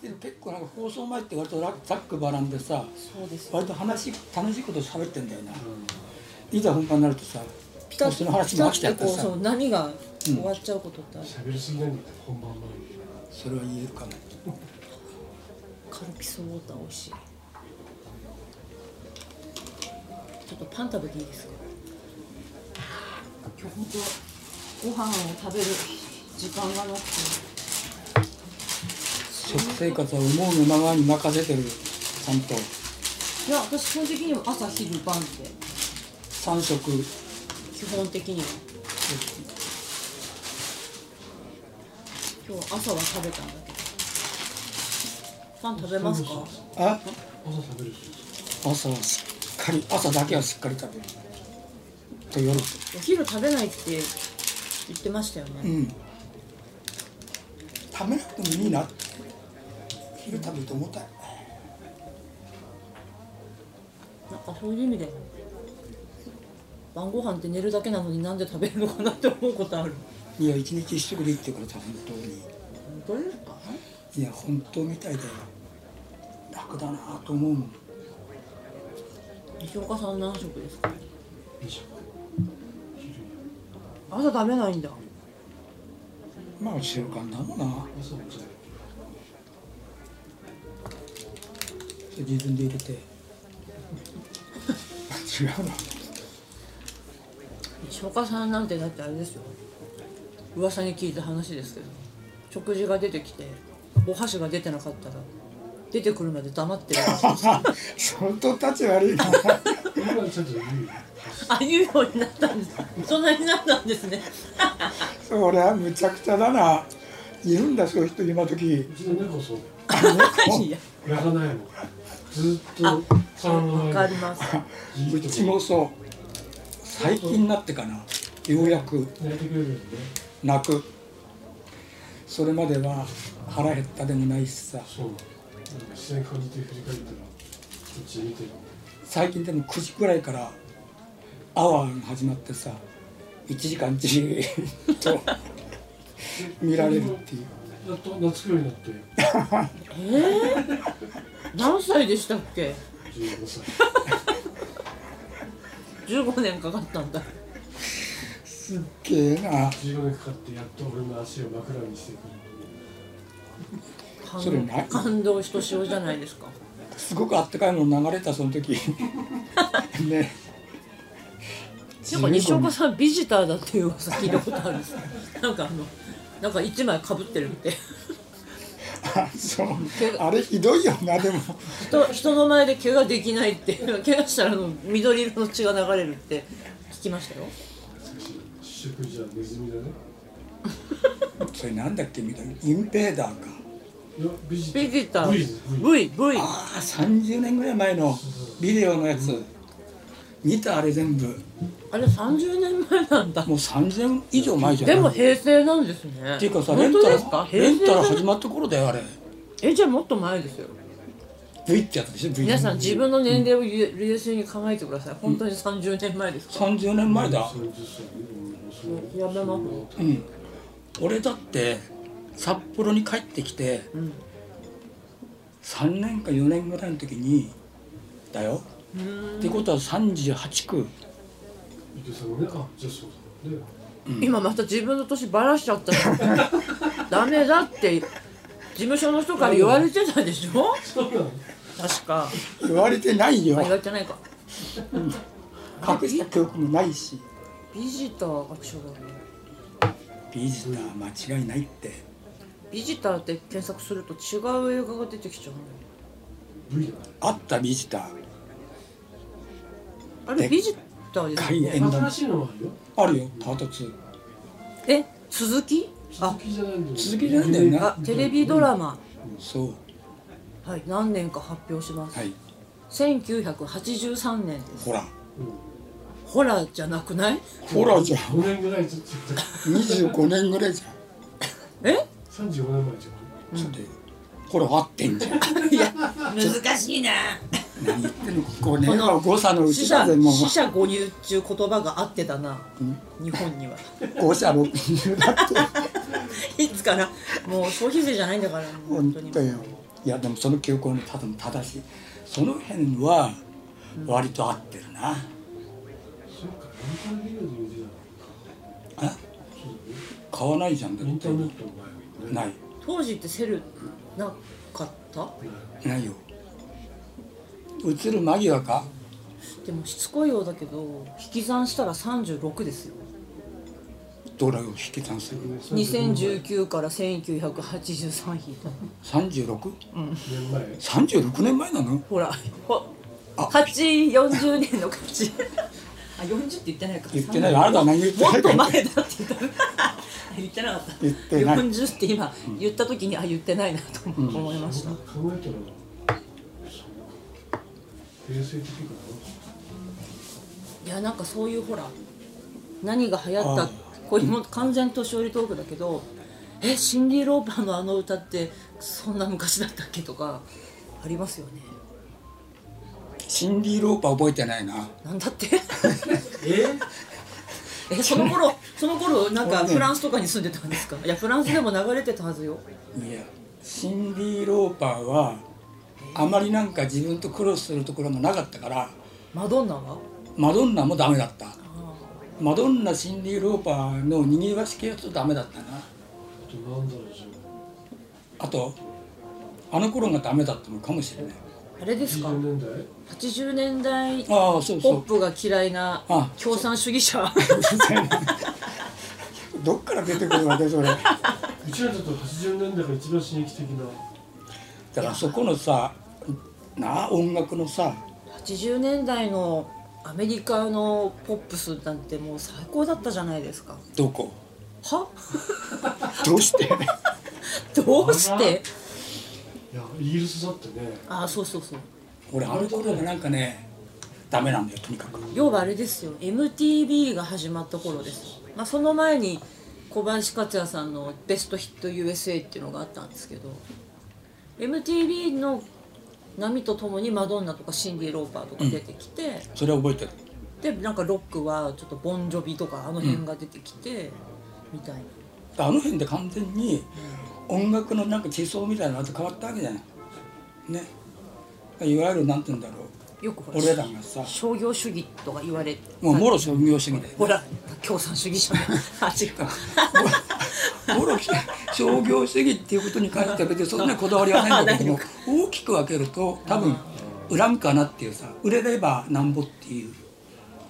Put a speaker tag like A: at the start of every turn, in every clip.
A: でも結構なんか放送前って割とラざっくばらんでさ
B: そうですよ
A: 割と話楽しいこと喋ってんだよな、いざ本番になるとさピタッその話も飽きちゃっ
B: ピ
A: て
B: タッてこう
A: さ
B: そう波が終わっちゃうことってある、
C: 喋りすぎなんだって本番前に
A: それは言えるかな
B: カルピスウォーター美味しいちょっとパン食べていいですか
D: 今日本当ご飯を食べる時間がなくて
A: 食生活は思うのままに任せてるちゃんと
D: いや私基本的には朝昼晩って
A: 3食
B: 基本的には今日朝は食べたんだけどパン食べますか
A: あ
C: 朝食べる
A: 朝はしっかり朝だけはしっかり食べると夜
B: お昼食べないって言ってましたよ
A: う
B: ね、
A: ん食べなくてもいいな昼食べると重たい
B: なんかそういう意味で晩ご飯って寝るだけなのになんで食べるのかなって思うことある
A: いや一日一食でいいって言うからさ本当に
B: 本当ですか
A: いや本当みたいだよ楽だなと思うもん
B: 西岡さん何食ですか
C: 二食昼夜
B: 朝食べないんだ
A: まあ習慣だもんな
C: 朝は一だ
A: それ自分で入れて 違うな
B: 西岡さんなんてだってあれですよ噂に聞いた話ですけど食事が出てきてお箸が出てなかったら出てくるまで黙 ってる
A: 相当たち悪いな
C: 今はちゃんと言うよ
B: あいうようになったんですそんなになったんですね
A: そりゃむちゃくちゃだないるんだそういう人今時
C: うちの猫はそうだよ
B: いや
C: 焼かないもんずっと皿の
B: わ
C: 中
B: か
C: に
B: ります
C: じ
A: う
C: っと
A: ちもそう最近になってかなようやく
C: 焼いてくれるよね
A: 泣くそれまでは腹減ったでもないしさ
C: そうなんか自然感じて振り返ったらうち見てる
A: 最近でも9時くらいからアワーが始まってさ1時間じーっと見られるっていう
C: やっと懐くようになって
B: 何歳でしたっけ
C: 15歳
B: 15年かかったんだ
A: すっげえな
C: 15年かかってやっと俺の足を枕にしてく
B: 感
A: それない
B: 感動ひとしおじゃないですか
A: すごくあったかいもの流れたその 時ね
B: なんか西岡さんビジターだっていう噂聞いたことあるん ですなんかあのなんか一枚かぶってるって
A: あそうあれひどいよなでも
B: 人人の前で怪我できないって怪我したらあの緑色の血が流れるって聞きましたよ
C: るしかし主食じゃネズミだね
A: それなんだっけみたいなインペーダーか
C: いやビジ
B: ビジタ
C: ブイズ
B: ー
C: ブイ
B: V V
A: ああ30年ぐらい前のビデオのやつ見たあれ全部
B: あれ30年前なんだ
A: もう30年以上前じゃない
B: でも平成なんですね
A: っていうかさレ
B: 本
A: ン
B: 当
A: タ
B: ですか
A: ルレ
B: 平
A: ンタル
B: 成
A: 始まった頃だよあれ
B: えじゃあもっと前ですよ
A: V ってやつでしょ V
B: 皆さん自分の年齢を冷静に考えてください本当に30年前ですか
A: 30年前だ
C: 30歳うんそう
B: やめます
A: うん俺だって札幌に帰ってきて、
B: ん
A: 3年か4年ぐらいの時にだよってことは38区
C: 伊藤さんもねあじゃあそうだね
B: 今また自分の年ばら しちゃったのダメだって事務所の人から言われてたでしょ
C: そうなの
B: 確か
A: 言われてないよ
B: あ言われてないか
A: 隠した記憶もないし
B: ビジターが違うね
A: ビジター間違いないって
B: ビジターって検索すると違う映画が出てきちゃうね
C: ブイだね
A: あったビジター
B: あれビジターです
A: 開
B: よね
A: 演だ
C: 新しいのもあるよ
A: あるよパート2
B: え鈴木あ
C: 続きじゃないんだよ
A: 続きじゃないんだよね
B: あテレビドラマ
A: そう
B: はい何年か発表します、
A: はい
B: 1983年です
A: ほら
B: ホラーじゃなくない
A: ほらじゃん
C: 5年ぐらいずつ言って
A: 25年ぐらいじゃ
B: え
C: 35年前じゃん
A: んちょっとほら合ってんじゃん
B: いや難しいな
A: 何言ってんのこれ
B: こ
A: ね
B: の
A: 誤差のう
B: 死
A: ち
B: 者
A: だぜもう
B: 死者誤入っちゅう言葉が合ってたな日本には
A: 誤差6だって
B: いつからもう消費税じゃないんだからもう
A: 本
B: 本当に
A: 当よいやでもその記憶はねただの正しいその辺は割と合ってるな、
C: そうか、インターネットの時代
A: え買わないじゃんだ
C: イン
A: っ
C: ターネッ
A: て
C: トの前
A: ない
B: 当時ってセルなかった
A: ないよ映る間際か
B: でもしつこいようだけど引き算したら36ですよ
A: どれを引き算する
B: 2019から1983引いた
A: 36?36 年
C: 年前
A: 前なの
B: ほらほ
A: あ
B: 勝ち40年の勝ち
D: あ40って言ってないか
A: 言ってないあなたは何言って
B: も
A: な
B: っ
A: い
B: と
A: か
B: 前だって言った 言ってなかった
A: 言ってない
B: 40って今言った時にあ言ってないなと思いました、
C: 考えたら平成的か
B: いやなんかそういうほら何が流行った
A: ああ
B: これも完全年寄りトークだけど「えシンディ・ローパーのあの歌ってそんな昔だったっけ?」とかありますよね
A: シンディ・ローパー覚えてないな
B: なんだって
C: え
B: えその頃その頃なん
A: これ
B: か
A: ね
B: フランスとかに住んでたんですかいやフランスでも流れてたはずよ
A: いやシンディ・ローパーはあまりなんか自分とクロスするところもなかったから
B: マドンナは
A: マドンナもダメだった
B: あ
A: マドンナシンディ・ローパーのにぎわし系はちょっとダメだったな
C: あとなんだろうじゃ
A: あとあの頃がダメだったのかもしれない
B: ああれですか
C: あ20年代
B: 80年代ポ
A: ああそうそ
B: ッ
A: う
B: プが嫌いな
A: あ
B: 共産主義者
A: どっから出てくるわけそれだか
C: うちらだと80年代が一番刺激的な
A: らそこのさなあ音楽のさ
B: 80年代のアメリカのポップスなんてもう最高だったじゃないですか
A: どこ
B: は
A: どうして
B: どうして
C: いやイギリスだってね
B: あそうそうそう
A: 俺あの頃がなんかねダメなんだよとにかく
B: 要はあれですよ MTV が始まった頃です、まあ、その前に小林克也さんの「ベストヒット USA」っていうのがあったんですけど MTV の波とともにマドンナとかシンディ・ローパーとか出てきて、
A: それは覚えてる
B: でなんかロックはちょっとボンジョビとかあの辺が出てきて、みたいな
A: あの辺で完全に音楽のなんか地層みたいなのと変わったわけじゃないねいわゆるなんて言うんだろ
B: よくほら
A: 俺らがさ
B: 商業主義とか言われて
A: うもうもろ商業主義で
B: ほら共産主 義者あ違う
A: もろ商業主義っていうことに関しては別にそんなこだわりはないんだけども大きく分けると多分恨むかなっていうさ売れればなんぼっていう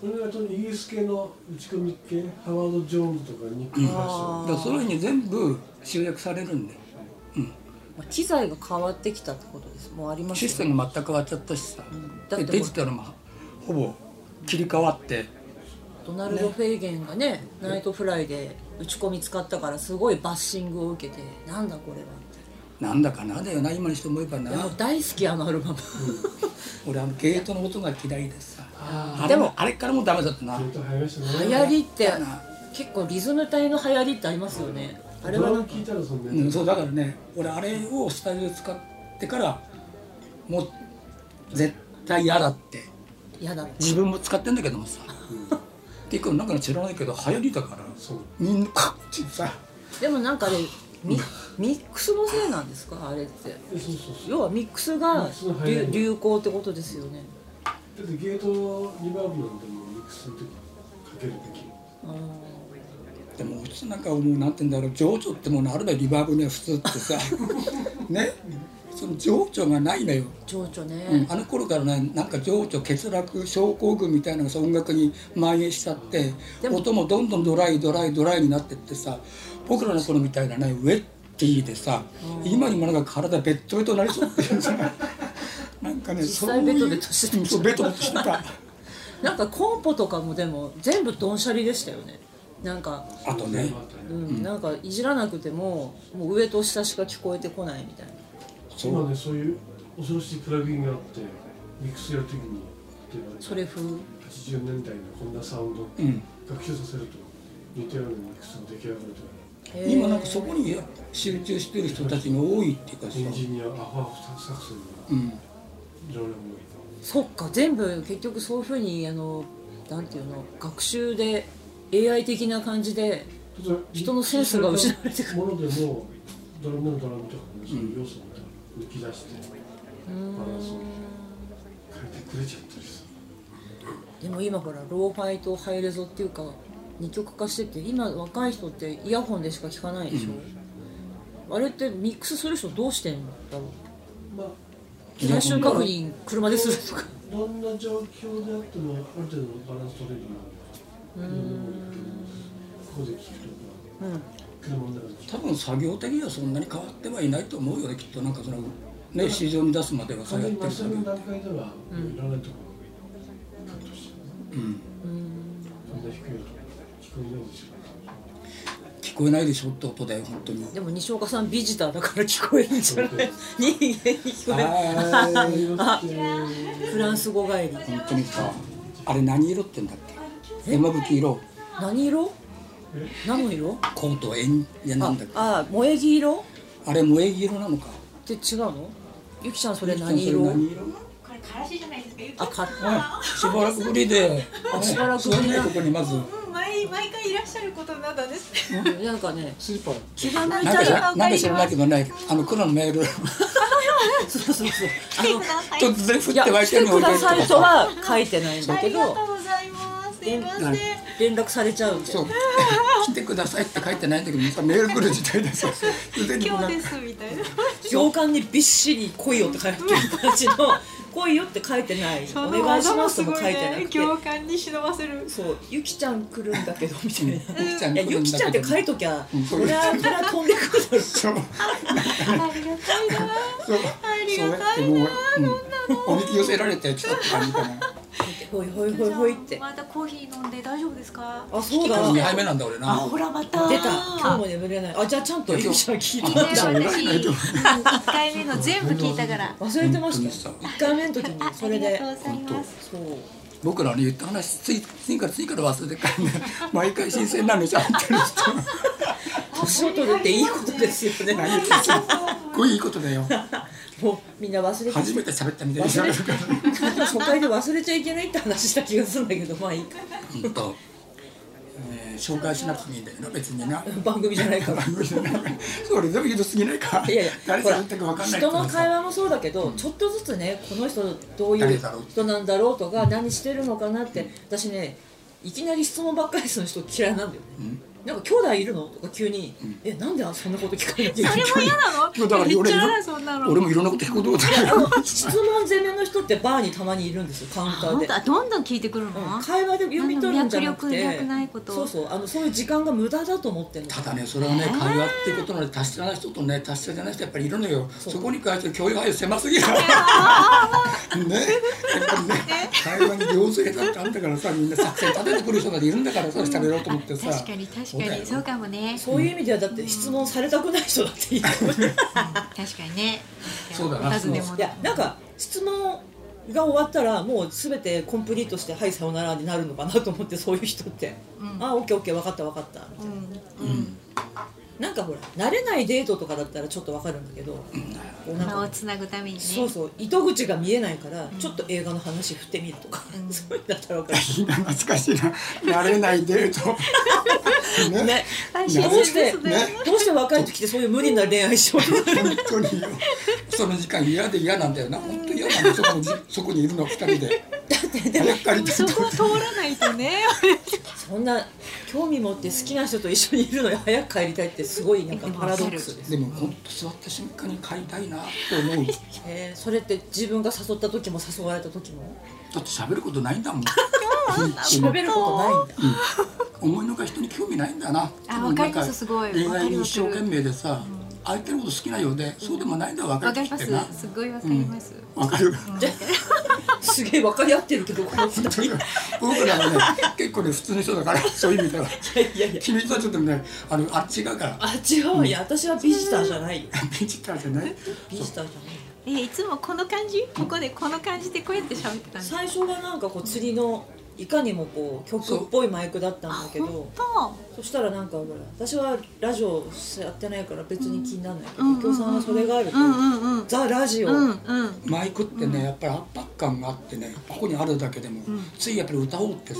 C: これがとイギリス系の打ち込み系ハワード・ジョーンズとかニック・ファッション
A: だからそういうふうに全部集約されるんで
B: まあ機材が変わってきたってことですもうあります
A: シ
B: よ
A: ステム全く変わっちゃったしさ
B: だって
A: でデジタルもほぼ切り替わって
B: ドナルド・フェイゲンがねナイトフライで打ち込み使ったからすごいバッシングを受けてなんだこれは
A: なんだかなだよな今にして思えばな
B: でも大好きあのアルバム
A: 俺あのゲートの音が嫌いでさ
C: あ
A: あ
B: で
A: れ
B: も
A: もあれからもうダメだったな
C: ーちょっと流行りました ね
B: 流行りって
A: だな
B: 結構リズム体の流行りってありますよねあれ
C: ド
B: は
C: ラ
B: な
C: ム
B: んか
C: 聞いたらそんな
A: うん、そうだからね俺あれをスタジオで使ってからもう絶対嫌だって
B: 嫌だな
A: 自分も使ってんだけどもさ結構なんか知らないけど流行りだから
C: そう
A: みんなこっちさ
B: でもなんかあれミミックスのせいなんですかあれって
C: えそうそうそう
B: 要はミックスが
C: ミックスの流
B: 流
C: 行り
B: 流行ってことですよね
C: だってゲートリバーブなんてもうミックスの時かけるべき
B: あー
A: でもうちなんかもうなんて言うんだろう情緒ってものあるのよリバーブね普通って さねその情緒がないのよ、
B: 情緒ね、
A: うん、あの頃からねなんか情緒欠落症候群みたいなのがさ音楽に蔓延しちゃって
B: でも
A: 音もどんどんドライドライドライになってってさ僕らの頃みたいなねウェッティでさ今にもなんか体ベッドベトになりそうっていう さなんかね
B: 実際ベトベトしてた
A: そういうそうベトベトしてた。
B: なんかコンポとかもでも全部ドンシャリでしたよねなんか
A: あとね
B: うん、なんかいじらなくてももう上と下しか聞こえてこないみたいな
A: そう
C: 今ねそういう恐ろしいプラグインがあってミックスやる時に例えばね
B: それ風
C: 80年代のこんなサウンド
A: うん
C: 学習させると似たようなミックスが出来上がるとか
B: へー
A: 今なんかそこに集中してる人たちが多いっていうかさ
C: エンジニアアファー作戦
A: うん
C: の常連も
B: そっか全部結局そういうふうにあのなんていうの学習で AI 的な感じで
C: 例えば
B: 人のセンスが失われてく
C: ものでもドラムのドラムとかねそういう要素を抜き出してバランスを変えてくれちゃったりす
B: でも今ほらローファイとハイレゾっていうか二極化してて今若い人ってイヤホンでしか聞かないでしょ、あれってミックスする人どうしてんだろう
C: るまあ
A: イヤホン
B: 最終確認車でするとか
C: どんな状況であってもある程度のバランス取れるようなここで聞くとか、車の中で聞く
A: 多分作業的にはそんなに変わってはいないと思うよねきっとなんかそのね市場に出すまではさ
C: 完
A: やっ
C: 全に
A: て
C: マ
A: る
C: スタ
A: 作
C: ー
A: 業
C: の段階ではもういらないところカットして、
A: うん
C: こんな低い音聞こえないでし
A: 聞こえないでしょって音だよ本当に
B: でも西岡さんビジターだから聞こえるんじゃない人間に聞こえる
A: はーい
C: ょあー
B: フランス語帰り
A: 本当にさあれ何色ってんだっけ山吹色
B: 何色何の色
A: コートえんいやなんだっけあ
B: ああ萌え木色
A: れ萌え色なのか
B: って違うのゆきちゃんそれ何色
A: それ何色
E: これからしじゃないですかゆき
B: あか
A: はいしばらくぶりで
B: しばらくぶ
A: ね座
B: り
A: んないとこにまず
E: うん毎毎回いらっしゃることなんだです
B: なんかね
A: スーパー
B: 気が向い
A: なん
B: た
A: から知らなんか知らないけどねあの黒のメール
B: そうそうそうあ
E: 来て
B: の
E: ください
A: 突然降
B: い
A: っ
B: や
A: て湧い
B: 来
A: てる
B: て
A: の
B: く
A: 置いて
B: だ
A: ると
B: さ
A: か
B: いとは書いてないんだ
E: あ
B: け
E: りがと
B: ど
E: うございますすいません
A: なん
B: 連絡されちゃうんで
A: そう 来てくださいって書いてないんだけどさメール来る時代でさ腕にこうな
E: 今
A: ん
E: 日
A: か
E: ですみたいな
B: 行間にびっしり「来いよ」って書いてる感じの 「来いよ」って書いてない「
E: そ
B: お
E: の
B: 願いし
E: 技
B: ま
E: も
B: す」
E: す
B: とも
E: ご
B: 書
E: い
B: いてな
E: ね
B: くて
E: 共感に忍ばせる
B: そう「ゆきちゃん来るんだけど」みたいな。
A: ゆきちゃん
B: い
A: 来
B: や
A: る
B: ゆ
A: ん
B: きちゃん
A: だけ
B: って
A: ど
B: 書いときゃ
A: うんそう
B: これはこれは飛んでくるだろう
A: そう
E: ありがたい な
A: そう
E: あり
A: そうや
E: がた
A: って
E: い
A: も
E: な
A: う、うん、おびき寄せられてちょっと感じかな
B: ほいほいほいほいって
E: またコーヒー飲んで大丈夫ですか
B: あそうだ
A: 2
B: 出
A: 杯目なんだ俺
E: あ
A: な
E: ほらまた
B: た今日も眠れないあじゃあちゃんとゆきちゃん聞い
A: あ
B: た
A: 本当
E: 私
A: そう偉いねでも
E: 1回目の全部聞いたから
B: 忘れてました
A: 本当に
B: 1回目の時
E: あ
B: に
E: あ
B: それ
E: りが
B: で
E: とうございます
B: そう
A: 僕らの言った話つい次から次から忘れてっからね毎回新鮮なのじゃんってる人
B: 年を取るっていいことですよ
A: す
B: ね
A: っごいいいことだよ
B: もうみんな忘れて
A: 初めて喋ったみたいに言われるから
B: 初回で忘れちゃいけないって話した気がするんだけどまあいいか
A: 本当、えー、紹介しなくてもいいんだよな別にな
B: 番組じゃないから
A: 番組じゃない それでもひどすぎないか
B: いやいや
A: 誰
B: ほ
A: さ
B: ら
A: んってか分かんない
B: 人の会
A: 話
B: 話もそうだけど、ちょっとずつねこの人どうい
A: 誰
B: う
A: だろう
B: 人なんだろうとか何してるのかなって私ねいきなり質問ばっかりする人嫌いなんだよね、なんか兄弟いるのとか急に、えなんでそんなこと聞かれてる
E: それも嫌な
A: 今日 だか
E: の
A: ら
E: めっ
A: 俺
E: ちゃ嫌だそんなの
A: 俺もいろんなこと聞くことだよ
B: 質問攻めの人ってバーにたまにいるんですよカウンター
E: 本
B: で
E: 当。あどんどん聞いてくるの、
B: うん会話で読み取るんじゃなくて
E: あの脈力脈ないこと
B: そうそうあのそういう時間が無駄だと思ってるの
A: ただねそれはね会話っていうことなので達者な人とね達者じゃない人やっぱりいるのよそうこに関して教養範囲狭すぎるね やっぱりね会話に行政だってあんだからさみんな作戦立ててくる人がいるんだからさ喋ろうと思ってさ
E: 確かに確か
A: うだ
E: に
A: よ
E: そうかもね
B: そういう意味ではだって質問されたくない人だっている
E: 確かにね
A: そうだな
E: お尋ねも
B: いやなんか質問が終わったらもう全てコンプリートして「はいさよなら」になるのかなと思ってそういう人って「
E: うん
B: あオッケーオッケー分かった分かった」みたいな,、なんかほら慣れないデートとかだったらちょっと分かるんだけど、こうなん
E: 間を
B: か
E: つなぐためにね
B: そうそう糸口が見えないから、ちょっと映画の話振ってみるとか、そういうんだったら分か る
A: 今 懐かしいな慣れないデ ートね
B: ね
E: 大
B: ど
E: 切
B: うして
E: ですね
A: ね
B: どうして若い時ってそういう無理な恋愛しようと
A: 本当によその時間嫌で嫌なんだよな本当嫌なんだよそこにそこにいるの二人で早く帰りた
E: そ
A: いと
E: こを通らないとね
B: そんな興味持って好きな人と一緒にいるのに早く帰りたいってすごいなんかパラドックスです
A: でも本当座った瞬間に帰りたいなって思うだ
B: えーそれって自分が誘った時も誘われた時も
A: って喋ることないんだもん
B: 喋ることないんだ
A: 思いのが人に興味ないんだな
E: あわかりますすごい
A: 恋
E: わか
A: 愛
E: る
A: に
E: わか
A: 一
E: る
A: 生懸命でさ相手のこと好きなようでそうでもないんだ若
E: わ
A: い
E: かり
A: 時
E: ま
A: って
E: す
A: な
E: すごいわかります、
A: わかる
B: すげえ分かり合ってるけどこの2人い
A: 僕らはね結構ね普通の人だからそういう意味では
B: やいやいや
A: 君とはちょっとねあのあっち側から
B: あ違うわいや私はビジターじゃないよ
A: ビジターじゃ ない
B: ビジターじゃない
E: えいつもこの感じここでこの感じでこうやって喋ってたんです
B: 最初がなんかこう釣りのいかにもこう曲っぽいマイクだったんだけど
E: 本当
B: そしたらなんかほら私はラジオやってないから別に気にならないけど
E: うん
B: 右京さんはそれがあると
E: うんうんうん
B: ザ・ラジオ
E: うんうん
A: マイクってねやっぱりあった感があってねここにあるだけでも、ついやっぱり歌おうって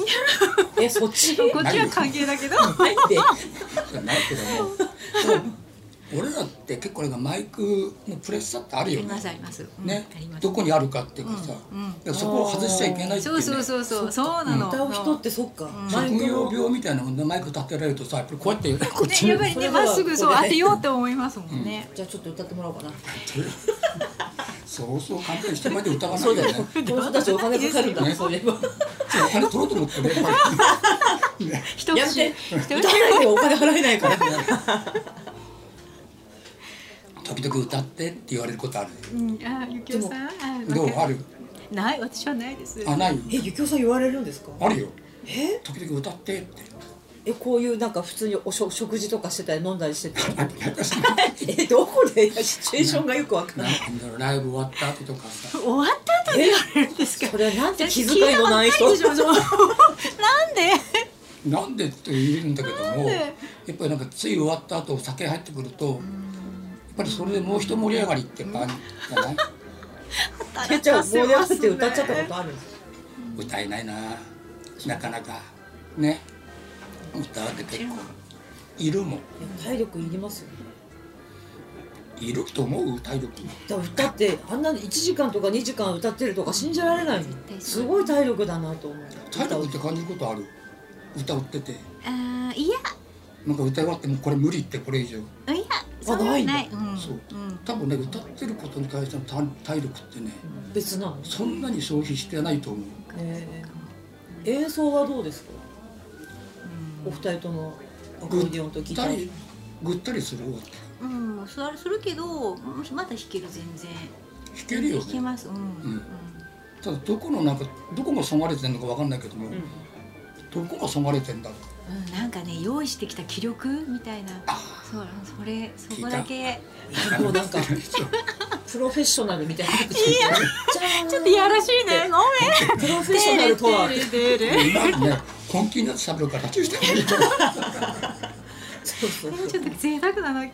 B: えそっち
E: こっちは関係だけど
B: ないで
A: じゃないけどもそう俺らって結構なんかマイクのプレッシャーってあるよ
E: い
A: ね
E: ますあります、うん
A: ね
E: あります
A: どこにあるかっていうかさ、
E: うん
A: だからそこを外しちゃいけないってい
E: そうう
A: ね
E: そうそうそうそうなの、
B: 歌う人ってそっかマイ
A: 職
B: ク
A: 業
B: の
A: 病みたいなもんでマイク立てられるとさやっぱりこうやってこっち
E: ね、
A: に
E: やっぱりねまっすぐそう当てようって思いますもんね、
B: じゃあちょっと歌ってもらおうかな
A: そうそう簡単に人前で歌わ ないよね ね
B: この人たちお金かかるんだ
A: ね
B: そういえば
A: お金取ろうと思ってねやっぱりね
E: 一
B: やめて
E: 口
B: 歌わないでお金払えない から
A: 時々歌ってって言われることある
E: うん、あゆきおさんあ
A: どう
E: わか
A: ある
E: るない私はないです
A: あない
B: えゆきおさん言われるんですか
A: あるよ
B: え
A: 時々歌ってって
B: えこういうなんか普通におしょ食事とかしてたり飲んだりしてたり
A: 私なんか
B: えどこでシチュエーションがよくわかんない
A: なんだろうライブ終わった後とかさ
E: 終わった後に言われるんですか
B: それなんて気遣いのない人
E: 聞た ことないでしょそうなんで
A: なんでって言うんだけども
E: で
A: やっぱりなんかつい終わった後お酒入ってくるとやっぱりそれでもう一盛り上がりってやっぱあるんじゃない
B: えじゃあゴールデンアスって歌っちゃったことあるんですか
A: 歌えないななかなかね歌って結構いるもん
B: いや体力いりますよね
A: いると思う体力
B: だから歌ってあんな1時間とか2時間歌ってるとか信じられない
E: 対そう
B: すごい体力だなと思う
A: 体力って感じることある歌ってて
E: あーいや
A: なんか歌い終わってもうこれ無理ってこれ以上
E: いやそんなことないうん
A: そう
E: うん
A: 多分ね歌ってることに対しての体体力ってね
B: 別なの、
A: そんなに消費してないと思う
B: えー演奏はどうですかお二人ともアコ
A: ぐ
B: ーディオンとギ
A: っ
B: タ
A: た
B: ー
A: りぐったりするわ
E: うん、それするけど、うんまだ弾ける全然。
A: 弾けるよ
E: 弾け
A: ね
E: ます。うん。うん。
A: ただどこのなんかどこがそがれてるのかわかんないけども、どこがそがれてんだろ
E: うん、なんかね、用意してきた気力みたいな。そう、それ、そこだけ。
A: う
B: もうなんか
A: そ
B: プロフェッショナルみたいな
E: ちょっとやらしいね。ご
B: プロフェッショナルとは
E: めん。出る。
A: う今ね本気になって喋るから注意してる
B: そうそうそう
E: ちょっと贅沢だな、今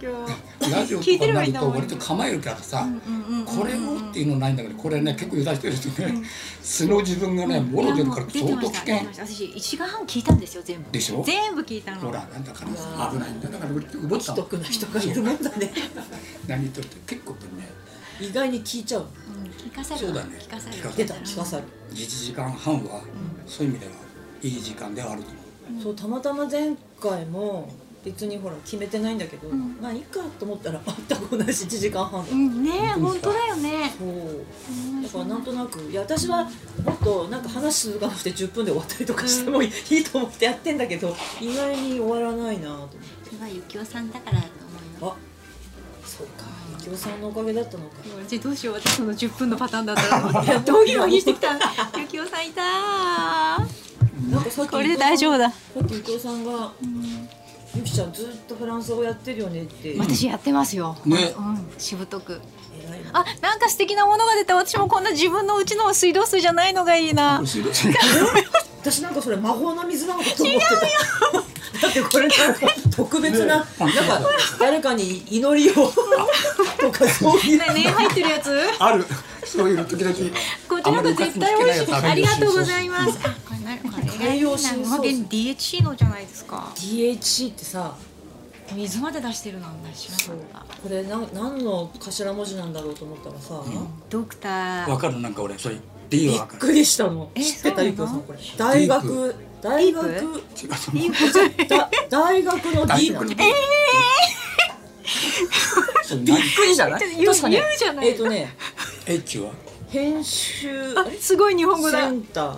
E: 日。
A: ラジオとかになると割と構えるからさ、
E: うん、うん、うん。
A: これをっていうのないんだけどこれね結構油断してるとね、素の自分がねもろ出るから
E: いや
A: 相
E: もう
A: 当
E: 出
A: 危
E: てました
A: 険
E: 出てました私、一時間半聞いたんですよ、全部。
A: でしょ
E: 全部聞いたの。
A: ほらなんだからさ危ないんだよだから俺って思ってたもん
B: 得な人がいるもん だね
A: 何言っとるって結構ね
B: 意外に聞いちゃう
E: うん、聞かせる。
A: そうだね
E: 聞かせる。
A: 聞かせ
B: 出
A: る
B: た聞かさる
A: 1時間半は、そういう意味ではいい時間ではあると思う
B: そうたまたま前回も別にほら決めてないんだけど、まあいいかと思ったら全く同じ1時間半だ
E: うん、ね、本当だよね。
B: そうだからなんとなくいや私はもっとなんか話続かなくて10分で終わったりとかしてもいい,、と思ってやってんだけど意外に終わらないなと思って
E: それはゆきおさんだからだと思います。
B: あそうかゆきおさんのおかげだったのか
E: うちどうしよう私その10分のパターンだったらい やドギドギしてきたゆきおさんいた
B: なんかさっき
E: これで大丈夫だ
B: さっきゆきおさんが「ゆきちゃんずっとフランス語やってるよね」って偉い
E: 私やってますよ、
A: ね
E: うん、しぶとく
B: な
E: あなんか素敵なものが出た私もこんな自分のうちの水道水じゃないのがいいな
A: 後ろ
B: 私なんかそれ魔法の水なのかと思ってた だってこれなんか特別な、なんか誰かに祈りをとかそういう
E: ねね入ってるやつ
A: あるそういう時々
E: こっちの方が絶対美味しいありがとうござい
A: ま
E: ますあこれなこれが
B: 栄
E: いいな
B: 養新ソース
E: これ DHC のじゃないですか
B: DHC ってさ
E: 水まで出してるなんだ知らなかった
B: これな何の頭文字なんだろうと思ったらさ、
E: ドクタ
A: わ
E: ー
A: かるなんか俺それ D
B: び
A: は
B: っ
A: わかる
B: くりしたの
E: え
B: 知ってた
E: そうなの
B: ゆきこさんこれ大
A: ディ
B: 学大学
E: ディー
A: 違うその
B: だ大学の D
A: 大
B: なの
A: 学の
B: びっ
A: D それ何
B: くりじゃない
E: ちょっと言う
B: 確かね
E: 言うじゃない
B: えっ、とね
A: H は
B: 編集
E: あすごい日 本語だ
B: センター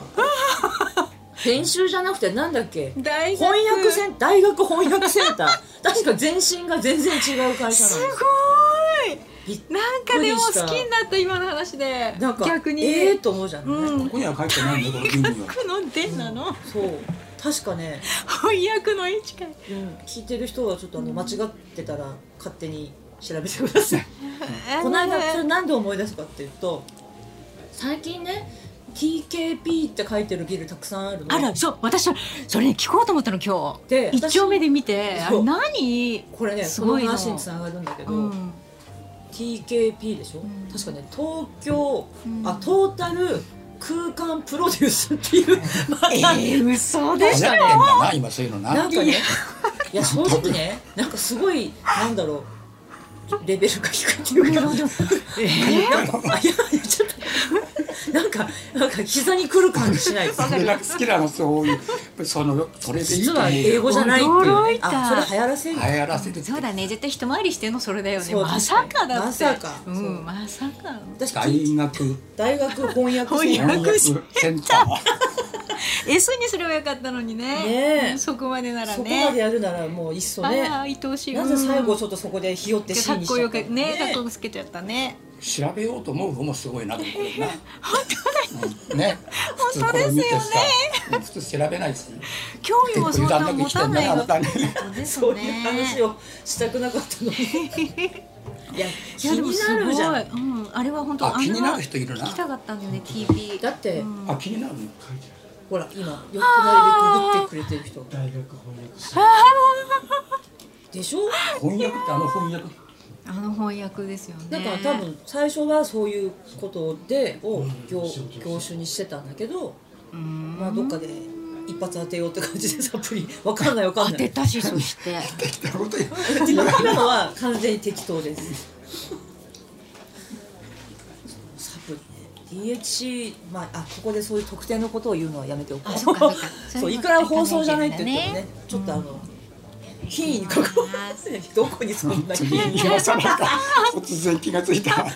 B: 編集じゃなくてなんだっけ
E: 大
B: 翻訳セン大学翻訳センター確か前身が全然違う会社
E: す
B: なんで
E: ご
B: す
E: ー
B: び
E: い
B: っくり
E: なんかでも
B: し
E: 好き
B: た
E: になった今の話で
B: なんか
E: 逆に、
B: ええと思うじゃん、ね
E: うん
A: ここには書いてないんだこの義務は
E: この「で」なの、
B: そう確かね、
E: 翻訳の位置かい
B: うん、聞いてる人はちょっとあの間違ってたら勝手に調べてくださ いこの間それなんで思い出すかっていうと最近ね TKP って書いてるビルたくさんあるの
E: あらそう私それね聞こうと思ったの今日
B: で
E: 一丁目で見てあ
B: そう
E: れ何
B: これね
E: す
B: そ
E: ご
B: の
E: いの
B: 話につながるんだけど、
E: うん
B: TKP でしょ、
E: ん
B: 確かね東京、
E: ん
B: あトータル空間プロデュースっていうまた、
E: ー、嘘
A: 流
E: で
A: 行ってんだな今そういうの
B: な
A: なん
B: かねいや正直ねなんかすごいなんだろうレベルが低いっていうかなんかあいやいやちょっとなんかなんか膝にくる感じしないです
A: それが好きなのそういうそのそれでいい
B: 実
A: と
B: は
A: 思
B: 英
A: う
B: 語じゃないっていう
E: 驚
B: ね
E: いた
B: あそれ流行らせん
A: 流
B: の
A: 行らせて
E: そうだね絶対一回りしてのそれだよね
B: そう
E: まさかだって
B: まさか
E: う
B: そうん
E: まさか
B: 私
A: 大学
B: 大学翻訳
E: 翻訳
B: 生
A: 翻訳センター
E: S にすればよかったのにね
B: ねえ
E: うんそこまでなら
B: そこまで
E: ね
B: やるならもういっそ
E: あ
B: ね
E: あ愛おしい
B: なぜ最後
E: うん
B: ちょっとそこでひよって
E: か
B: C
E: っ
B: にし
E: こ
B: ちゃ
E: よ
B: った
E: く
B: の
E: ねかっこよくつけちゃったね
A: 調べようと思う方もすごいなと思うな本当だね普通
E: 本
A: こ
E: 当で
A: れ
E: す
A: 見
E: よね
A: てさうん普通調べないし
E: 興味もそんな持たない
A: 結構油断なく生きてんだなあなたね
E: そうです
B: そういう話
E: ね
B: をしたくなかったの にいや
E: い
B: 気
E: やでも
B: にな
E: すご
B: る
E: い
B: じゃん
E: うんあれは本当
A: あ気になる
E: 聞
A: 人いるな
E: きたかったんだよね TP
B: だって、
E: うん
A: あ気になる
B: ほら今よく隣でググってくれてる人
C: 大学翻訳士
B: でしょ
A: 翻訳ってあの翻訳
E: あの翻訳ですよね
B: だから多分最初はそういうことでを業
C: うん
B: 業種にしてたんだけど、
E: うん
B: まあどっかで一発当てようって感じでサプリわかんないわかん
E: 当
B: な
E: て
B: い
E: たしそして
A: ってことよ
B: 今は完全に適当ですサプリね DHC まああここでそういう特定のことを言うのはやめておこう
E: あそっかそっか
B: そ
E: そうう
B: い
E: いうこと
B: くら放送じゃないって言ってもね
E: ね
B: ちょっとあの品位に関わるどこにそ んな品位
A: 今さらか突然気がついた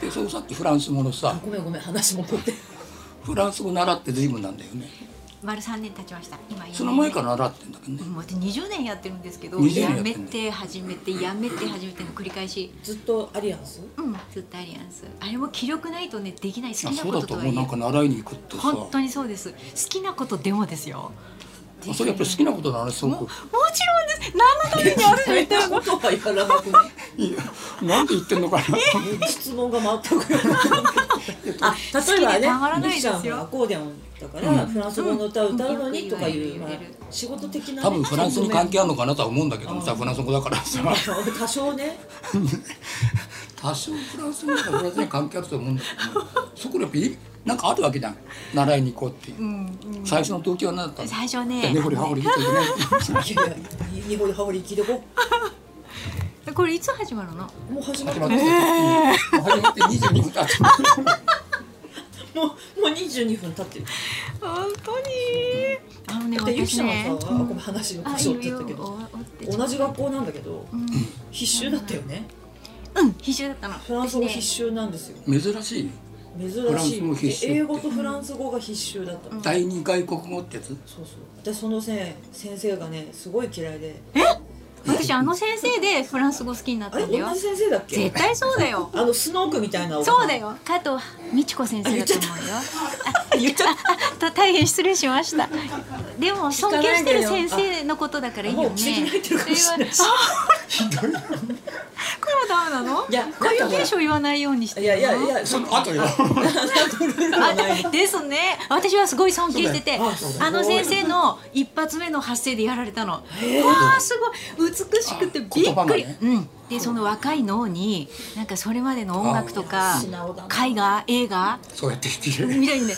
A: でそうさっきフランス語のさ
B: ごめんごめん話戻って
A: フランス語習って随分なんだよね
E: 丸三年経ちました今
A: その前から習ってんだけどね
E: もう私20年やってるんですけど
A: 20年や
E: や
A: ってんの
E: めて始めてやめて始めての繰り返し
B: ずっとアリアンス
E: うんずっとアリアンスあれも気力ないとねできない好
A: あ
E: きな
A: そう
E: こ
A: だ
E: と
A: と
E: とは
A: 思
E: いう
A: なんか
E: え
A: 習いに行くってさ
E: 本当にそうです好きなことでもですよ
A: あそれやっぱり好きなことなのす
E: も
A: ご
E: も
A: く
E: ちろんです何のためにあるの
B: みたいなことはやらなくね
A: いやなんで言ってんの かな
B: 質問が全くよくない あ例えば
E: 好きで
B: ね
E: たまらない
B: ミ
E: で
B: キ
E: す
B: ち
E: よ
B: ゃんはアコーディオンだから、フランス語の歌を歌うのにとかいう、
E: うん
B: まあ、仕事的な、ね、
A: 多分フランスに関係あるのかなとは思うんだけどもさフランス語だからさ
B: 多少ね
A: 多少フランス語だからフランスに関係あると思うんだけどもそこでやっぱりなんかあるわけじゃん習いに行こうっていう、最初の東京は何だったの
E: 最初はね
A: 根掘り葉掘り見てるね
B: いやいや日本でハオリ聞いてこ
E: これいつ始まるの
B: うもう始まっ
A: 始ま
B: たも
A: っ
B: う
A: て、うん始まって22分経って
B: もう22分経ってる
E: 本当にあのね
B: だってゆき
E: 私
B: ちゃん
E: ね
B: はさ、あごめん話の
E: あ
B: 腰折っちゃったけど同じ学校なんだけど、
E: うん
B: 必修だったよね
E: うん必修だったの
B: フランス語
E: 私ね
B: 必修なんですよ
A: る珍しいね
B: 珍
A: ラン
B: し
A: ス語必
B: い
A: 修
B: 英語とフランス語が必修だったの、
A: 第二外国語ってやつ
B: そうそうでそのせ先生がねすごい嫌いで
E: 私あの先生でフランス語好きになっ
B: あ
E: た
B: れ
E: んだ
B: 同
E: よ
B: じ先生だっけ
E: 絶対そう だよ
B: あのスノークみたいなおばさん
E: そうだよ加藤美智子先生だと思うよ
B: あ言っちゃった
E: た 大変失礼しましたでも尊敬してる先生のことだからいいよ
B: もう
E: ね
B: 奇跡に入ってるかもしれないし
E: それはあこれもダメなの
B: いや
E: こういう現象言わないようにして
B: い
E: る
B: や
E: の
B: いやいや
A: その後よ
E: あでですね私はすごい尊敬してて
B: そうだよあそうだよ
E: あの先生の一発目の発声でやられたのわあすごい美しくてびっ
A: 言葉が
E: くり、
A: ね
E: うん、でその若い脳になんかそれまでの音楽とか
B: あ素直だな
E: 絵画映画
A: そうやって言ってる
E: み たいにね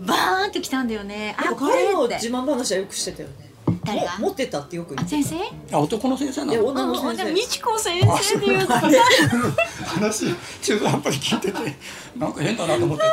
E: バーンってきたんだよねあこ
B: 彼の
E: れっ
B: 自
E: て
B: 慢話はよくしてたよね
E: 誰が
B: も持ってたってよく言
E: あ
B: って
E: 先生
A: あ男の先生な
B: で
A: の
B: 女の
E: うん
B: 先生
E: 美智子先生っていう
B: あれ
A: 話中途半端に聞いててなんか変だなと思って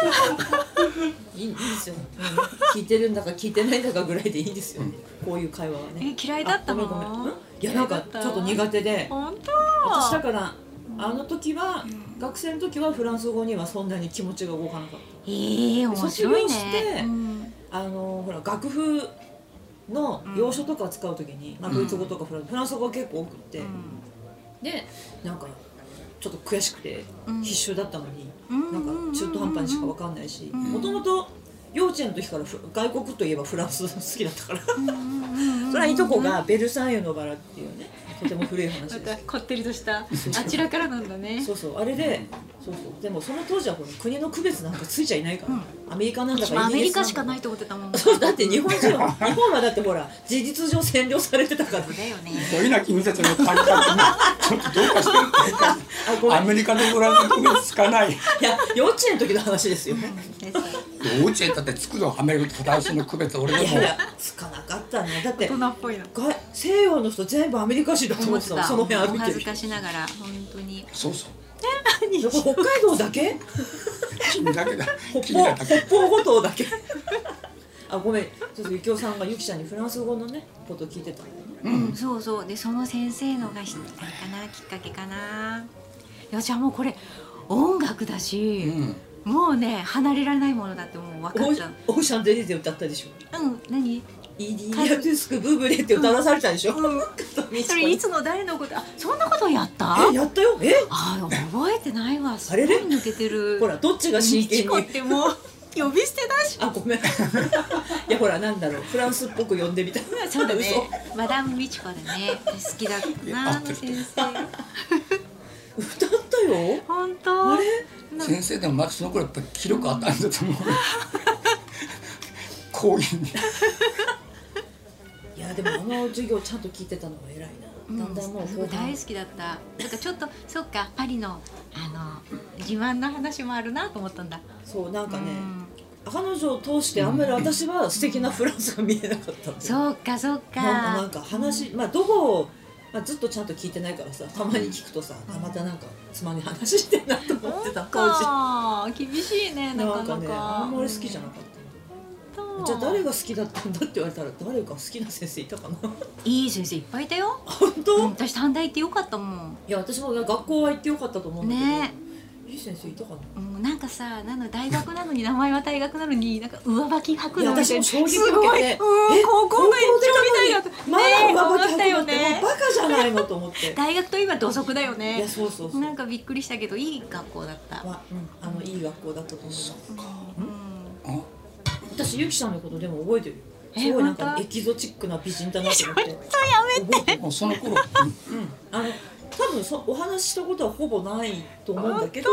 B: いいいいですよ、うん聞いてるんだか聞いてないんだかぐらいでいいですよね、こういう会話はね
E: え嫌いだったの
B: あごめんごめんうんいやなんかちょっと苦手で
E: 本当
B: 私だからあの時は、学生の時はフランス語にはそんなに気持ちが動かなかっ
E: えー、面白い
B: 卒業して
E: ね、うん
B: たあのほら楽譜の要書とか使う時に、まあ、ドイツ語とかフランス,、フランス語が結構多くって、でなんかちょっと悔しくて
E: うん
B: 必修だったのに、
E: うん
B: なんか中途半端にしか分かんないしもともと幼稚園の時からフ外国といえばフランス好きだったから
E: うんうんうんうん
B: それはいとこがベルサイユのバラっていうねとても古い話で
E: ますたこってり としたあちらからなんだね
B: そうそうあれで、そうそうでもその当時はこの国の区別なんかついちゃいないから、アメリカなんだから
E: アメリカしかない
B: い
E: と思ってたもん
B: そうだって日本人は日本はだってほら事実上占領されてたから
E: だよね
A: どうな君たちの感覚がちょっとどうかして
B: あ
A: る
B: ごめ
A: ア
B: んい
A: メリカのぐらいの区別つかない
B: や幼稚園の時の話ですよ、
A: 幼稚園だってつくのはめると最初の区別俺で
B: いやい
A: も
B: やつかなかったねだって
E: 大人っぽいな
B: 外西洋の人全部アメリカ人だと思
E: 思
B: っ
E: ってて
B: たの
E: た
B: その辺歩
E: お
B: いて
E: 恥
B: る
E: ずかしながら本当に
A: そうそう
B: どこ北海道だけ
A: 君だけだ
B: 北
A: 君
B: 方
A: だ
B: 北
A: け
B: 方 五島だけあごめんちょっとゆきおさんがゆきちゃんにフランス語のねこと聞いてたんだよね
E: うん、そうそうでその先生のがひかなきっかけかないやじゃあもうこれ音楽だ
A: う
E: し、
A: ん
E: もうね離れられないものだってもう分か
B: オ
E: っ
B: ー
E: た
B: オーシャンデリゼ歌ったでしょ
E: うん何
B: イディアトゥスクブーブレって歌わされたでしょ、
E: それいつの誰のことあそんなことやった
B: えやったよえ
E: あ覚えてないわす
B: あ
E: ごい
B: れれ
E: 抜けてる
B: ほらどっちが真
E: ミチ
B: 剣
E: コっ
B: に
E: てもう呼び捨てだし
B: あごめ んいやほらなんだろうフランスっぽく呼んでみた
E: そうだね
B: 嘘
E: マダムミチコだね好きだった
A: 合
E: なあ
A: っ
E: の
A: てる
E: 先生
B: 歌ったよ
E: 本当
B: あれ
A: 先生でもまだその頃やっぱり気力あったんだと 思う講義に
B: いやでもあの授業ちゃんと聞いてたのが偉いなだんだんもう
E: すご
B: 後
E: い大
B: 半
E: 好きだったなんかちょっとそっかパリのあの自慢の話もあるなと思ったんだ
B: そうなんかね
E: うん
B: 彼女を通してあんまり私は素敵なフランスが見えなかったんだよ
E: そうかそうか
B: なんかなんか話、まあ、どこを、まあ、ずっとちゃんと聞いてないからさたまに聞くとさ、あまたなんかつまみ話してんなと思ってた当時
E: なんか厳しいねな
B: な
E: か
B: ん
E: な
B: か
E: か
B: ねあんまり好きじゃなかった、じゃあ誰が好きだったんだって言われたら誰か好きな先生いたかな
E: いい先生いっぱいいたよ、
B: 本当、
E: うん、
B: い
E: 私短大行ってよかったもん
B: や私も学校は行ってよかったと思うんだけど、
E: ね
B: いい先生いたかな
E: もうなんかさなの大学なのに名前は大学なのになんか上履き履く
B: いや
E: のみ
B: 私
E: たい
B: も
E: な
B: 衝撃
E: す
B: 受けて
E: ごい、う
B: え
E: ん、高校の延長みたいだった
B: まだ
E: ね
B: 上履
E: 思っ
B: き履
E: た
B: くの
E: よ
B: っても
E: ね
B: うバカじゃないのと思って
E: 大学といえば土足だよ
B: いや
E: ね
B: そうそうそう、
E: なんかびっくりしたけどいい学校だった、
B: まあうん、あのいい学校だったと思います
E: うん、
A: あ
B: 私ゆきちゃんのことでも覚えてるよ
E: え
B: すごいなんか
E: 本当
B: エキゾチックな美人だなと思って覚えてる
A: もうその頃
B: うんあの多分そお話ししたことはほぼないと思うんだけど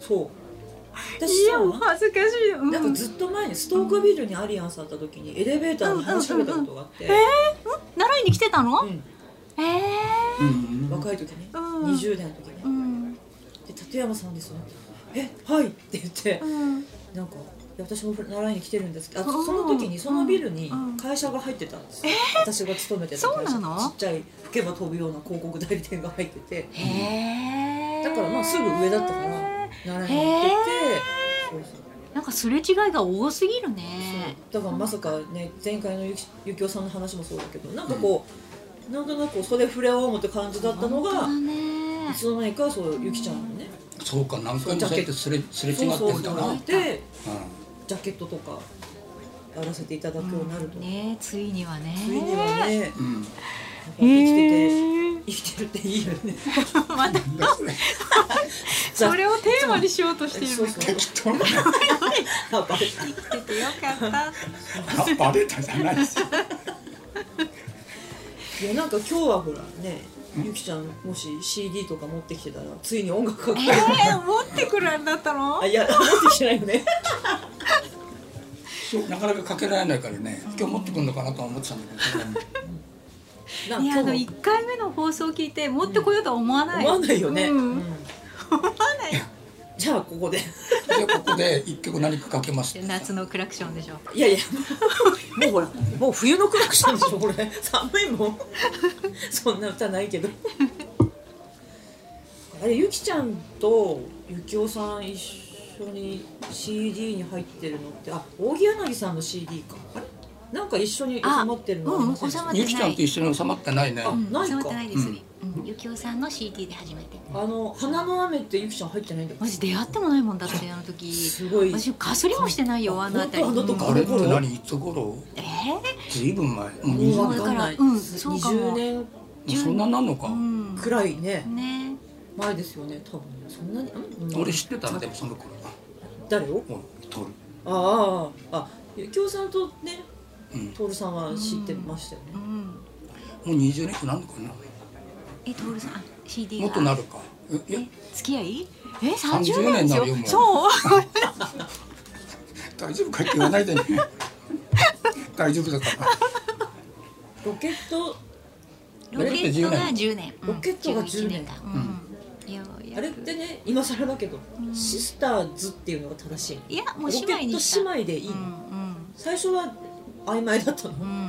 B: そう
E: い
B: 私
E: や
B: さ
E: お恥ずかしい、うん、
B: なんかずっと前にストークビルにアリアンさんった時にエレベーターに話しかけたことがあって、
E: 習いに来てたの、
B: うん
E: ええ
A: うん
B: 若い時ね、
E: うん
B: 20代の時ね、
E: ー、うん
B: で立山さんですよえはい」 って言って
E: うん
B: なんかいや私も習いに来てるんですけどあ
E: うん
B: その時にそのビルに
E: うん
B: 会社が入ってたんですよ、私が勤めてた会社
E: そうなの
B: ちっちゃい吹けば飛ぶような広告代理店が入ってて
E: へえ
B: だからまあすぐ上だったから習いに行っててそうそう
E: なんかすれ違いが多すぎる
B: そう
E: ね
B: だからまさかね前回のゆきゆきおさんの話もそうだけどなんかこう、なんとなくそれ触れ合おうもって感じだったの
E: 本当
B: が
E: だね
B: いつの間にかそうゆきちゃんのね
A: そうか何回もそうやってすれすれ違って
B: そ
A: ん
B: う
A: だな
B: そうそうで
A: うん
B: ジャケットとかやらせていただくようになると、
E: ねついにはね
B: ついに はね
A: うん
B: なんか
E: へ
B: 生きてて。
E: ー
B: 生きてるっていいよね。
E: またそれをテーマにしようとしてい
B: そう
E: る
B: そう。
A: 適当な
B: あバレ
E: 生き ててよかった
A: あバレたじゃないですよ
B: たいやなんか今日はほらね、ゆきちゃんもし CD とか持ってきてたらついに音楽が
E: え
B: かかる。
E: ー、持ってくるんだったの
B: あいや持ってきてないよね。
A: そうなかなかかけられないからね今日持ってくるのかなとは思ってたんだけど
B: なん
E: い
B: か
E: やあ
B: 今
E: の
B: 日
E: 1回目の放送聞いて持ってこようとは思わない、
B: 思わないよね。
E: うん
B: 思わない。じゃあここで。
A: じゃあここで一曲何かかけますって
E: 夏のクラクションでしょ
B: いやいやもうほらもう冬のクラクションでしょこれ寒いもん。そんな歌ないけど。あれゆきちゃんとゆきおさん一緒に CD に入ってるのってあ扇柳さんの CD かあれなんか一緒に収まってるの
E: あ
B: ありませんでした
E: うん収まって
A: ゆきちゃんと一緒に収まってないね
B: あないか
E: そうないです、
A: う
E: うんゆきおさんの CD で初めて
B: あの花の雨ってゆきちゃん入ってないんだっ
E: マジ出会ってもないもんだってあの時
B: すごい
E: 私かすりもしてないよあのあたり
B: 本当あの時
E: うん
A: あれって何いつ頃
E: え
A: ずいぶん前もう
B: け
A: 二
E: う
A: 十
E: わ
A: も
E: だから
B: わ
E: うんそうか
B: 20
E: も
B: 年
A: うそんななんのか
E: ー、うん
B: くらいね
E: ね
B: 前ですよね多分そんなにうん
A: 俺知ってたのでもその頃は
B: 誰を
A: もう通る
B: あああゆきおさんとね
A: うん
B: 徹さんは知ってましたよね
E: うん
A: もう20年くなるのかな
E: えトールさんあ CD
A: もっとなるかえ
E: え
A: え
E: 付き合いえ
A: 30
E: 30年ですよ
A: 年になるよもう
E: そう
A: 大丈夫かって言わないでね大丈夫だから
B: ロケット
E: ロケットが10年う
B: ロ
E: ん
B: ケットが10年
E: 11かうんよう
B: あ
E: やく
B: れってね今更だけど、シスターズっていうのが正しいの
E: いやもう姉妹にした
B: ロケット姉妹でいいの、
E: うん
B: 最初は曖昧だったの、
E: うんうん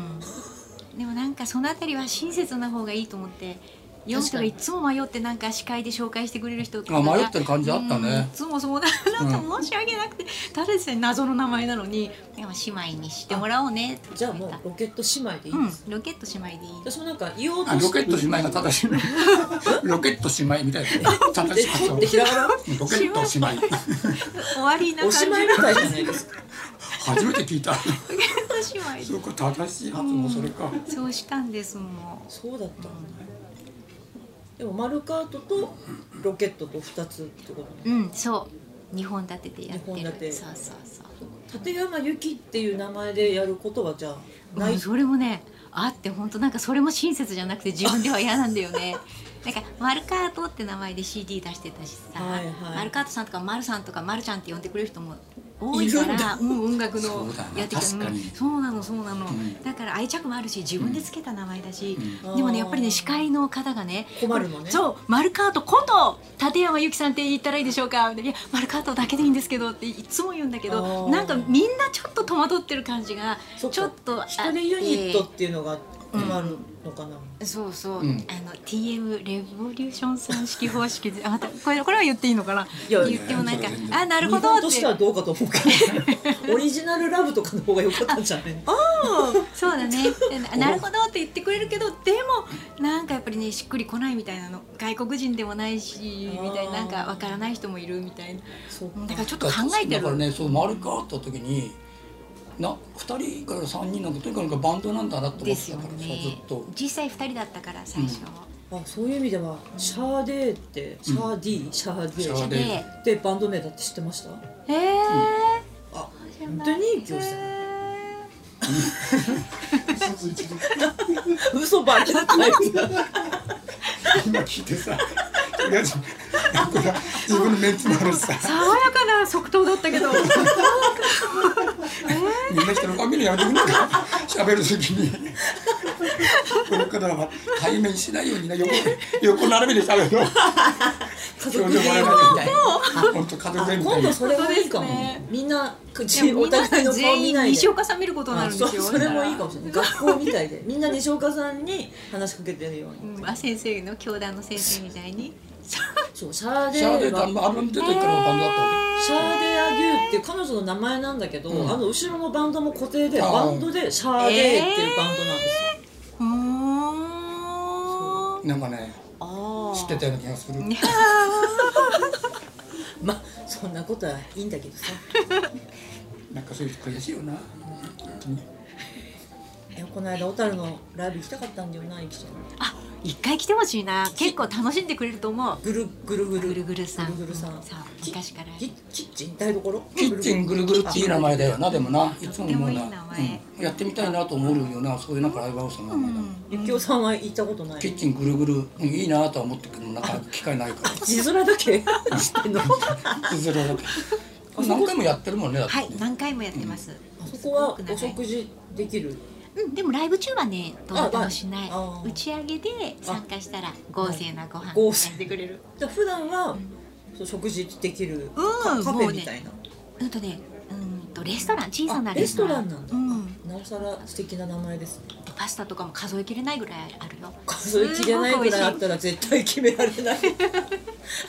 E: でもなんかそのあたりは親切な方がいいと思って読む
B: 確
E: 人
B: か
E: が
B: に
E: いつも迷ってなんか司会で紹介してくれる人とか
A: あ迷ってる感じあった
E: うんい
A: ね
E: つもそうだなんか申し訳なくて、誰ですね謎の名前なのにでも姉妹にしてもらおうねって
B: じゃあ
E: 言
B: も
E: っ
B: う
E: た
B: ロケット姉妹でいいです、
E: うんロケット姉妹でいい
B: 私もなんか言おうと
A: あロ
B: し
A: ケ
B: て
A: ット姉妹が正しいのロケット姉妹みたいな正しい発
B: ちょ
A: 音
B: ってひらがな
A: ロケット姉妹
E: 終わりな感
B: お
E: じ
B: しま いみたいじゃないですか
A: 初めて聞いた
E: ロケット姉妹
A: そうか正しい発音それか
E: でそうしたんですも
B: そうだったんだでもマルカートとロケットと2つってことね
E: ううんそう2本立ててやって
B: 二本
E: る
B: 立て
E: そうそうそう
B: 立山由紀っていう名前でやることはじゃあな
E: う
B: い、
E: んそれもねあって本当なんかそれも親切じゃなくて自分では嫌なんだよね なんかマルカートって名前で CD 出してたしさ、
B: はいはい
E: マルカートさんとかマルさんとかマルちゃんって呼んでくれる人も多いか
B: いるん
E: らうん音楽の
A: そうだな
E: やってきて
A: 確かに
E: うんそうなのそうなの、
A: ん
E: だから愛着もあるし自分でつけた名前だし、
B: うん
E: でも
B: あ
E: ね
B: ー
E: やっぱりね司会の方がね
B: 困るのね
E: そうマルカートこと立山由紀さんって言ったらいいでしょうかみたいないやマルカートだけでいいんですけどっていつも言うんだけ
B: あ
E: ど
B: ー
E: なんかみんなちょっと戸惑ってる感じが
B: そか
E: ちょっとあ
B: 一人ユニットっていうのが困るのかな、
E: そうそう、
A: うん
E: あの TM レボリューション算式方式であまたこれこれは言っていいのかない
B: や
E: 言ってもなんか
A: いやいや
E: あなるほ
B: 日
E: どっ
B: 本
E: て
B: としてはどうかと思うけ どオリジナルラブとかの方が良かったんじゃない
E: うんそうだねでななるほどって言ってくれるけどでもなんかやっぱりねしっくりこないみたいなの外国人でもないしみたいななんかわからない人もいるみたいな
B: そう
E: だからちょっと考えて
A: だから
E: る、
A: ねそう丸くあった時にな2人から3人なんかとにかくバンドなんだなと思
E: で
A: って
E: す
A: た
E: よ
A: からさ
E: ね
A: ずっと
E: 実際2人だったから最初、
B: あそういう意味ではシャーデーってシャーディー、シャーデ
A: シ
B: ー
A: ャーデ
E: で
B: でバンド名だって知ってました
E: えー
B: あ
E: 本
B: 本当に教師だ
C: 嘘ついてる
B: 嘘ばっかりだ
A: 今聞いてさとりあえずこれは自分のメンツの話さ
E: 爽やかな即答だった けど
A: みんな人の髪のやめてくんないか喋る時にこれからは対面しないようにな横横並びで喋るの
B: 家
A: 表情
B: 族
A: も
B: で
A: らえないみ たいな本当家
B: あ
A: 族でみた
B: 今
A: いな
B: 度それもいいかも、
E: そうですね
B: みんな口
E: でも
B: お
E: 皆さ
B: 互い
E: ん
B: の顔
E: 全
B: 見
E: 員
B: ないで
E: 西岡さん見ることにな
B: あ
E: るんで
B: そう
E: すよ
B: それもいいかもしれない学校みたいでみんな西岡さんに話しかけてるように
E: うんあ先生の教団の先生みたいに
B: そうシャーデ
A: シャーデー
B: ー
A: と
B: は
A: あのアルバム出てからバンドだったわけ
B: シャーデー・アデューっていう彼女の名前なんだけど、
A: うん
B: あの後ろのバンドも固定で
A: あー
B: バンドでシャーデーっていうバンドなんですよ、
E: うーん
A: なんかね
E: あ
A: 知ってたような気がする
E: いや
B: まあそんなことはいいんだけどさ
A: なんかそういう悔しいよな
B: えこの間小樽のライブ行きたかったんだよなゆきちゃん
E: 一回来てほしいな結構楽しんでくれると思う
B: ぐるぐるぐる
E: ぐるぐるさん
B: ぐるぐるさん
E: そう昔から
B: キキッチン台所
A: キッチンぐるぐるっていい名前だよなでもないつも思う
E: と
A: な
E: ってもいい名前
A: うん、やってみたいなと思うよなそういうなんかライブハウスの名前だ、
B: ゆきおさんは行ったことない
A: キッチンぐるぐる、うんいいなとは思ってくるなんか機会ないから
B: 地面だけしてんのあ
A: ずれだけ 何回もやってるもんねだって、
E: はい何回もやってます
B: そこはお食事できる
E: うんでもライブ中はねどうなってもしない
B: ああ
E: 打ち上げで参加したら豪勢なご飯
B: 豪勢
E: してくれる
B: じゃあ普段は、そう食事できる、
E: うん
B: カカフ
E: もう
B: ェ
E: ね
B: みたいな、
E: うんとねうんとレストラン小さな
B: あレストランなんだ、
E: うん
B: なおさら素敵な名前ですね
E: パスタとかも数えきれないぐらいあるよ
B: 数え切れないぐらいあったら絶対決められない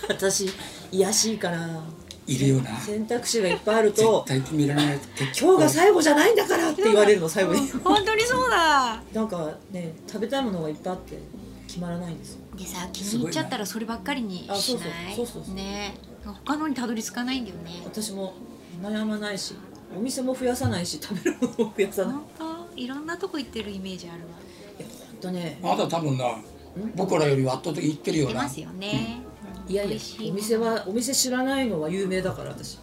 B: 私癒しいから
A: い、るよな
B: 選択肢がいっぱいある
A: 絶
B: と
A: 対決められない
B: 今日が
A: 後
B: 最後じゃないんだからって言われるの最後に
E: 本当にそうだ
B: なんかね食べたいものがいっぱいあって決まらないんですよ
E: でさ気に入っちゃったらそればっかりにしない
B: あそうそうそうそうそう
E: ね他のにたどり着かないんだよね
B: 私も悩まないしお店も増やさないし食べるものも増やさないい
E: 本当いろんなとこ行ってるイメージあるわ
B: やほんとね
A: あなた多分な僕らより圧倒的にいってるよ
E: 出
A: な
E: ますよね、
B: いやいや
E: 美味しい
B: お店はお店知らないのは有名だから私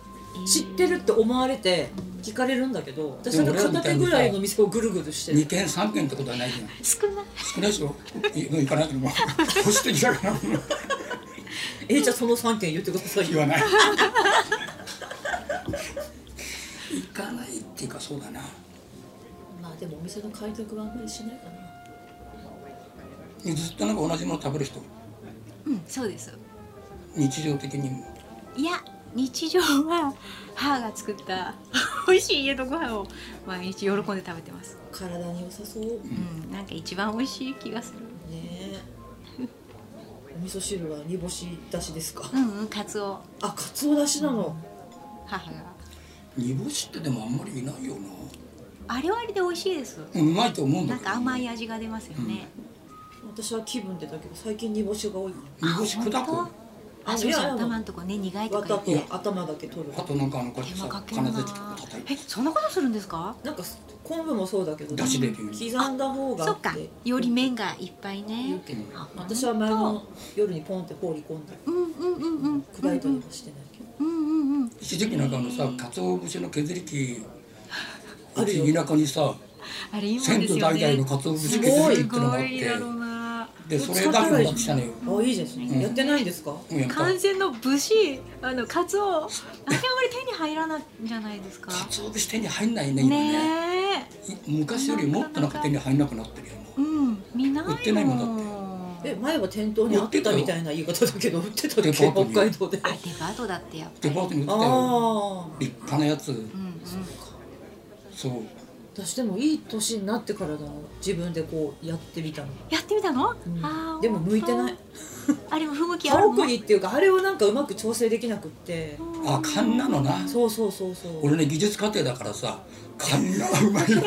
B: 知ってるって思われて聞かれるんだけど私なんか片手ぐらいの店をぐるぐるして
A: 二
B: る
A: 軒三軒ってことはないじゃん。
E: 少ない
A: 少ないでしょ。いもう行かないけ ども。保守的だからもう
B: えー、じゃあその3件言ってください
A: 言
B: よ
A: わない。行かないっていうかそうだな。
B: まあでもお店の開拓はあんまりしないかな
A: ずっとなんか同じもの食べる人。
E: うんそうです
A: 日常的にも。
E: いや日常は母が作った 美味しい家のご飯を毎日喜んで食べてます
B: 体に良さそう
E: うんなんか一番美味しい気がする
B: ね えお味噌汁は煮干しだしですか
E: うんうんカツオ
B: あかつおだしなの
E: 母が
A: 煮干しってでもあんまりいないよな。
E: あれはあれで美味しいです
A: うんうまいと思うんだ
E: なん
A: けど。
E: か甘い味が出ますよね、
B: 私は気分でだけど最近煮干しが多いか
A: 煮干し砕
E: 本
A: く。
B: ら
E: あそう
B: い
E: そう
B: やいや
E: 頭んとこね苦いと
B: わ
E: か
B: た
E: 言っ
B: ってて頭だけ取る
A: あとなんかあのこうやっ
E: 手
A: て
E: 間
A: さ
E: かける
A: 金
E: な
A: 槌とか叩いて
E: えそんなことするんですか
B: なんか昆布もそうだけど
A: 出汁で牛乳
B: 刻んだ方が
E: そ
B: っ
E: っか
B: て
E: より麺がいっぱい
B: 言う
E: ね
B: けど
A: うん
B: 私は前の夜にポンって放り込んだり
E: うんうんうんうん
B: 砕いたりはしてないけど
E: うんうんうん
A: 一時期なんかあのさ鰹節の削り器
B: あるよ
A: 田舎にさ
E: あれ今
A: 先
E: です
A: 祖
E: よ
A: 代々
E: ね
A: の鰹節
B: す
A: 削
B: ご
A: り
B: い
A: 器っ
E: す
A: てのが
E: ご
A: あっ
E: いだろう
A: て
E: な
A: でそれだけをしたのよ
B: あいいですね、
A: うん
B: やってないんですか
A: うんやっぱ
E: 完全の武士あのカツオあれあまり手に入らないんじゃないですか
A: 鰹節手に入んないね今ね
E: ねえ
A: 昔よりもっとなんか手に入んなくなってるよね
E: うん見ないよ
A: 売ってないもんだ
B: え前は店頭にあっ
A: 売って
B: て
A: た
B: た
A: よ
B: みたいな言い方だけど売ってたっ
A: デ
B: け
A: パ
B: 北
A: ートに
B: 海道 で
E: あ
B: あ
E: デパートだってやっぱ
A: デ
E: り
A: パートに売ってたよ
B: あ
A: 立派なやつ
E: うんうん
A: そう
B: 私でもいい年になってからだな自分でこうやってみたの、
E: やってみたの、あー
B: でも向いてない
E: あれも吹雪あ
B: 歯
E: るの
B: 送りっていうかあれをなんかうまく調整できなくって
A: あかんなのな
B: そうそうそうそう
A: 俺ね技術家庭だからさかんなうま いよ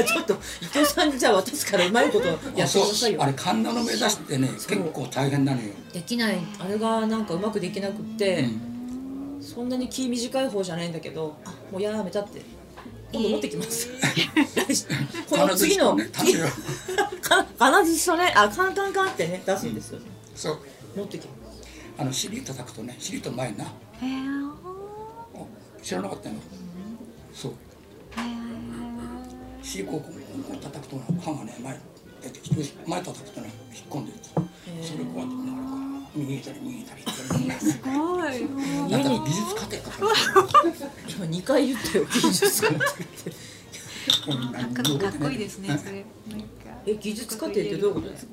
B: あちょっと伊藤さんにじゃあ私からうまいことやってく
A: あ
B: だ
A: そう
B: さいよ
A: あれかんなの目指してね結
B: そう
A: 構大変なのよ
B: できないあれがなんかうまくできなくって、そんなに気短い方じゃないんだけどあもうやめたって今度持って きます、来週この次の
A: 必ずしもね立つ よ
B: か金槌とねあカンカンカンってね出すんですよ、
A: そう
B: 持ってきます
A: あの尻叩くとね尻と前にな
E: へえ
A: あ知らなかったよそう尻こうこうこう叩くとな歯がね前に出てきて前叩くとね引っ込んでるそれこうやってなるから右左右左右左
E: すごいもう
A: だから技術家庭だから
B: 今2回言ったよ技術家庭って
A: こんな
E: なん
A: に
E: か
A: どう
E: かっ
A: でも
E: こいいですねそれなんか
B: え 技術家庭ってどういうことですか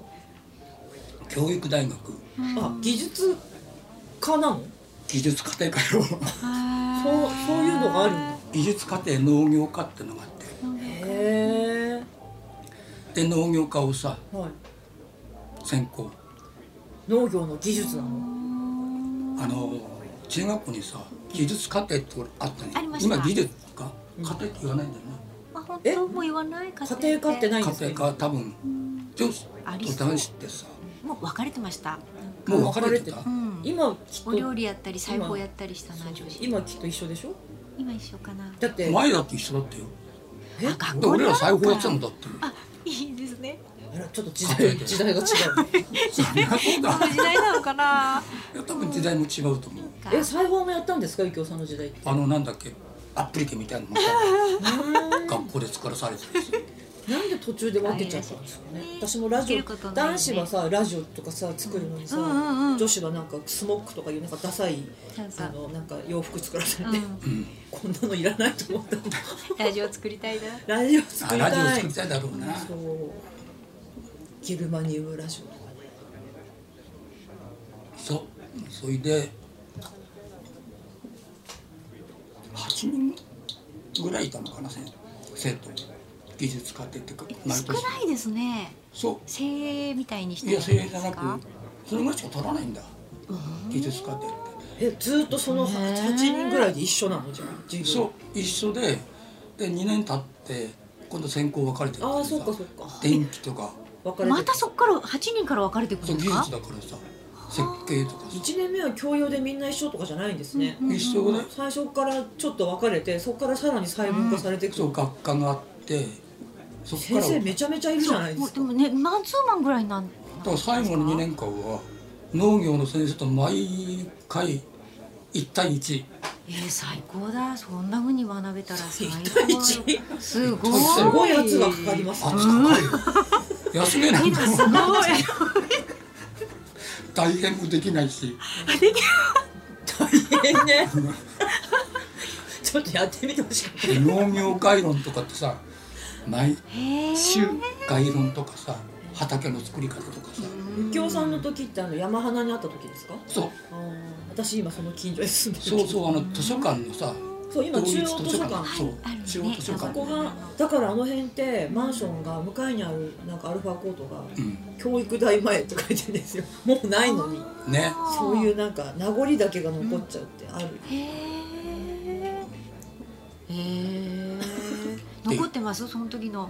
A: 教育大学
B: あ技術家なの
A: 技術家庭科よ
E: あ
B: そうそういうのがあるんだ
A: 技術家庭農業科ってのがあっ
B: へ
A: てで農業科をさ
B: え、はい、
A: 専攻
B: 農業の技術なの
A: あの中学校にさ技術家庭ってあったね
E: ありました
A: 今技術か家庭って言わないんだよね
E: ーあ本当もう言わない家
B: 家庭科ってないんで
A: 家
B: すか
A: 庭科多分女子
E: あり
A: と
E: そう
A: 男子ってさ
E: もう別れてました
A: もう別れてた
B: 別れて
E: うん
B: 今きっ
E: お
B: と
E: 料理やったり裁縫やったりしたな女子
B: 今きっと一緒でしょ
E: 今一緒かな
B: だって
A: 前だって一緒だったよ
B: え
E: あ学
A: で
E: 校
A: 俺ら裁
E: 裁
A: 縫やってたもんだって
E: あいいですね
B: あらちょっと時代時代が違う
A: そりゃそうだ
E: 時代なのかない
A: や多分時代も違うと思う
B: え裁縫もやったんですか右京さんの時代 って
A: あのなんだっけアプリケみたいなのもさ学校で作らされてるし
B: なんで途中で分けちゃったんですかね私もラジ
E: 分け
B: オ
E: ることないね
B: 男子はさラジオとかさ作るのにさ、
E: うんうんうん
B: 女子はなんかスモックとかいうなんかダサい
E: なんか
B: あのなんか洋服作らされ
E: う
B: て、
E: ん
B: こんなのいらないと思ったの
E: ラジオ作りたいな
B: ラジオ作
A: あ
B: り
A: ラジオ
B: たい
A: 作りたいだろうな
B: そうギルマニウムラジオとかね
A: そうそれで8人ぐらいいたのかな生生徒技術家庭っていうか毎
E: 少
A: 年
E: ないですね
A: そう
E: 精鋭みたいにして
A: いや精鋭じゃな
E: ですか
A: くそれぐらいしか取らないんだ技術家庭って
B: えずーっとその8人ぐらいで一緒なのじゃあ授業
A: そう一緒でで2年経って今度専攻分かれてる
B: ああ
A: さ
B: そっかそっか
A: 電気とか
B: 分かれて
E: またそっから八人から分かれてく
A: そ
E: る
A: うん
E: で
A: 技
E: すか
A: 術だからさ設計とかさ
B: 1年目は教養でみんな一緒とかじゃないんですね、
A: 一緒ね
B: 最初からちょっと分かれてそこからさらに細分化されていく
A: そう学科があってそこか
B: 先
A: ら
B: 生
A: だ
B: めちゃめちゃいるじゃないで
E: も
B: す
E: う
B: か
E: でもねマンツーマンぐらいなん
A: から最後の2年間は農業の先生と毎回1対1
E: えー、最高だそんな風に学べたら最
B: 世界
E: 高すごい
B: すごい圧がかかりますね
A: 圧かかる休め ないと
E: すごい
A: 大変もできないし
B: 大変ね ちょっとやってみてほしかった
A: 農業概論とかってさ毎
E: へー
A: 週概論とかさ畑の作り方とかさ
B: 右京さんの時ってあの山花にあった時ですか
A: そう
B: あー私今その近所に住んでる
A: そうそうあの図書館のさ
B: そう今中央図書館
A: そう
E: あるね
A: 中央図書
E: あ
A: 館
B: ここがだからあの辺ってマンションが向かいにあるなんかアルファコートが
A: うん
B: 「教育大前」って書いてるんですよもうないのに
A: ね
B: そういうなんか名残だけが残っちゃうってある、
E: へえへえ残ってますその時の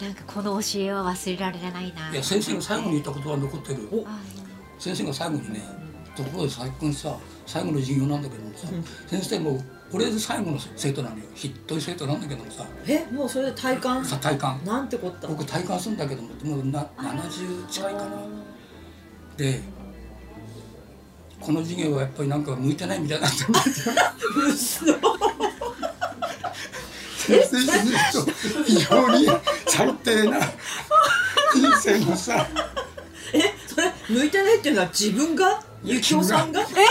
E: なんかこの教えは忘れられないない
A: や先生が最後に言ったことは残ってる
E: あ
A: 先生が最後にねところで最近さ最後の授業なんだけどもさ先生もうこれで最後の生徒なのよひっどい生徒なんだけどもさ
B: えもうそれで体感
A: さ体感
B: なんてこった
A: 僕体感するんだけどももうな70近いかなでこの授業はやっぱりなんか向いてないみたいになって思って先生と非常に最低な人生のさ
B: えそれ向いてないっていうのは自分がゆきおさんがえひどい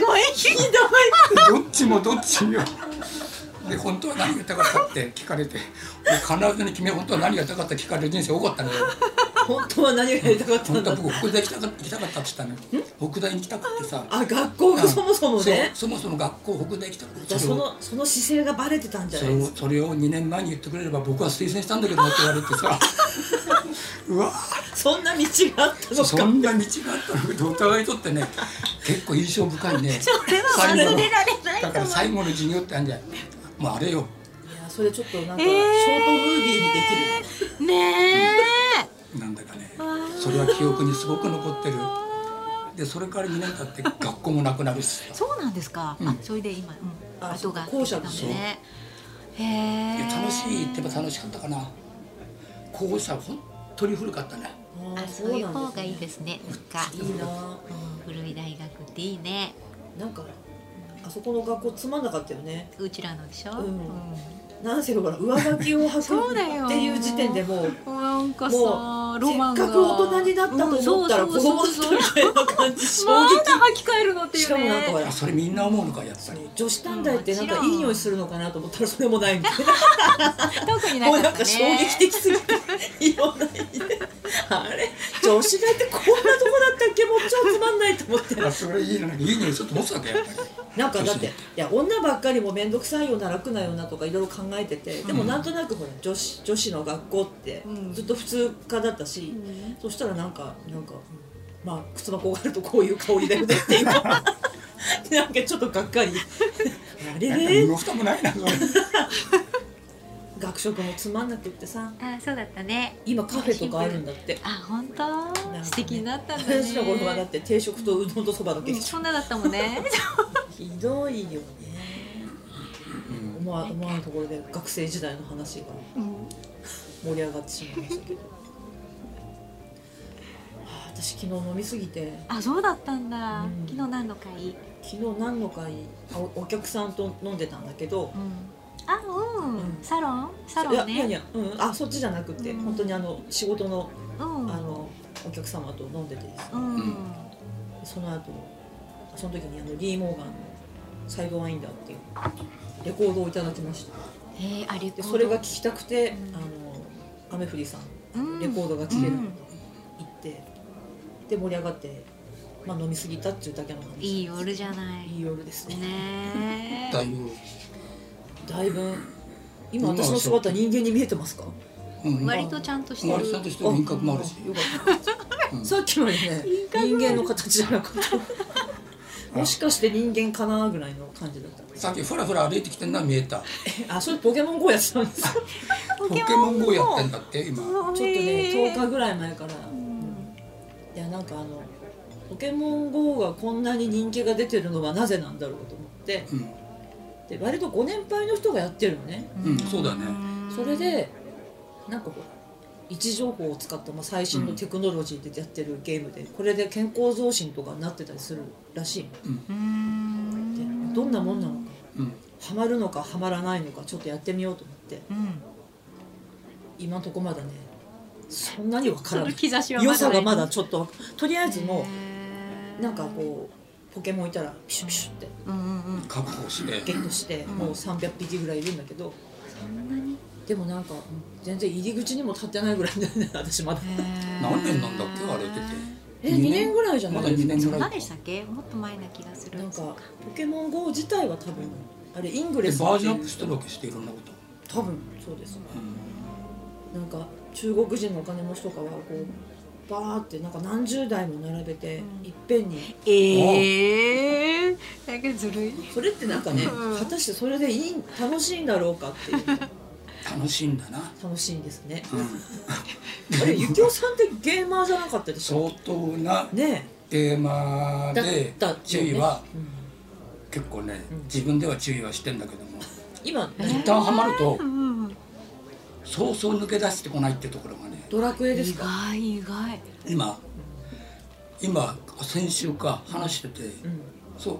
B: ひどい
A: どっちもどっちよ。で本当は何がやりたかったって聞かれて俺必ずに君は本当は何がやりたかったって聞かれる人生多かったのよ
B: 本当は何がやりたかったん
A: 本当
B: だ
A: は僕北大行きたかった行きたかったって言ったのよ北大に行きたくてさ
B: あ学校がそもそもね
A: そうそもそも学校北大行きたく
B: じ
A: て
B: ゃあ
A: それ
B: そ
A: を
B: のその姿勢がバレてたんじゃ
A: そ
B: な
A: れ
B: いで
A: を
B: すか
A: それを2年前に言ってくれれば僕は推薦したんだけどなって言われてさうわ
B: そんな道があったのか
A: そんな道があったのかとお互いにとってね結構印象深 いね
E: 忘れられない
A: だから最後の授業ってあるんじゃないもうあれよ
B: いやそれちょっとなんかショートムービーにできる、
E: ーねえ
A: なんだかねそれは記憶にすごく残ってるでそれから2年経って学校もなくなるしさ
E: そうなんですか、
A: うん
E: あそれで今、うん、
B: あ
E: 後が
B: 後者だ
E: でねへえ
A: いや楽しいって言えば楽しかったかな校舎本当に古かったね
B: あ
E: あ
B: ー
E: そういう
B: なん
E: 方がいいですねなんか
B: いいな
E: うん古い大学っていいね
B: なんかあそこの学校つまんなかったよね
E: うちらのでしょ、
B: うん
E: ん
B: なんせほら上書きを
E: そ
B: 履
E: うだよ
B: くっていう時点でもう
E: なんか
B: も
E: さ
B: う
E: ロマンが
B: せっかく大人になったと思ったら
E: うん
B: 子
E: そうそ
B: 供
E: う
B: だったみ
E: そうそう
B: たいな感じ衝撃
E: まだ履き替えるのってい
B: し
E: う
B: かもなん
E: ね
B: かほら
A: あそれみんな思うのかやっぱり
B: 女子短大ってなんかいい匂いするのかなと思ったらそれもないみたいな
E: 特にな
B: もう
E: か
B: な
E: っ
B: んか
E: たね
B: 衝撃的すぎていろんな意味であれ女子大ってこんなとこだったっけもう超つまんないと思って
A: あそれいいのにいい匂いちょっと持つわけやっぱり
B: なんかだっていや女ばっかりも面倒くさいよな楽なよなとかいろいろ考えててでもなんとなくほら女子女子の学校ってずっと普通科だったし、そしたらなんかなんかまあ靴箱があるとこういう香りだよね っていうなんかちょっとがっかりあれ
A: なんか
B: れ
A: 身も蓋もないなそれ
B: 学食もつまんなくってさ
E: あそうだったね
B: 今カフェとかあるんだって
E: あ本当、
B: んかね
E: 素敵になったんだね
B: 私の頃はだって定食とうどんとそばだけ
E: うんそんなだったもんね
B: ひどいよね思わ思わぬところで学生時代の話が
E: うん
B: 盛り上がってしまいましたけどはあ私昨日飲みすぎて
E: あそうだったんだ、
B: うん
E: 昨日何の会
B: 昨日何の会あおお客さんと飲んでたんだけど、
E: あうん、
B: うん
E: サロンサロ
B: いや
E: ン
B: いやい
E: ね
B: や、うん、あそっちじゃなくて、
E: うん
B: 本当にあの仕事の
E: うん
B: あのお客様と飲んでてですね
E: うん、
A: うん
B: その後その時にあのリー・モーガンのサイドワインダーっていうレコードをいただきました
E: えー、あれ
B: でそれが聴きたくて、
E: うん
B: あの雨降りさん
E: うん
B: レコードが聴ける
E: う
B: の
E: ん
B: 行ってで盛り上がって、まあ、飲みすぎたっていうだけの話
E: いい夜じゃない
B: いい夜ですね
E: ね
A: だいぶ、
B: だいぶ
A: 今
B: 今
A: は
B: 私の姿人間に見えてますか
A: うん、
E: 割とちゃんとして
A: 割とちゃん
E: る
A: としてる輪郭もあるし
B: よかった、さっきまでね人間の形じゃなかったもしかして人間かなぐらいの感じだった
A: さっきふらふら歩いてきてんのは見えた
B: あそれポケモン GO やってた んですよ
A: ポケモン GO やってんだって今
E: ちょっ
B: ちょっとね10日ぐらい前から、いやなんかあの「ポケモン GO」がこんなに人気が出てるのはなぜなんだろうと思って
A: うん、
B: で割とご年配の人がやってるのね
A: うん、そうだね
B: それでなんかこう位置情報を使ったまあ最新のテクノロジーでやってるゲームで、これで健康増進とかになってたりするらしい
D: うん
B: のでどんなもんなのか
A: うん
B: ハマるのかハマらないのかちょっとやってみようと思って
D: うん
B: 今のとこまだねそんなにわからない
E: 兆し
B: 良さがまだちょっととりあえずも
E: へ
B: うなんかこうポケモンいたらピシュピシュって
D: うんうんうん
A: 確保して
B: ゲットしてもう300匹ぐらいいるんだけどでもなんか全然入り口にも立ってないぐらいだよね 私まだ
A: 何年なんだっけあれ出て
B: え2年ぐらいじゃな
A: まだ
B: いです
A: 2
B: か
A: 年ぐらい
E: 何
A: か
E: でしたっけもっと前な気がする
B: なんかポケモン GO 自体は多分あれイング
A: でバ
B: レス
A: ージョンアップ
B: っ
A: してて
B: いう
A: るわけしていろんなこと
B: 多分そうですねなんか中国人のお金持ちとかはこうバーってなんか何十台も並べていっぺんに
E: ええなんかずるい
B: それってなんかね
E: うん
B: 果たしてそれでいい楽しいんだろうかっていう
A: 楽しいんだな
B: 楽しいんで すね
A: うん
B: あれゆきおさんってゲーマーじゃなかったでしょ
A: 相当な
B: ね
A: テーマ
B: えだっ
A: で
B: たよね
A: 注意は
B: うん
A: 結構ね
B: うん
A: 自分では注意はしてんだけども
B: 今
A: 一旦ハマると
E: うん意
A: そうそう抜け出してこないってところがね
B: ドラクエですか
E: 外意外
A: 今今先週か話してて
B: うん
A: そう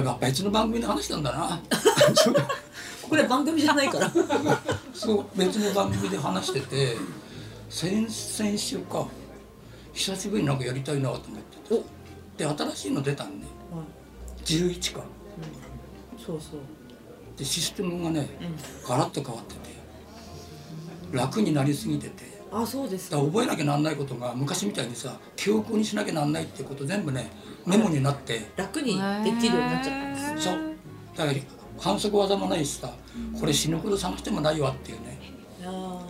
A: まあ別の番組で話したんだ な
B: これ番組じゃないから
A: そう別の番組で話してて先先週か久しぶりになんかやりたいなと思って
B: お
A: てで新しいの出たんね
B: はい
A: 11か
B: そうそう
A: でシステムがね
B: うん
A: ガラッと変わってて楽になりすぎてて
B: あそうです
A: だ
B: か
A: から覚えなきゃなんないことが昔みたいにさ記憶にしなきゃなんないってこと全部ねメモになって
B: 楽にできるようになっちゃったんですよ
A: そうだから反則技もないしさこれ死ぬほど寒くてもないわっていうね
B: あ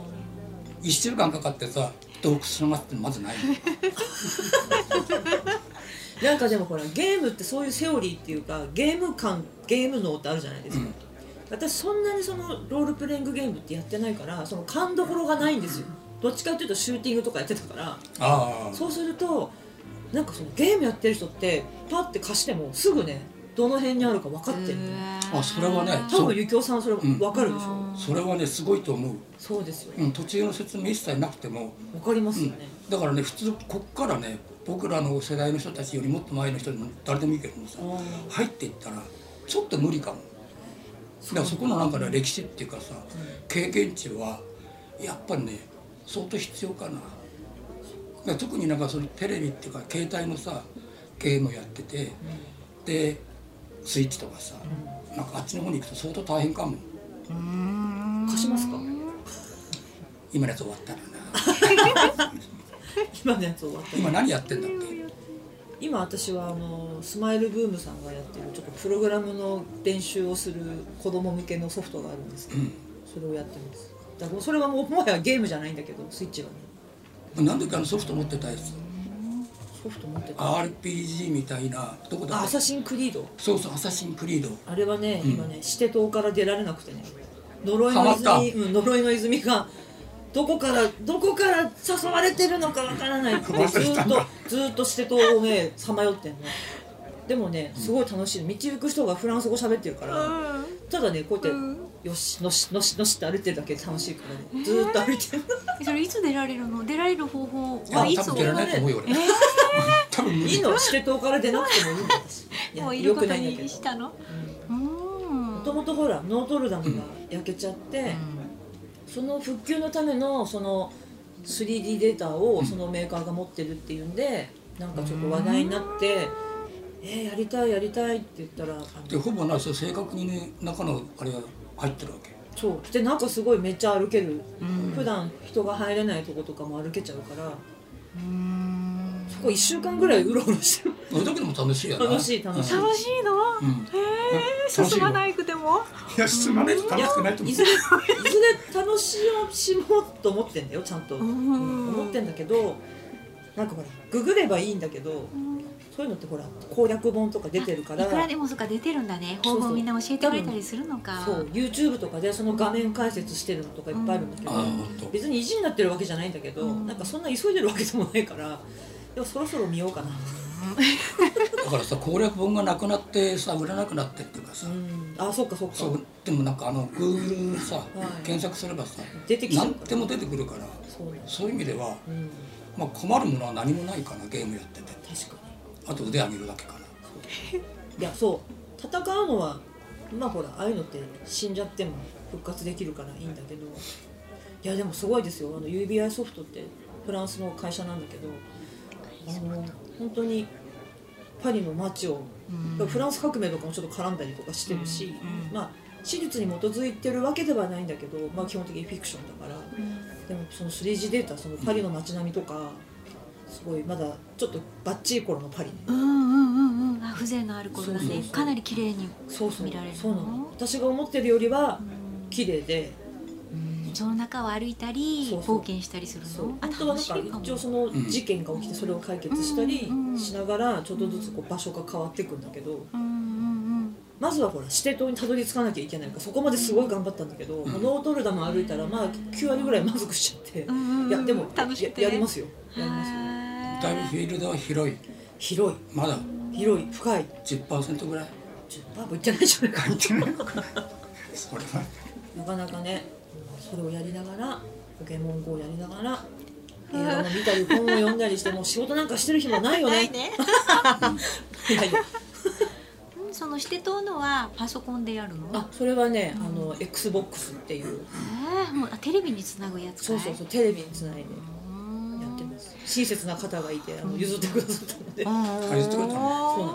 A: 1週間かかってさ洞窟探すってまず ないの
B: ーなんかでもほらゲームってそういうセオリーっていうかゲーム感ゲーム脳ってあるじゃないですか、
A: うん
B: 私そんなにそのロールプレイングゲームってやってないからその勘どころがないんですよどっちかっていうとシューティングとかやってたから
A: ああ
B: そうするとなんかそのゲームやってる人ってパッて貸してもすぐねどの辺にあるか分かってる
A: あそれはね
B: 多
A: そ
B: 分
A: う
B: ゆきおさんそれ分かるでしょ、
A: それはねすごいと思う、
B: そうですよ
A: うん、途中の説明一切なくても、
B: 分かりま
A: う
B: すよ
A: ん
B: ね、、
A: だからね普通こっからね僕らの世代の人たちよりもっと前の人でも誰でもいいけどもさ
B: あ
A: 入っていったらちょっと無理かもだからそこのなんかね歴史っていうかさ経験値はやっぱりね相当必要かなだから特になんかそのテレビっていうか携帯のさゲームやっててでスイッチとかさなんかあっちの方に行くと相当大変かも
B: ー貸しますか
A: 今のやつ終わったらな
B: 今のやつ終わった
A: 今何やってんだっけ
B: 今私はあのスマイルブームさんがやってるちょっとプログラムの練習をする子供向けのソフトがあるんですけど、
A: うん
B: それをやってますだからそれはもうもはやゲームじゃないんだけどスイッチはね
A: 何でかのソフト持ってたやつ
B: ソフト持ってたあ
A: RPG みたいなどこだっ
B: ア
A: け
B: サシンクリード
A: そうそうアサシンクリード
B: あれはね、
A: ん
B: 今ねシテ島から出られなくてね呪いの
A: ハマっ
B: 泉、うん、呪いの泉がどこからどこから誘われてるのかわからないって
A: ハマってき
B: ずー
A: た
B: っ
A: ん
B: と
A: だ
B: ずーっとシテ島をねさまよってんのでもねすごい楽しい道行く人がフランス語喋ってるから、ただねこうやってよしのしのしのしって歩いてるだけで楽しいからねずーっと歩いてる
E: それいつ出られるの出られる方法
A: いや
E: はいつ
A: 多分出られないと思うよ俺、 多分無
B: いい
A: 理
B: のシテ島から出なくてもいいんだ私い
E: も
B: や
E: うい
B: よ
E: るこ
B: く
E: と
B: ないんだけ
E: に
B: ど
E: したのうん
B: もともとほらノートルダムが焼けちゃって、その復旧のためのその 3D データをそのメーカーが持ってるっていうんでなんかちょっと話題になって「えー、やりたいやりたい」って言ったらあの
A: でほぼないし正確にね中のあれが入ってるわけ
B: そうでなんかすごいめっちゃ歩ける、普段人が入れないとことかも歩けちゃうからそこ1週間ぐらいうろうろしてる
A: それだけでも楽しいやな
B: 楽しい楽しい
A: うん
E: 楽しいの
A: うん
E: え
A: 楽しい
E: 進
A: よ
E: まないくても
A: いや進まないと楽しくないと
B: い
A: 思う
B: ずれいずれ楽しもうしもうと思ってんだよちゃんと、
E: ん
B: 思ってんだけどなんかほらググればいいんだけど、そういうのってほら攻略本とか出てるから
E: いくらでもそっか出てるんだね
B: そう
E: 方
B: そう
E: 法みんな教えてくれたりするのか
B: そう YouTube とかでその画面解説してるのとかいっぱいあるんだけど、
A: ああ本当。
B: 別に意地になってるわけじゃないんだけど、
E: うん
B: なんかそんな急いでるわけでもないからでもそろそろ見ようかな
A: だからさ攻略本がなくなってさ売れなくなってっていうかさ、
B: うんあそっかそっか
A: そうでもなんかあの Google さ、検索すればさ
B: 出てきちゃう
A: 何
B: から
A: でも出てくるから
B: そう
A: そういう意味では、
B: うん
A: まあ、困るものは何もないかなゲームやってて
B: 確かに
A: あと腕上げるだけかない
B: やそう戦うのは今ほらああいうのって死んじゃっても復活できるからいいんだけどいやでもすごいですよあの UBI ソフトってフランスの会社なんだけどあの本当にパリの街を、フランス革命とかもちょっと絡んだりとかしてるし、まあ史実に基づいてるわけではないんだけど、まあ、基本的にフィクションだから、でもその 3G データそのパリの街並みとか、すごいまだちょっとバッチリ頃のパリね、
E: うんうんうんうんあ風情のある頃
A: そう
E: だ
A: そう
E: ね
A: そう
E: かなり綺麗に
B: そうそう
E: 見られる
B: そうなの私が思ってるよりは綺麗で、
E: その中を歩いたり
B: そうそう
E: 冒険したりする
B: そう
E: の
B: 本
E: あ
B: 当はな
E: 楽
B: ん
E: し
B: か
E: いかも
B: 一応その事件が起きてそれを解決したり
E: うん
B: しながらちょっとずつこう場所が変わっていくんだけど
E: うんうん
B: まずはほら指定塔にたどり着かなきゃいけないからそこまですごい頑張ったんだけど、もうノートルダム歩いたらまあ9割ぐらい満足しちゃって、
E: うんうんうん
B: いやでも
E: 楽しくて
B: ややりますよ
E: うん
B: やりますよ
E: は
A: だいぶフィールドは広い
B: 広い
A: まだ
B: 広い深い
A: 10%ぐらい
B: 10%もいってないじゃないか
A: 書いてないのかなそれは
B: なかなかねそれをやりながらポケモン GO をやりながら映画も見たり本を読んだり してもう仕事なんかしてる暇ないよね
E: ないね
B: いやいや
E: うんそのしてとうのはパソコンでやるの
B: あそれはねあの XBOX っていう
E: えーもうあテレビにつなぐやつか
B: そ
E: いう
B: そうそうテレビにつないで
E: うん
B: やってます親切な方がいてあの譲ってくださったので
A: 感じてくれたね
B: そうな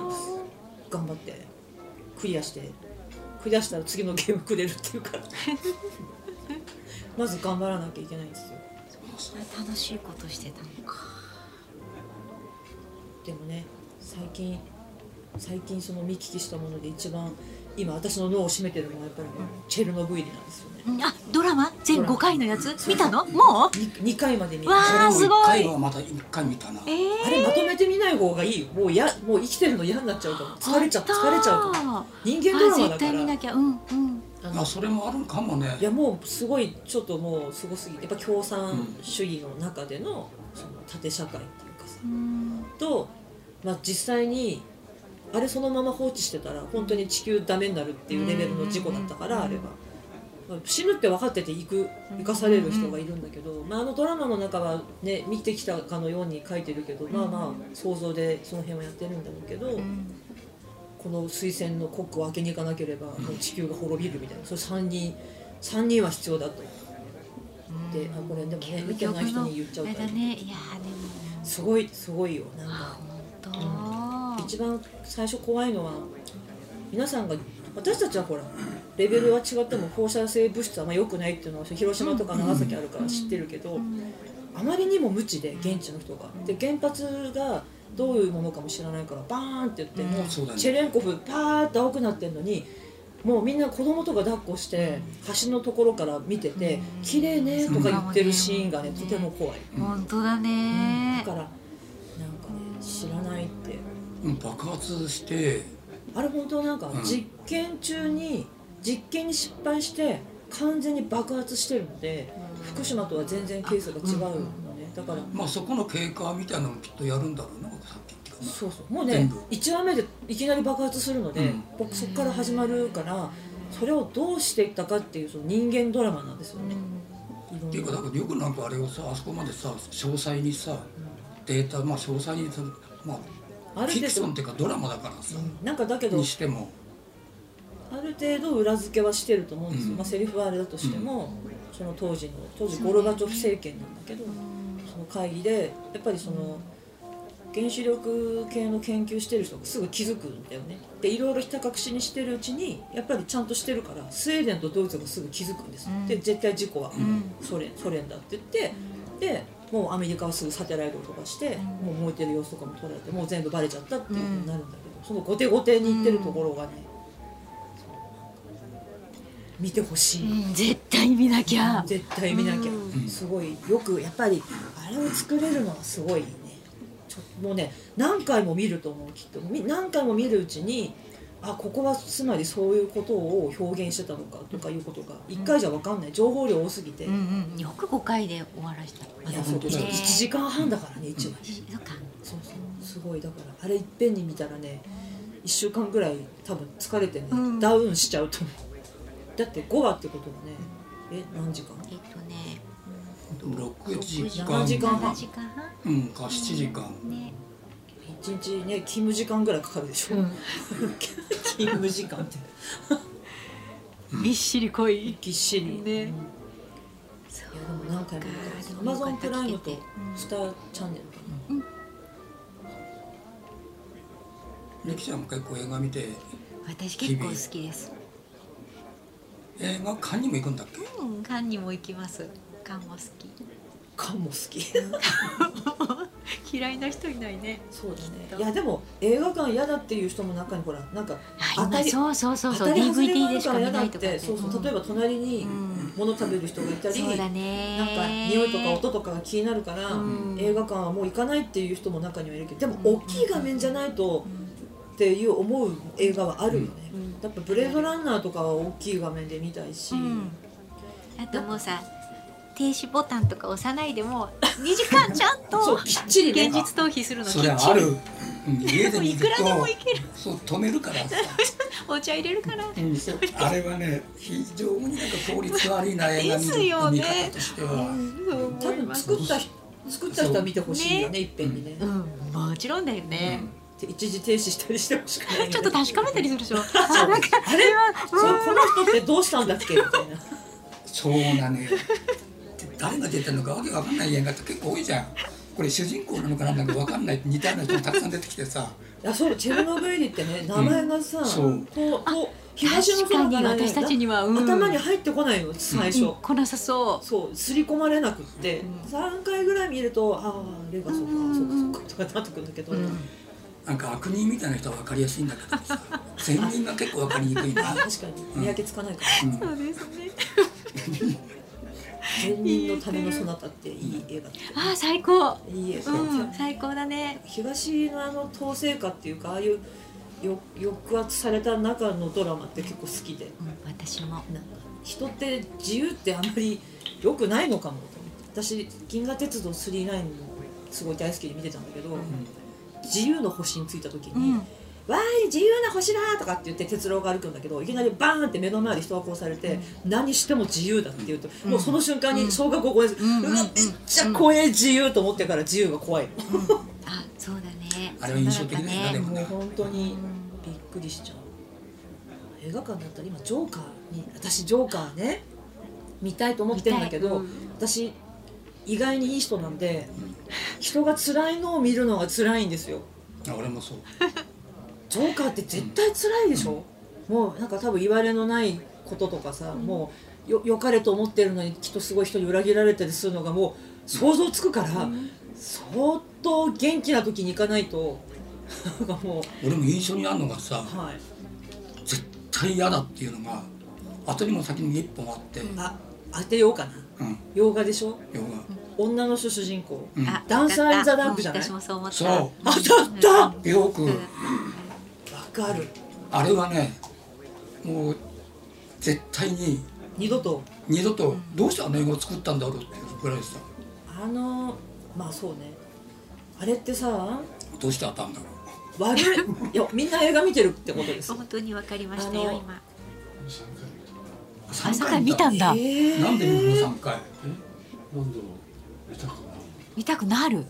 B: んです頑張ってクリアしてクリアしたら次のゲームくれるっていう からまず頑張らなきゃいけないんですよ
E: 楽しいことしてたのか
B: でもね最近最近その見聞きしたもので一番今私の脳を占めてるのはやっぱりね、チェルノブイリなんですよね
E: うんあドラマ全
B: ドラマ
E: 5回のやつ見たのもう
B: 2回まで見
E: わ
B: た
E: あーすごい
A: それも一回はまた1回見たな、
E: えー
B: あれまとめて見ない方がいいよもうやもう生きてるの嫌になっちゃうと思う疲れちゃう
E: あった
B: 疲れちゃうと思う
E: あ
B: 人間ドラマだ
E: 絶
B: か
E: 対見
B: ら
E: なきゃうんうん
B: あ
A: ま
B: の
A: あそれもあるんかもね
B: いやもうすごいちょっともうすごすぎてやっぱ共産主義の中でのその縦社会っていうかさ
E: うん
B: と、まあ、実際にあれそのまま放置してたら本当に地球ダメになるっていうレベルの事故だったからあれは。まあ死ぬって分かってて行く生かされる人がいるんだけど、まあ、あのドラマの中はね見てきたかのように書いてるけどまあまあ想像でその辺はやってるんだろうけど、この推薦のコックを開けに行かなければもう地球が滅びるみたいなそれ3人3人は必要だと。であこれでもね見てない人に言っちゃう
E: あれ
B: か
E: だ
B: ら
E: ねいやーです
B: ごいすごいよなんか。
E: も本
B: 一番最初怖いのは皆さんが私たちはほらレベルは違っても放射性物質はあんま良くないっていうのは広島とか長崎あるから知ってるけどあまりにも無知で現地の人がで原発がどういうものかも知らないからバーンって言っても
A: そうだ
B: チェ
A: ね
B: レンコフパーッと青くなってるのにもうみんな子供とか抱っこして橋のところから見てて「綺麗ね」とか言ってるシーンがねとても怖い
E: 当本当だ
B: だ
E: ね
B: からなんかね知らないって
A: うん爆発して
B: あれ本当なんか
A: うん
B: 実験中に実験に失敗して完全に爆発してるので福島とは全然ケースが違うのねだから
A: まあそこの経過みたいなのもきっとやるんだろうなさっき言ってたな
B: そうそうもう
A: 全
B: ね
A: 部
B: 1話目でいきなり爆発するので
A: うん
B: 僕そこから始まるからそれをどうしていったかっていうその人間ドラマなんですよねいろ
A: ってい
B: ん
A: う
B: な
A: かだからよくなんかあれをさあそこまでさ詳細にさデータまあ詳細にさまあフ
B: ある
A: ィクション
B: 程
A: っていうかドラマだからさ、
B: 度なんかだけど
A: にしても
B: ある程度裏付けはしてると思うんですよ、
A: うん
B: まあ、セリフはあれだとしても、その当時の当時ゴルバチョフ政権なんだけどその会議でやっぱりその原子力系の研究してる人がすぐ気づくんだよねでいろいろひた隠しにしてるうちにやっぱりちゃんとしてるからスウェーデンとドイツがすぐ気づくんですよ、で絶対事故はソ連ソ連だって言ってでもうアメリカはすぐサテライトを飛ばしてもう燃えてる様子とかも捉えてもう全部バレちゃったっていうふうになるんだけどその後手後手にいってるところがね、見てほし
E: う
B: い、
E: ん絶対見なきゃ
B: 絶対見なきゃ、すごいよくやっぱりあれを作れるのはすごいねちょもうね何回も見ると思うきっとみ何回も見るうちにあここはつまりそういうことを表現してたのかとかいうことが1回じゃ分かんない情報量多すぎて、
E: うんうんよく5回で終わらした
B: いやそ
A: 本
B: う
A: 当だよ
B: 1時間半だからね1話、
E: そっか
B: そうそうすすごいだからあれいっぺんに見たらね1週間ぐらい多分疲れてね、
E: うん
B: ダウンしちゃうと思うだって5話ってことはねえ何時間
E: えっとね
A: 6時
B: 7時間
A: 間
B: 半
E: 7時間半
A: うんか7時間
E: ね
B: 1日ね勤務時間ぐらいかかるでしょ、 勤務時間 って
E: びっしり濃い
B: ぎっしり
E: ね
B: うん
E: そう
B: いやでも何回もアマ
E: か
B: ゾンプライム
E: で
B: と
E: もよかった聞けて
B: スターチャンネルかな、
A: ゆきちゃんも結構映画見て
E: 私結構好きです
A: 映画館にも行くんだっけ
E: うんカンにも行きますカンも好
B: かも好き
E: き嫌いな人いないね
B: そうだ
E: と
B: ねいやでも映画館嫌だっていう人も中にほらなんか
E: あ
B: 当た
E: 今
B: り
E: そうそうそう
B: 当
E: そう
B: たり外れが
E: DVD
B: あ
E: で
B: る
E: し
B: か
E: から見
B: 嫌だ
E: な
B: っ
E: いとか
B: て
E: ね
B: そうそう例えば隣に
E: うん
B: 物食べる人がいたり、
E: そうだね
B: なんか匂いとか音とかが気になるから、
E: うん
B: 映画館はもう行かないっていう人も中にはいるけどでも
E: うん
B: 大きい画面じゃないとっていう思う映画はあるよね、
E: うん
B: やっぱブレードランナーとかは大きい画面で見たいし、
E: うんあともうさ停止ボタンとか押さないでも2時間ちゃんと
B: そうきっちりね
E: 現実逃避するのき
A: そ
E: っ
A: れ
E: ち
A: あ
E: り
A: るうん家
E: で
A: で
E: も
A: 見
E: い
A: る
E: く
A: と
E: らでもいける
A: そう止めるからさ
E: お茶入れるから
A: うんそうあれはね非常になんか効率悪いな映画見
E: ですよ
A: る見
E: ね
A: 方としては、
B: 多分作った人作った人は見てほしいよねいっぺんにね、
E: う
B: で
E: んもちろんだよね、
B: 一時停止したりしてほしくないよね、
E: ちょっと確かめたりするでしょ
B: そうあれはそうこの人ってどうしたんだっけみたいな
A: そうなのよで誰が出てるのかわけわかんない映画って結構多いじゃんこれ主人公なのかなんだかわかんない似たような人もたくさん出てきてさ
B: あそうチェルノブイリってね名前がさ、
A: そう
B: こうこう東の空から、ね、
E: 確かに私たちにはうん
B: 頭に入ってこないの最初、
E: 来なさそ
B: そう刷り込まれなくって、三3回ぐらい見るとあああれがそうか、そうかそうかとかなってくるんだけど、
E: う、うん
A: なんか悪人みたいな人はわかりやすいんだけどさ善人が結構わかりにくいな
B: あ確かに見分けつかないから
A: うん
E: そうですね
B: 「善人のためのそなた」っていい映画だった
E: あー最高
B: いい映画
E: う
B: だった、
E: ん最高だね
B: 東のあの統制下っていうかああいうよ抑圧された中のドラマって結構好きで
E: うん私も
B: なんか人って自由ってあんまり良くないのかもと思って私「銀河鉄道999」もすごい大好きで見てたんだけど、自由の星に着いた時に「
E: うん
B: わーい自由な星だ!」とかって言って鉄郎が歩くんだけどいきなりバーンって目の前で人が殺されて、何しても自由だって言うと、もうその瞬間に小学校5年生、
E: うん
B: うわめっちゃ怖え自由と思ってから自由が怖い。
E: あそうだね
A: あれは印象的だよね
E: そうだ
A: で
E: ね
A: も
B: もう本当にびっくりしちゃう映画館だったら今ジョーカーに私ジョーカーね見たいと思ってんだけ
E: 見た
B: ど、
E: いうん
B: 私意外にいい人なんで人が辛いのを見るのが辛いんですよ
A: あ俺もそう
B: ジョーカーって絶対辛いでしょ、もうなんか多分言われのないこととかさ、もうよ良かれと思ってるのにきっとすごい人に裏切られたりするのがもう想像つくから、相当元気な時に行かないと なんかもう
A: 俺も印象にあるのがさ
B: はい。
A: 絶対嫌だっていうのが後にも先にも一本あって、うん
B: あ当てようかな洋画でしょ
A: 要は
B: 女の人主人公、
A: うん
E: あ
B: ダンサーインザダークじゃない
E: うん私もそう思った
A: そう
B: 当たっ
A: よく、
E: うん
B: たわかる
A: あれはねもう絶対に
B: 二度と
A: 二度とどうしてあの映画を作ったんだろうっていうぐらいさ
B: あのまあそうねあれってさ
A: どうしてあったんだろ
B: 悪いいやみんな映画見てるってことです
E: 本当にわかりましたよ
B: あの
E: 今
A: う
E: あ
A: 3
E: さか見たんだ
B: ええ
A: なんで見るの3回
C: 何度も見たかな
E: 見たくなる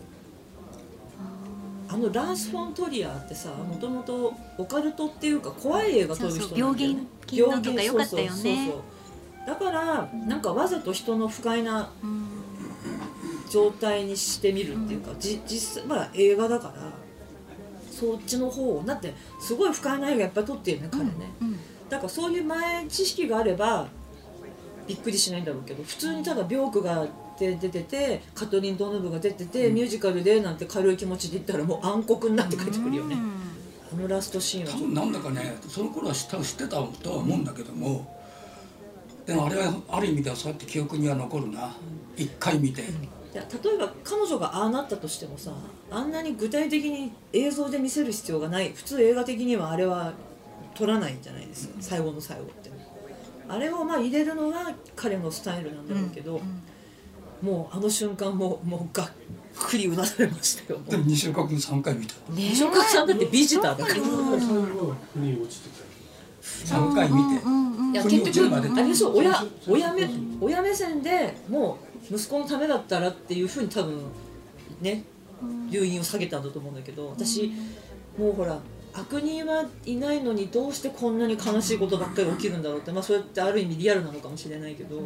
B: あのラース・フォントリアーってさもともとオカルトっていうか怖い映画撮る人なんだよ、ね、
E: そうそう病原菌のとか良かったよね
B: 病原そうそうそうだからなんかわざと人の不快な
E: うん
B: 状態にしてみるっていうか、じ実際まあ映画だからそっちの方をだってすごい不快な映画やっぱり撮ってるね彼ね、
E: うん
B: だからそういう前知識があればびっくりしないんだろうけど普通にただ病クが出ててカトリン・ドヌブが出てて、ミュージカルでなんて軽い気持ちで言ったらもう暗黒になって帰ってくるよね、あのラストシーンは
A: 多
B: ちょっ
A: 分なんだかねその頃は知った知ってたとは思うんだけどもでもあれはある意味ではそうやって記憶には残るな一回見て
B: といや例えば彼女がああなったとしてもさあんなに具体的に映像で見せる必要がない普通映画的にはあれは撮らないんじゃないですか最後の最後ってあれをまあ入れるのが彼のスタイルなんだろうけど、
E: ん
B: もうあの瞬間ももうがっくりうなされましたよ
A: でも2週間分3回見た
E: ね
B: 西岡さんだってビジターだから
C: の最後は腑に落ちてた
A: 3回見て
E: うんうん
B: いや
A: 腑に
B: 結
A: 落ちる
B: 局
A: ま
B: あ
A: で
B: れでしょ親親目親目線でもう息子のためだったらっていうふうに多分ね留飲を下げたんだと思うんだけど私もうほら悪人はいないのにどうしてこんなに悲しいことばっかり起きるんだろうってまあそれってある意味リアルなのかもしれないけど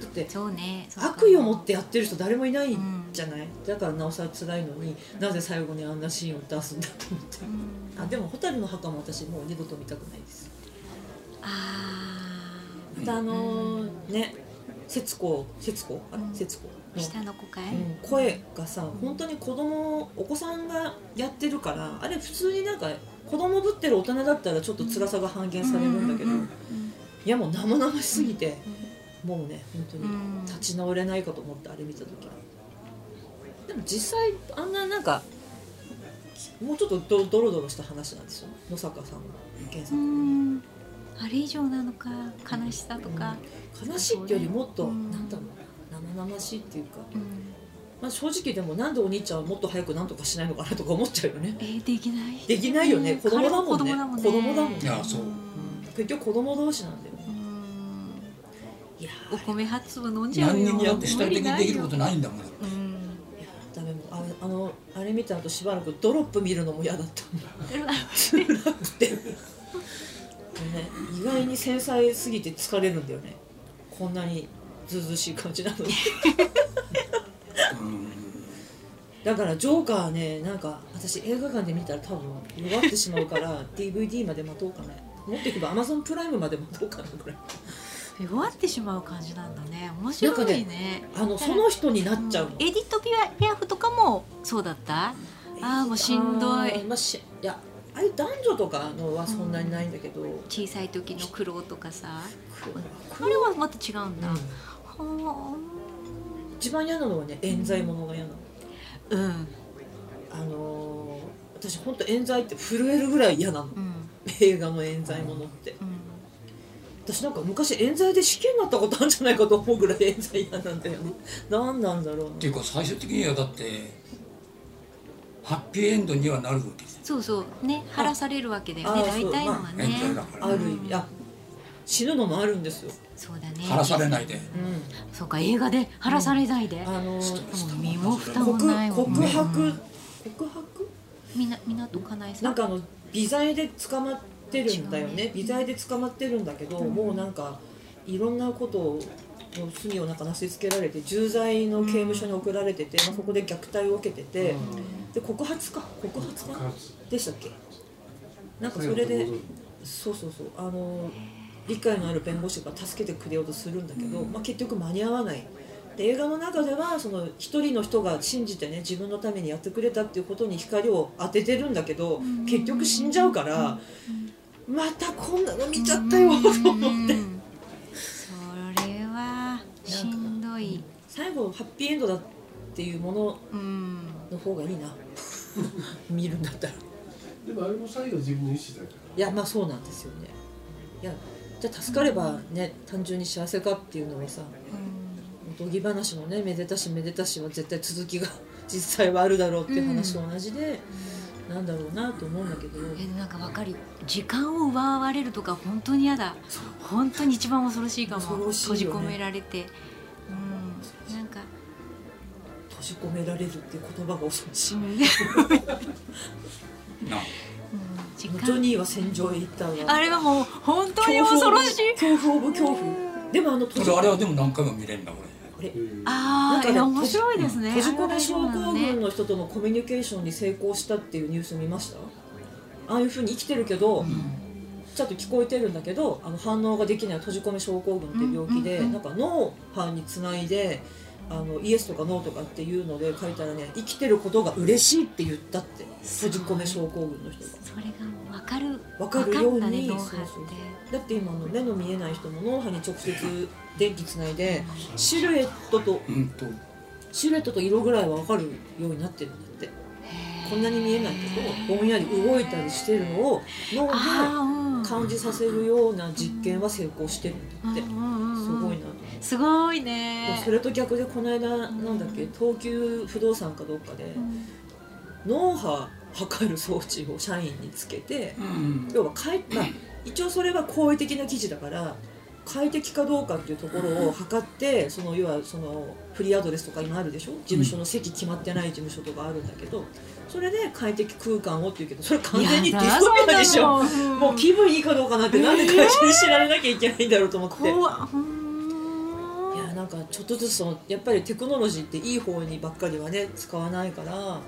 B: だって
E: そうねそうか
B: 悪意を持ってやってる人誰もいないんじゃない、だからなおさら辛いのになぜ最後にあんなシーンを出すんだと思って、あでも「蛍の墓」も私もう二度と見たくないです
E: あ
B: またあのーね節子節子あれ節子
E: あ
B: の
E: 下の子かい、
B: うん声がさ本当に子供お子さんがやってるからあれ普通になんか子供ぶってる大人だったらちょっと辛さが半減されるんだけど、
E: うんうんうん
B: いやもう生々しすぎて、もうね本当
E: うん
B: に立ち直れないかと思ってあれ見た時でも実際あんななんかもうちょっとドドロドロした話なんですよ野坂さんの原
E: う
B: 作、
E: んあれ以上なのか悲しさとか、
B: 悲しいっていうよりもっと、
E: うん
B: なんだろうな生々しいっていうか、
E: うん
B: まあ、正直でもなんでお兄ちゃんはもっと早くなんとかしないのかなとか思っちゃうよね
E: えーできない
B: できないよね
E: うん
B: 子供だもんね
E: 彼も子
B: 子
E: 供
B: 供
E: だ
B: だも
E: も
B: ん
E: んね
B: ね
A: いやそう
E: うん
B: 結局子供同士なんだよね
E: うん
B: いや
E: お米発粒飲んじゃう
A: 何
E: よ
A: にもだって主体的にできること
E: い
A: ないんだもん
E: うん
B: ーいやダメもうああのあれ見た後しばらくドロップ見るのも嫌だった辛くてもうね意外に繊細すぎて疲れるんだよねこんなにずうずうしい感じなのに
A: うん
B: だからジョーカーねなんか私映画館で見たら多分弱ってしまうから DVD まで待とうかな持っていけば Amazon プライムまで待とうかなこれ
E: 弱ってしまう感じなんだね面白いね
B: あのその人になっちゃうの
E: エディット・ピアピアフとかもそうだったあーもうしんど
B: あー
E: い
B: まあ、しいやああいう男女とかのはそんなにないんだけど、
E: 小さい時の苦労とかさ
B: 黒い
E: あれはまた違うんだ、
B: な
E: は
B: 一番嫌なのはね冤罪ものが嫌なの
E: あうん
B: あのー私本当冤罪って震えるぐらい嫌なの
E: うん
B: 映画の冤罪ものって
E: うん
B: 私なんか昔冤罪で死刑になったことあるんじゃないかと思うぐらい冤罪嫌なんだよね何なんだろう
A: ってい
B: な
A: うか最終的にはだってハッピーエンドにはなるわけです
E: そうそうね晴らされるわけだよ
B: あ
E: ね
B: あ
E: 大体のはね、
A: 冤罪だから
B: ある意味あ死ぬのもあるんですよ、
E: そうだね
A: 晴らされないで
B: う
E: そうか映画で晴らされないで、
B: ん、あの
A: ス
B: ー
A: トレス溜
E: もう
A: ま
E: 身
A: っ
E: も
A: たそれ
E: 蓋も
B: 告
E: ないもん
B: 告
E: ね
B: 白告白
E: みな港かなえさ
B: なん
E: ん
B: かあの微罪で捕まってるんだよね微罪で捕まってるんだけど、もうなんかいろんなことをの罪をなんかなすりつけられて重罪の刑務所に送られてて、まあ、そこで虐待を受けてて、で告発か告発か
C: 告発
B: でしたっけなんかそれで
C: 最後
B: そうそうそうあの理解のある弁護士が助けてくれようとするんだけど、まあ、結局間に合わないで映画の中ではその一人の人が信じてね自分のためにやってくれたっていうことに光を当ててるんだけど、結局死んじゃうから、またこんなの見ちゃったよと思って
E: うんそれはしんどい
B: 最後ハッピーエンドだっていうもの
E: うん
B: の方がいいな 見るんだったら。
C: でもあれも最後自分の意思だか
B: いやまあそうなんですよねいやじゃあ助かればね、単純に幸せかっていうのはさおとぎ話のねめでたしめでたしは絶対続きが実際はあるだろうっていう話と同じで、なんだろうなと思うんだけど、
E: えなんかわかる時間を奪われるとか本当に嫌だ本当に一番恐ろしいかも
B: 恐ろしいよ
E: 閉
B: ね
E: じ込められてうんなんか
B: 閉じ込められるっていう言葉が恐ろしい、
E: うん
A: な
B: ジ
E: 時
B: ョ
E: 間
B: ニーは戦場へ行ったわ
E: あれはもう本当に
B: 恐怖
E: 恐ろ
B: オブ
E: しい
B: 恐怖オブ恐怖でもあの
A: そ
B: 閉じ
A: れあれ
B: 込め
A: はでも何回も見れるんだこ
B: これ
C: らうん
E: ああ、
B: なんかね
E: 面白いですね。
B: 閉じ込め症
E: あれは
B: 候
E: 大丈夫なの
B: 群
E: ね
B: の人とのコミュニケーションに成功したっていうニュース見ましたああいうふうに生きてるけど、ちょっと聞こえてるんだけどあの反応ができない閉じ込め症候群っていう病気で、
E: うんうんうん
B: なんか脳波につないであのイエスとかノーとかっていうので書いたらね生きてることが嬉しいって言ったって閉じ込め症候群の人が。
E: それがわかる。
B: わかるように
E: わかったね、脳波っ
B: そうそう
E: て。
B: だって今の目の見えない人も脳波に直接電気つないでシルエットと
A: れうんと
B: シルエットと色ぐらいは分かるようになってるんだってこんなに見えないけどぼんやり動いたりしてるのを脳
E: ああ、
B: が
E: うん
B: 感じさせるような実験は成功してるんだって、す
E: す
B: ごいなと思って。
E: すごい
B: でも
E: ね
B: それと逆でこの間なんだっけ東急不動産かどっかで
E: ん
B: 脳波測る装置を社員につけて
A: うん
B: 要は快、まあ、一応それは好意的な記事だから快適かどうかっていうところを測ってその要はそのフリーアドレスとか今あるでしょ事務所の席決まってない事務所とかあるんだけどそれで快適空間をっていうけどそれ完全にディストピアでしょ。もう気分いいかどうかなんてなんで会社に知られなきゃいけないんだろうと思って。
E: 怖っう
B: い
E: ん
B: やなんかちょっとずつそのやっぱりテクノロジーっていい方にばっかりはね使わないから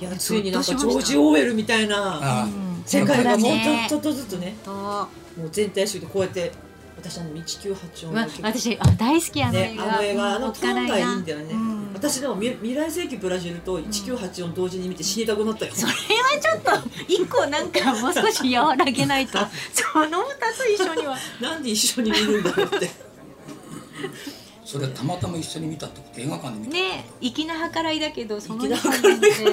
B: いやついになんかジ
E: ど
B: ョ
E: うしま
B: ー
E: した
B: ジ・オーウェルみたいな
A: あ
B: 世界がもう
E: 本当だね
B: ちょっとずつね
E: と
B: もう全体主義でこうやって私あの「1984」
E: ま
B: の
E: あ
B: 結構
E: 私あ大好きあの映
B: ね、
E: 画
B: あの映画あ
E: お
B: の
E: っ
B: ト
E: か
B: ーン
E: な
B: がい
E: い
B: い
E: なん
B: だよね、
E: うん
B: 私でも未未来世紀ブラジルと1984同時に見て死にたくなったよ、
E: それはちょっと一個なんかもう少し和らげな いとその二つ一緒には
B: なんで一緒に見るんだろ うって
A: それたまたま一緒に見たってこと映画館で見た
E: ね粋な計らいだけどその
B: 粋な
E: 日本で
B: 粋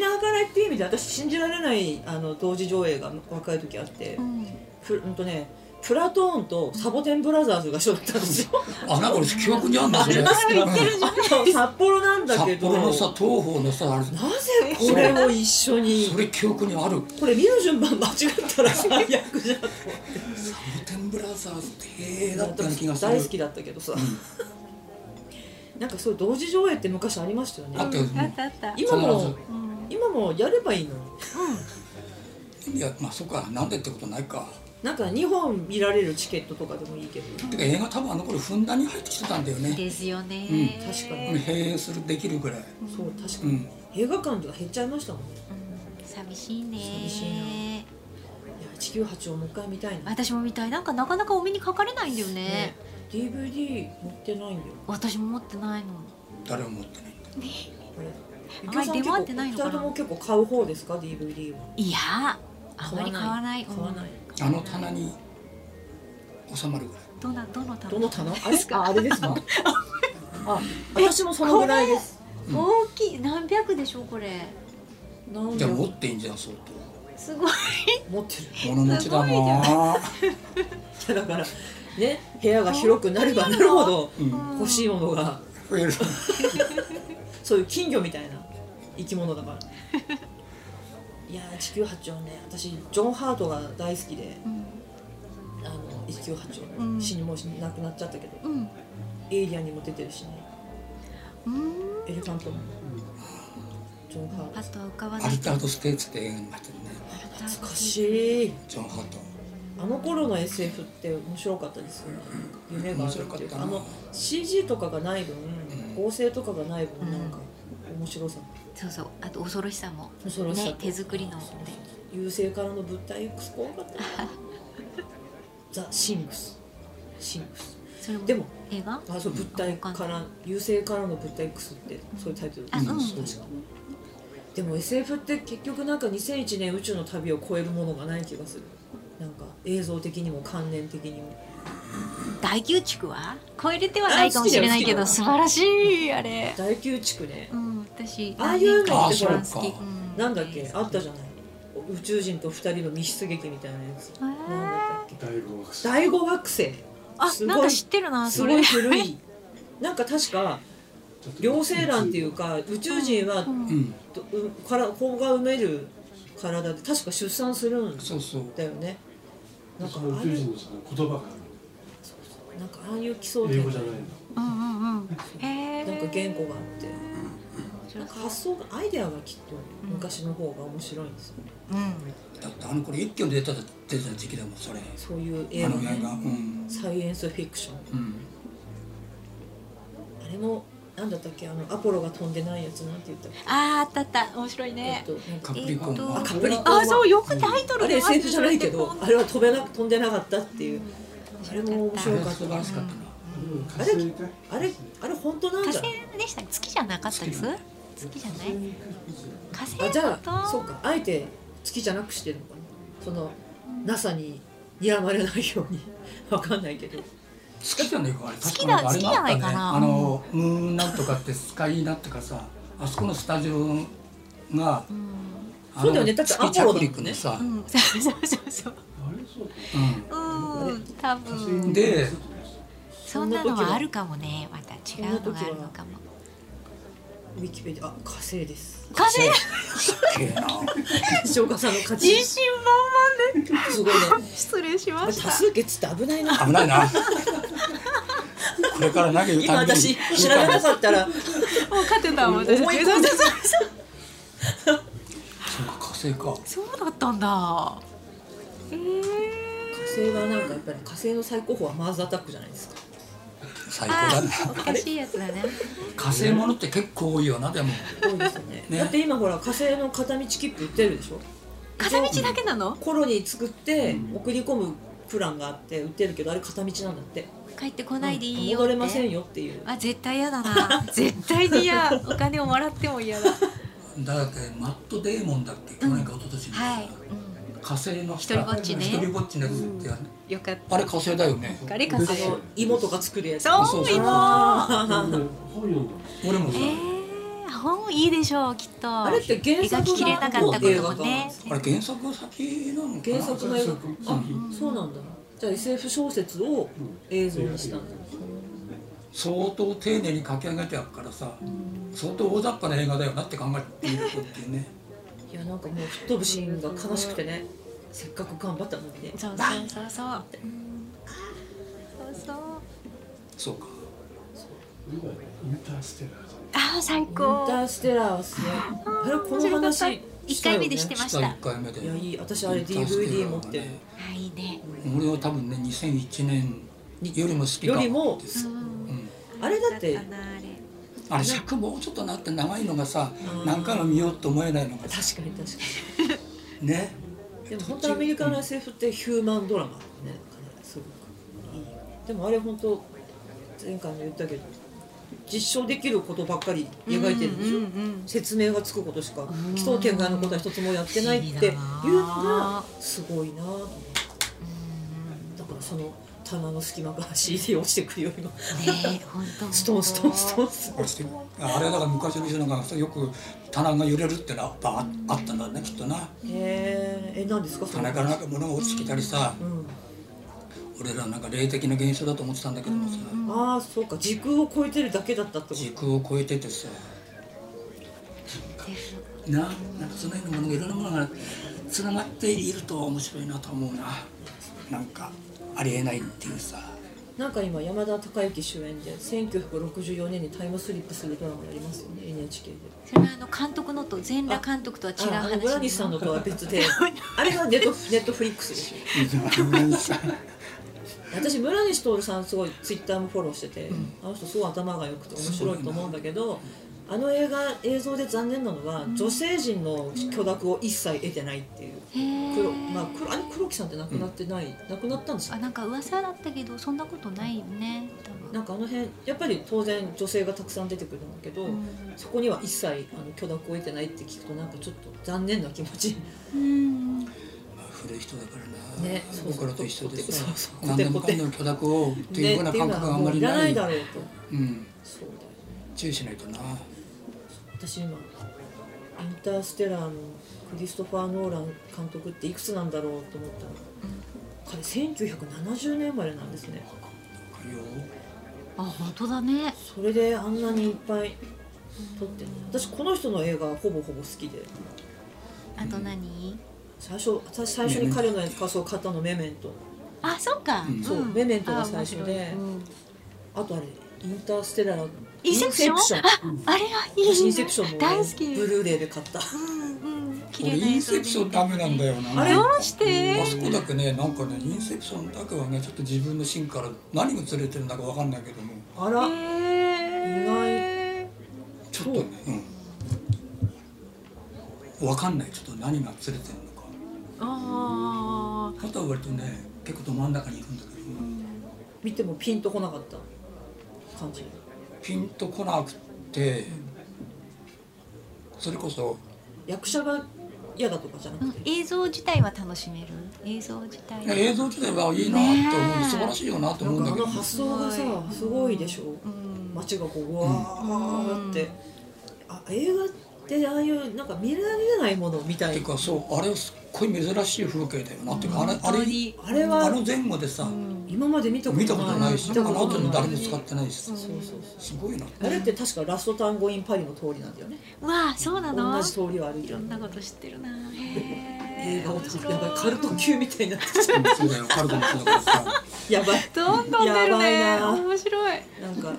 B: な計らいっていう意味で私信じられないあの同時上映が若い時あって、
E: うん
B: プうんとねプラトーンとサボテンブラザーズが一緒だったんですよ。
A: あなんか俺記憶にあんだそれ
B: 札幌なんだけ
A: 札
B: ど
A: 幌のさ東方のさあれ
B: なぜこれを一緒に
A: それ記憶にある
B: これ見る順番間違った ら最悪じゃんと
A: サボテンブラザーズってへえだ
B: 思
A: っ
B: った
A: ような気が
B: て
A: す
B: 大好
A: る
B: きだったけどさなんかそういう同時上映って昔ありましたよ
A: あっ
B: ね
A: たよ
E: あったあった
B: 今も
A: 必
E: うん
B: 今もやればいいのに
A: いやまあそっかなんでってことないか
B: なんか2本見られるチケットとかでもいいけど
A: てか映画多分あの頃ふんだんに入ってきてたんだよね
E: ですよね、
A: うん
B: 確かに
A: 閉園するできるぐらい
B: そう確か
A: う
B: に
A: ん
B: 映画館とか減っちゃいましたもんね
E: うん寂しいね
B: 寂しいいや198をもう一回見たいな
E: 私も見たいなんかなかなかお目にかかれないんだよね
B: ね DVD 持ってないんだよ
E: 私も持ってないの
A: 誰も持ってないんだ
B: これ
E: あまり出回ってないのかな
B: 二人とも結構買う方ですか DVD はい
E: やあまり買わない
B: 買わない
E: うん
A: あの棚に収まるぐらい
E: どなどの棚
B: どの棚あれああれ ですかあ私もそのぐらいです
E: 大きい何百でしょうこれ
B: なん
A: じ
B: で
A: ゃあ持
B: 持
A: ってんじゃん相
E: すごい
B: ってる
A: 当物持ちだなあ
B: いやだからね部屋が広くなればなるほど
A: うん
B: 欲しいものが
A: 増える
B: そういう金魚みたいな生き物だ からいやー198はね私ジョン・ハートが大好きで
E: うん
B: あの198
E: う
B: を
E: ん
B: 死にもう亡くなっちゃったけど
E: うん
B: エイリアンにも出てるしね
E: うん
B: エレファントもジョン・ハート
E: パッとは浮かばな
A: ア
E: い
A: ルタード・ステーツって映画になってるね
B: 懐かしい
A: ジョン・ハート
B: あの頃の SF って面白かったですよね夢があるっていうか
A: 面白
B: あ
A: かったな
B: の CG とかがない分、
A: ん
B: 合成とかがない分
E: うん
B: なんか面白さ
E: そうそうあと恐ろしさも
B: 恐ろしさ
E: ね
B: と、
E: 手作りの
B: 優勢からの物体 X 怖かったなザ・シングスシングス
E: それも
B: でも
E: 映画
B: あそう物体
E: あ
B: か
E: わかん
B: ら優勢からの物体 X ってそういうタイトル
E: あうん
A: うん
B: 確かにでも SF って結局なんか2001年宇宙の旅を超えるものがない気がするなんか映像的にも観念的にも
E: 大宮地区は超えれてはないかもしれないけ
B: あ好
E: ど
B: き
E: 素晴らしいあれ
B: 大宮地区ね
E: うん私
B: ああい
A: っ
B: うの
E: 何
A: てほ
E: 年から一番好きうん
B: なんだっけあったじゃない宇宙人と二人の密室劇みたいなやつ
E: へー
B: なんだったっけ
C: 第五惑星
B: 第五惑星
E: あ
B: すごい
E: なんか知ってるな
B: す
E: そ
B: ご
E: れ
B: い古い なんか確か両生卵っていうか宇宙人は、
E: うん
A: うん
B: どうから子が産める体で確か出産するん
A: そうそう
B: だよねなんか
C: そ
B: あ
C: の
B: あ
C: 宇
B: い
C: 宙
B: う
C: 人のその言葉が
B: なんかああいう奇想
C: 英
B: 天
C: 語
B: 外
C: じゃないの
E: うんうんうんへえ
B: なんか言語があってなんか発想がアイデアがきっと昔の方が面白いんですよね、
E: うん
A: だってあの頃一挙に出た出た時期だもんそれ
B: そういう映
A: あ
B: 画
A: の映画
B: ね
A: うん
B: サイエンスフィクション
A: うん
B: あれもなんだったっけあのアポロが飛んでないやつなんて言ったっけ
E: あーあったあった面白いね
B: えっとなんか
A: カプリコンは
E: えっと
B: カプリコン
E: あ
B: は
E: ーそうよくタイト
B: あれ
E: ル出ますね
B: SF じゃないけど
E: それ
B: あ
E: で
B: れは飛べな飛んでなかったっていうあれも面
A: それ
B: 白
A: が
B: かった
A: 素晴らしかったな
C: 火星かい
B: あれあれ本当なん
E: 火
B: じゃない
E: 星でした月じゃなかったです月じゃない火星
B: あじゃあ
E: と
B: そうかあえて月じゃなくしてるのかなその NASA に睨まれないようにわかんないけど
A: 好きじゃねえかあれ
E: 好
A: 確
E: き
A: かにあれもあ
E: だ
A: った
E: 好き
A: ね
E: じゃないかな
A: あのムーンなんとかってスカイなんとかさあそこのスタジオが
E: うん
A: あ
B: そうだよ
A: の
B: ねだってア
A: 月
B: ポロだもんね
A: 着陸のさ
E: うんそうそうそうそう
C: あれそうか
E: うん多
A: うん
E: 分
A: で
E: そんなのはあるかもねまた違うのがあるのかも
B: ウィキペディアあ火星 です
E: 火星
A: ええな
B: 石岡さんの勝ち
E: 自信満々
B: すごいね
E: で失礼しま
B: 多
E: した
B: 数決って危ないな
A: 危ないなこれから投げる
B: 今
A: たびに
B: 私知らなかったら
E: もう勝てたもん
B: 思い
E: 私
B: 込んで
A: そうか火星か
E: そうだったんだえ
B: 火星はなんかやっぱり火星の最高峰はマーズアタックじゃないですか
A: 最高だな
E: ー、おかしいやつだね
A: 火星ものって結構多いよなでも
B: 多いですよね
A: ね
B: だって今ほら火星の片道切符売ってるでしょ
E: 片道だけなの
B: コロニー作って送り込むプランがあって売ってるけどあれ片道なんだって
E: 帰ってこないでいいよ
B: 戻
E: って
B: れませんよっていう
E: あ絶対嫌だな 絶対に嫌お金をもらっても嫌だ
A: だってマット・デーモンだっけ去年か一昨年に、
E: はい、
A: 火星の
E: 一人ぼっちね
A: 一人ぼっちのやつってやる
E: うん、よかっ
A: あれ火星だよね
E: たあれか
B: あ
E: さ
B: の芋とか作るやつ
E: そう
A: そうそう
E: 今
C: 本読んだ
A: 俺も
E: え
A: さ、
E: ー、本いいでしょうきっと
B: あれって原
E: 描
B: 作
E: ききれなかったこともね
A: あれ原作が先なのかな
B: 原作の映画あ
C: うん
B: そうなんだじゃあ SF 小説を映像にしたんだ
A: 相当丁寧に書き上げてあるからさ、相当大雑把な映画だよなって考えているっていうね
B: いやなんかもう吹っ飛ぶシーンが悲しくてねせっかく頑張ったのにね
E: そうそうそうそうそうそう
A: そうか
C: 今インターステラーじゃ
E: あー最
B: インタ
E: 高
B: ーステラーはすねあれこの話したよね
E: 一回目でしてました
A: 下1回目で
B: いやいい私あれ DVD 持ってる
E: あいいね
A: 俺は多分ね2001年よりも好きか
B: よりも
A: です
E: うん
A: うん
B: あれだって
E: だったなあれ
A: あれ尺もうちょっとなって長いのがさ何回も見ようと思えないのがさ
B: 確かに確か
A: ね
B: にでも本当アメリカの SF ってヒューマンドラマだねかなりすごくいいでもあれ本当前回も言ったけど実証できることばっかり描いてるでしょ、
E: うんうん
B: 説明がつくことしか奇想天外なことは一つもやってないっていうのがすごいなと思ってだからその棚の隙間から CD 落ちてくるよりも
E: ねえ本当
B: ストンストンストンスト
A: あ
B: ン
A: あれはだから昔の人なんかよく棚が揺れるってのはやっぱああったんだねきっとな
B: へえ何ですかそれ
A: 棚からなんか物が落ちてきたりさ
B: うん
A: 俺らなんか霊的な現象だと思ってたんだけどもさ
B: ああそうか時空を超えてるだけだったってこと
A: 時空を超えててさななんかその辺のものがいろんなものがつながっていると面白いなと思うななんかありえないっていう さ
B: なんか今山田孝之主演で1964年にタイムスリップするドラマやりますよね NHK で
E: それはあの監督のと全裸監督とは違う
B: ああの
E: 話
B: 村西さんのとは別 であれがネットネットフリックスでしょ私村西徹さんすごいツイッターもフォローしてて、あの人すごい頭が良くて面白いと思うんだけどあの映画映像で残念なのは、女性陣の許諾を一切得てないっていう
E: へー
B: 黒,、まあ、黒あれ黒木さんって亡くなってない、亡くなったんですよ
E: あなんか噂だったけどそんなことないよね多分
B: なんかあの辺やっぱり当然女性がたくさん出てくるんだけど、
E: ん
B: そこには一切あの許諾を得てないって聞くとなんかちょっと残念な気持ち
E: うん
A: 古い人だからな、
B: ね
A: 僕らと一緒でさ
B: そうそう
A: 何でもかんでも許諾をっていうような感覚があんまり
B: ねっ
A: な
B: て
A: い,、
B: うのはもういらないだろうと
A: うん、
B: そうだよね
A: 注意しないとな
B: 私今インターステラーのクリストファー・ノーラン監督っていくつなんだろうと思ったら彼1970年生まれなんですね
E: あ本当だね
B: それであんなにいっぱい撮ってる私この人の映画ほぼほぼ好きで
E: あと何、
B: 最初私最初に彼の画像を買ったのメメント
E: あそうか、
A: うん
B: そう、メメントが最初で
E: あ面白いうん
B: あとあれインターステラー
E: インセプション
B: ン
E: あれがいい
B: 私インセプションも
E: 大好き
B: ブルーレイで買った
E: うんうん綺
A: 俺
E: 麗な
A: イン
E: 映像
A: セプションダメなんだよな
B: あれ
A: なんか
E: どうして
A: あそこだけねなんかねインセプションだけはねちょっと自分の芯から何がずれてるんだかわかんないけども
B: あら、
E: へー
A: ちょっとねうんわかんないちょっと何がずれてるのか
E: あ
A: あとは割とね結構ど真ん中にいるんだけど、
B: 見てもピンとこなかった感じ
A: ピンとこなくってそれこそ
B: 役者が嫌だとかじゃな
E: ーう
B: く
E: ん
B: て、
E: 映像自体は楽しめる映像自体は
A: 映像自体はいいなって思う、
E: ねえ
A: 素晴らしいよなと思うん
B: な
A: だ
B: ん
A: け
B: かあの
A: ど
B: 発想がさすごいでしょ、
E: うん
B: 街がこううわーって、あ映画ってああいうなんか見られないものみた
A: て
B: い
A: いうかそうあれをすごい珍しい風景だよなっていうかあれあ
E: 本
A: れ
E: 当に
B: あれ
A: あ
B: は
A: の前後でさ、
B: 今まで見たことな
A: 見
B: い
A: たことないし、
B: 見
A: あ
B: た
A: の
B: こと
A: 後に
B: ない
A: 誰も使ってないしさ、
B: そうそうそ
A: すごいな。
B: うあれって確かラスト単語インパリの通りなんだよね
E: わあそうなの
B: 同じ通りを歩い
E: い
B: て
E: ろ
B: る
E: んなこと知ってるなへ
B: 映
E: え
B: 画を
E: 面
B: 撮っ
E: 白
B: てやばいカルト級みたいになってきちゃ
A: うんそうだよ、カルトもそうだからさ。
B: うやばい
E: どんどん出るね
B: やばいな
E: 面白い
B: なんか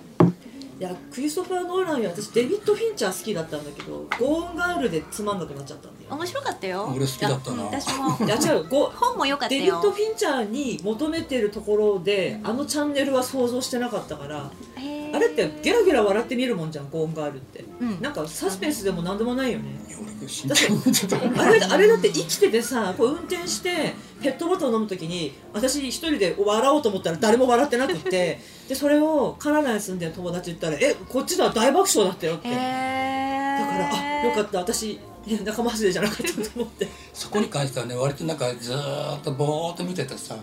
B: いやクリストファー・ノーランより私デビッド・フィンチャー好きだったんだけどゴーン・ガールでつまんなくなっちゃったんだよ
E: 面白かったよ
A: 俺好きだったな
E: うん私も
B: いや違うゴ
E: 本も良かった
B: デビッ
E: よ
B: ド・フィンチャーに求めてるところであのチャンネルは想像してなかったから
E: へー
B: あれってゲラゲラ笑って見るもんじゃんゴーン・ガールって、
E: うん
B: なんかサスペンスでも何でもないよね
A: いや俺死んじゃうちょっと。
B: あれあれだって生きててさこう運転してペットボトル飲む時に私一人で笑おうと思ったら誰も笑ってなくっ てでそれをカナダに住んでる友達言ったら「えこっちでは大爆笑だったよ」って
E: へ
B: だからあよかった私いや仲間外れじゃなかったと思って
A: そこに関してはね、割となんかずーっとぼーっと見ててさ、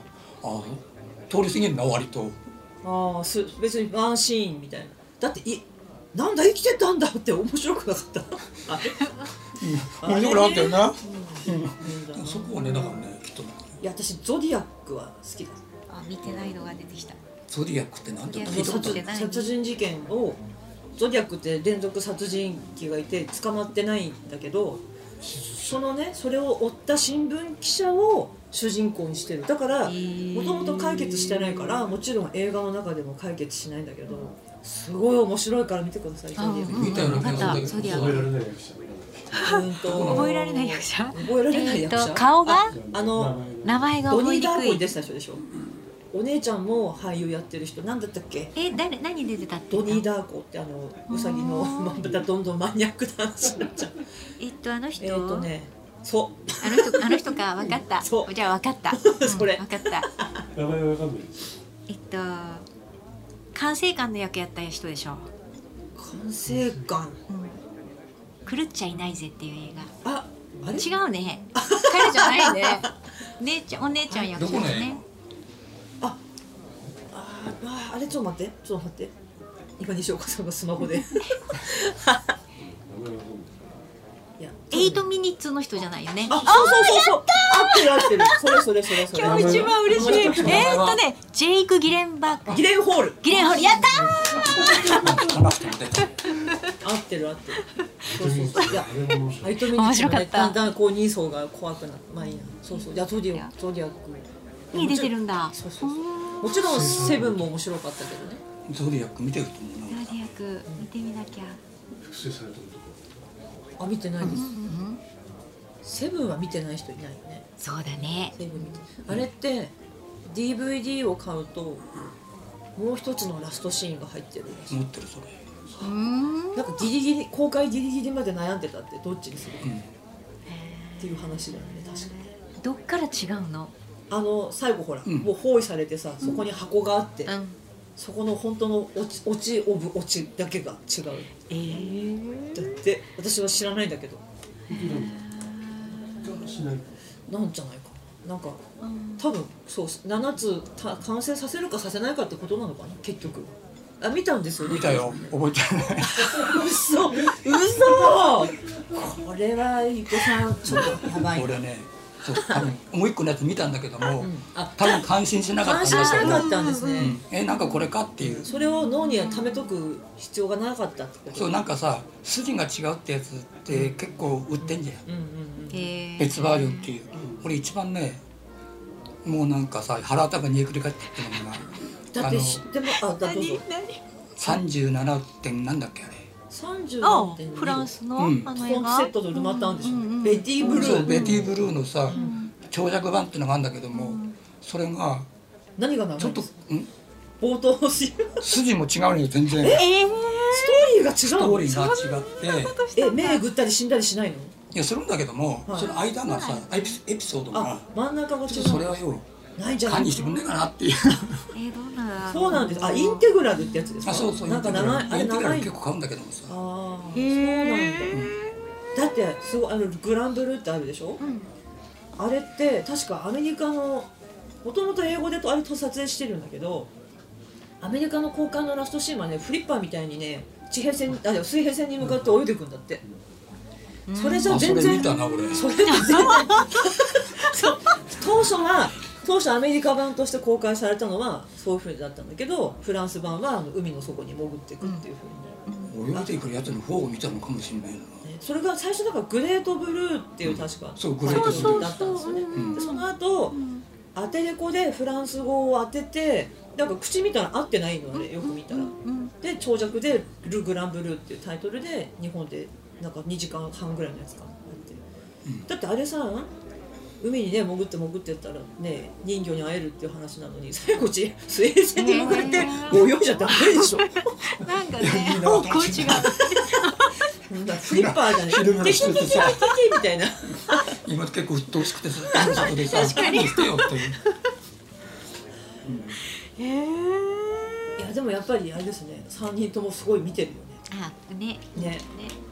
A: あ通り過ぎるな割と。
B: ああす別にワンシーンみたいなだっていなんだ生きてたんだって面白くな かったあ
A: 面白くなかったよな。
B: うん
A: そこはねだからね、きっとなんかね
B: いや私ゾディアックは好きだ
E: あ見てないのが出てきた
A: ゾディアックってなんて
E: ゾ
A: 聞
E: デ
A: いたこ
E: ィアック
A: と
E: 撮
A: あ
E: って
A: る
E: ない
B: 殺人事件をゾディアックって連続殺人鬼がいて捕まってないんだけどそのねそれを追った新聞記者を主人公にしてるだからもともと解決してないからもちろん映画の中でも解決しないんだけどすごい面白いから見てくださいゾディアッ
A: 見たような気がする
E: ゾ
A: んだ
E: デ
A: け
E: ィ
A: ど
E: ア
C: 覚えら
E: ッ
C: れない役者
B: クうんと
E: 覚
B: 覚えら
E: えられない役者
B: れない
E: えっ
B: 役者
E: と顔が
B: あの
E: 名前が
B: ド
E: 覚え
B: ニ
E: に
B: ー・ダー
E: く
B: コに
E: い
B: 出てた人でしょお姉ちゃんも俳優やってる人なんだったっけ
E: え誰何出てたって言
B: ド
E: った
B: ニー・ダーコってあのウサギの
E: あー
B: まあまたどんどんマニアックな話になっちゃう
E: えっとあの人、
B: えっとねそ
E: あの人あの人か分かった
B: そう
E: じゃあ分かっ た、
B: それ
E: 分かった
C: 名前はわかんないです
E: えっと管制官の役やった人でしょ
B: う完成感
E: 狂っちゃいないぜっていう映
B: ああれ
E: 画違 うね彼じゃないね姉ちゃんお姉ちゃん役
A: どこの映画
E: ね
B: あああれちょっと待ってちょっと待って今西岡さんがスマホ で
C: 名前はわかんない
B: いや
E: エイトミニッツの人じゃないよね
B: あそうそうそうそう合ってる合ってるそれそれそれそれ
E: 今日一番嬉しいえ
A: 名
E: ーっ
A: 前
E: と
A: は
E: ねジェイク・ギレンバーグ
B: ギレンホール
E: ギレンホルやった
A: 話しても出て
B: 合ってる合ってるそうそうそういや
C: あれも面白
B: ア
C: い
B: イトミニ
E: 面白かった
B: だんだんこう人相が怖くなってまあいいやそうそうじゃあゾディアゾディアック
E: ーに出てるんだ
B: そうそうそうもちろんセブンも面白かったけどね
A: ゾディアック見てると思う
E: ロデ
A: な。
E: ィアク見てみなきゃ
C: 複製されてるとこ
B: あ見てないです、セブンは見てない人いないよね
E: そうだね
B: セブン見てあれって DVD を買うともう一つのラストシーンが入ってるんです
A: 持ってるそれ。
E: うーん
B: なんかギリギリ公開ギリギリまで悩んでたってどっちにするかっていう話だよね確かに
E: どっから違うの
B: あの最後ほら、
A: うん
B: もう包囲されてさそこに箱があって、
E: うん
B: そこの本当の落ち落ちオブ落ちだけが違う
E: えー
B: だって私は知らないんだけど
C: かもしれない
B: なんじゃないかななんか多分そう7つた完成させるかさせないかってことなのかな結局あ見たんですよ
A: 見たよ、覚えてない。
B: 嘘嘘これは伊子さんちょっとやばい
A: 俺ね、そう多分もう一個のやつ見たんだけども、
B: あ
A: 多分感心しなかっ
B: 感
A: たん
B: 心し
A: だけ
B: な
A: ど
B: か。ったんですね、
A: うんえなんかこれかっていう
B: それを脳には溜めとく必要がなかったってこと
A: そうなんかさ筋が違うってやつって結構売ってんじゃん、
B: うんうんうん
E: えー
A: 別バージョンっていう、俺一番ねもうなんかさ腹束にえくり返ってきてるのが
B: だ
A: あ
B: っ
A: の
B: て知ってもあだどうぞ
A: 37点なんだっけあれ
E: あ
B: 37.2
E: フランスの
A: うん
E: あ
B: コ
E: の
B: ン
E: 映画
B: セットとルマタンでしょ、
E: うんうんうん
B: ベティ・ブル
A: そう
B: ー、
A: ベティ・ブルーのさ、長尺版っていうのがあるんだけども、それが
B: 何が長い
A: ちょっと、ん、
B: 冒頭の シーン
A: 筋も違うのよ全然
E: え
B: ス
E: ー
B: ト
A: スト
B: ー
A: ー
B: リ
A: リ
B: ー
A: ー
B: が違うの
A: が違って
B: え目えぐったり死んだりしないの
A: いやするんだけども、
B: はい
A: その間がさエピエピソードが
B: あ真ん中が違
A: ちょ
B: う
A: っとそれはよ
B: ないじゃな
A: 管
B: い
A: 理してくんねえかなっていう
E: えーどうなんだろ
B: そうなんですあインテグラルってやつですか
A: あそうそう
B: なんか長いあ
A: イ
B: れ
A: ンテグラ
B: 長
A: ル
B: い
A: 結構買うんだけどもさ
B: ああそうなんだだってすごいあのグランブルーってあるでしょ、
E: ん
B: あれって確かアメリカのもともと英語でとあれと撮影してるんだけどアメリカの交換のラストシーンはねフリッパーみたいにね地平線あいや水平線に向かって泳いでいくんだってそれじゃ
A: あそ
B: 全
A: れ見
B: 然
A: たな俺
B: それは全然そう当初は当初アメリカ版として公開されたのはそういうふうだったんだけどフランス版はあの海の底に潜っていくっていうふうに、
A: 泳いでくるやつの方を見たのかもしれ ないな
B: ねそれが最初だからグレートブルーっていう確か、
A: そうグレートブルー
B: タイトルだったんですよね
E: そうそう
A: そううん
B: でその後、アテレコでフランス語を当ててなんか口見たら合ってないのでよく見たら、
E: うん
B: で長尺で「ル・グランブルー」っていうタイトルで日本でなんか2時間半ぐらいのやつかなって、だってあれさ海にね潜って潜ってったらね人魚に会えるっていう話なのに最後ち水平線に向かって泳いじゃダメでしょ
E: なんか ね
A: いや いいな
E: 方向違う
B: なんかフリッパーじゃね
A: 昼間の
B: テキ
A: 人
B: テ
A: って
B: キテキ
A: さ
B: みたいな
A: 今結構鬱陶しくてさそこでさ確かにしてよっていう
E: へえ
B: いやでもやっぱりあれですね3人ともすごい見てるよ
E: あね
B: ねね
E: ね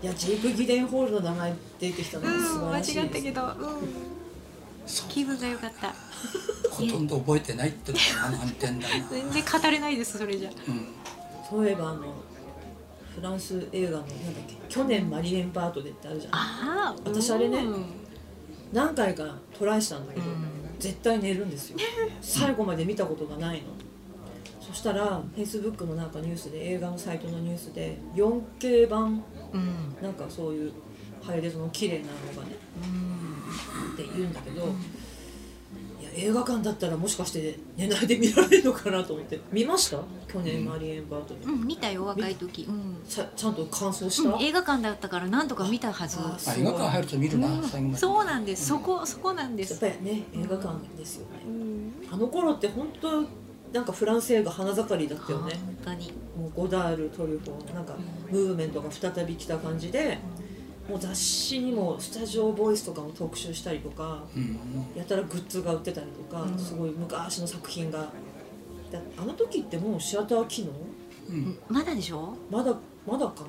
B: いやジーク・ギデンホールの名前出てきたの
E: う
B: は素
E: ん
B: 晴
E: 間違
B: ら
E: っ
B: しいです、
E: たけどうん
A: そう
E: 気分が良かった
A: ほとんど覚えてないってのが難点だな
E: 全然語れないですそれじゃ
A: うん
B: そういえばあのフランス映画のなんだっけ去年マリエンパートでってあるじゃん
E: ああ
B: 私あれね
E: うん
B: 何回かトライしたんだけど、絶対寝るんですよ最後まで見たことがないのそしたらフェイスブックのなんかニュースで映画のサイトのニュースで 4K 版
E: うん
B: なんかそういうハイレゾの綺麗なのがねって言うんだけど、いや映画館だったらもしかして寝ないで見られるのかなと思って見ました去年マリエンバートで、
E: うん見たよ若い時うん
B: ちゃちゃんと感想した、
E: うん映画館だったから何とか見たはず
B: あ
A: あ映画館入ると見るな最後まで
E: そうなんですそこそこなんで
B: やっ
E: す
B: ぱりね映画館ですよね、
E: うん
B: あの頃って本当なんかフランス映画花盛りだったよね
E: 本当に
B: もうゴダールトリュフォーなんかムーブメントが再び来た感じでもう雑誌にもスタジオボイスとかも特集したりとか
A: うん
B: やたらグッズが売ってたりとか、すごい昔の作品がだあの時ってもうシアター機能
A: うん
E: まだでしょ
B: まだまだか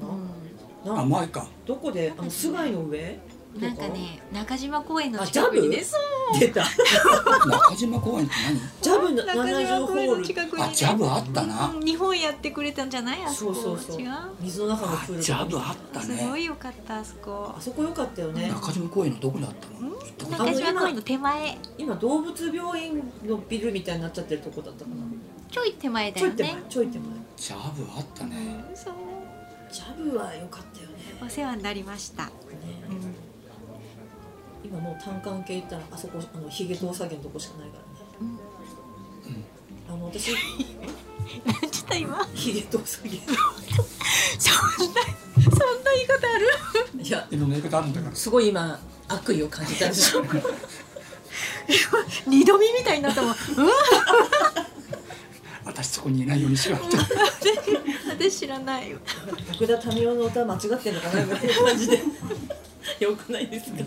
B: な,、な
A: 甘いか
B: どこであの菅井の上とか
E: なんかね中島公園の
B: あジ
E: 近
B: ャ
E: く
B: ブ
E: にです
B: 出た
A: 中島公園って
B: ジャブな
E: 中
B: 70
E: 島
B: ホ
E: 公園
B: ー
E: の
B: ル
E: 近くに
A: 何あジャブあったな
E: うん日本やってくれたんじゃないあそ
B: そ
E: こ
B: うそうそう
E: 違う
B: 水の中の
A: あ
B: プール
A: ジャブあった
E: すご
A: ね
E: いよかったあそこ
B: あそこ良かったよね
A: 中島公園のどこにあったの行ったことあ
E: 中島公園の手前
B: 今動物病院のビルみたいになっちゃってるとこだったかな、
E: ちょい手前だ
B: ちょ
E: よ
B: い手
E: ね
B: 前ちょい手前
A: るジャブあったね
E: うんそう
B: ジャブは良かったよね
E: お世話になりました
B: ね今もう単管系行ったらあそこあのヒゲ動作源のとこしかないからね、あの私
E: なんちょっと今
B: ヒゲ動作源
E: そんなそんな言い方ある
B: いや
A: いろんな言い方あるんだから
B: すごい今悪意を感じたでしょ
E: 二度見みたいになったもん、うん、
A: 私そこにいないようにしろって
E: 私知らないよ
B: 徳田民生の歌間違ってんのかなみたいな感じでよくないですか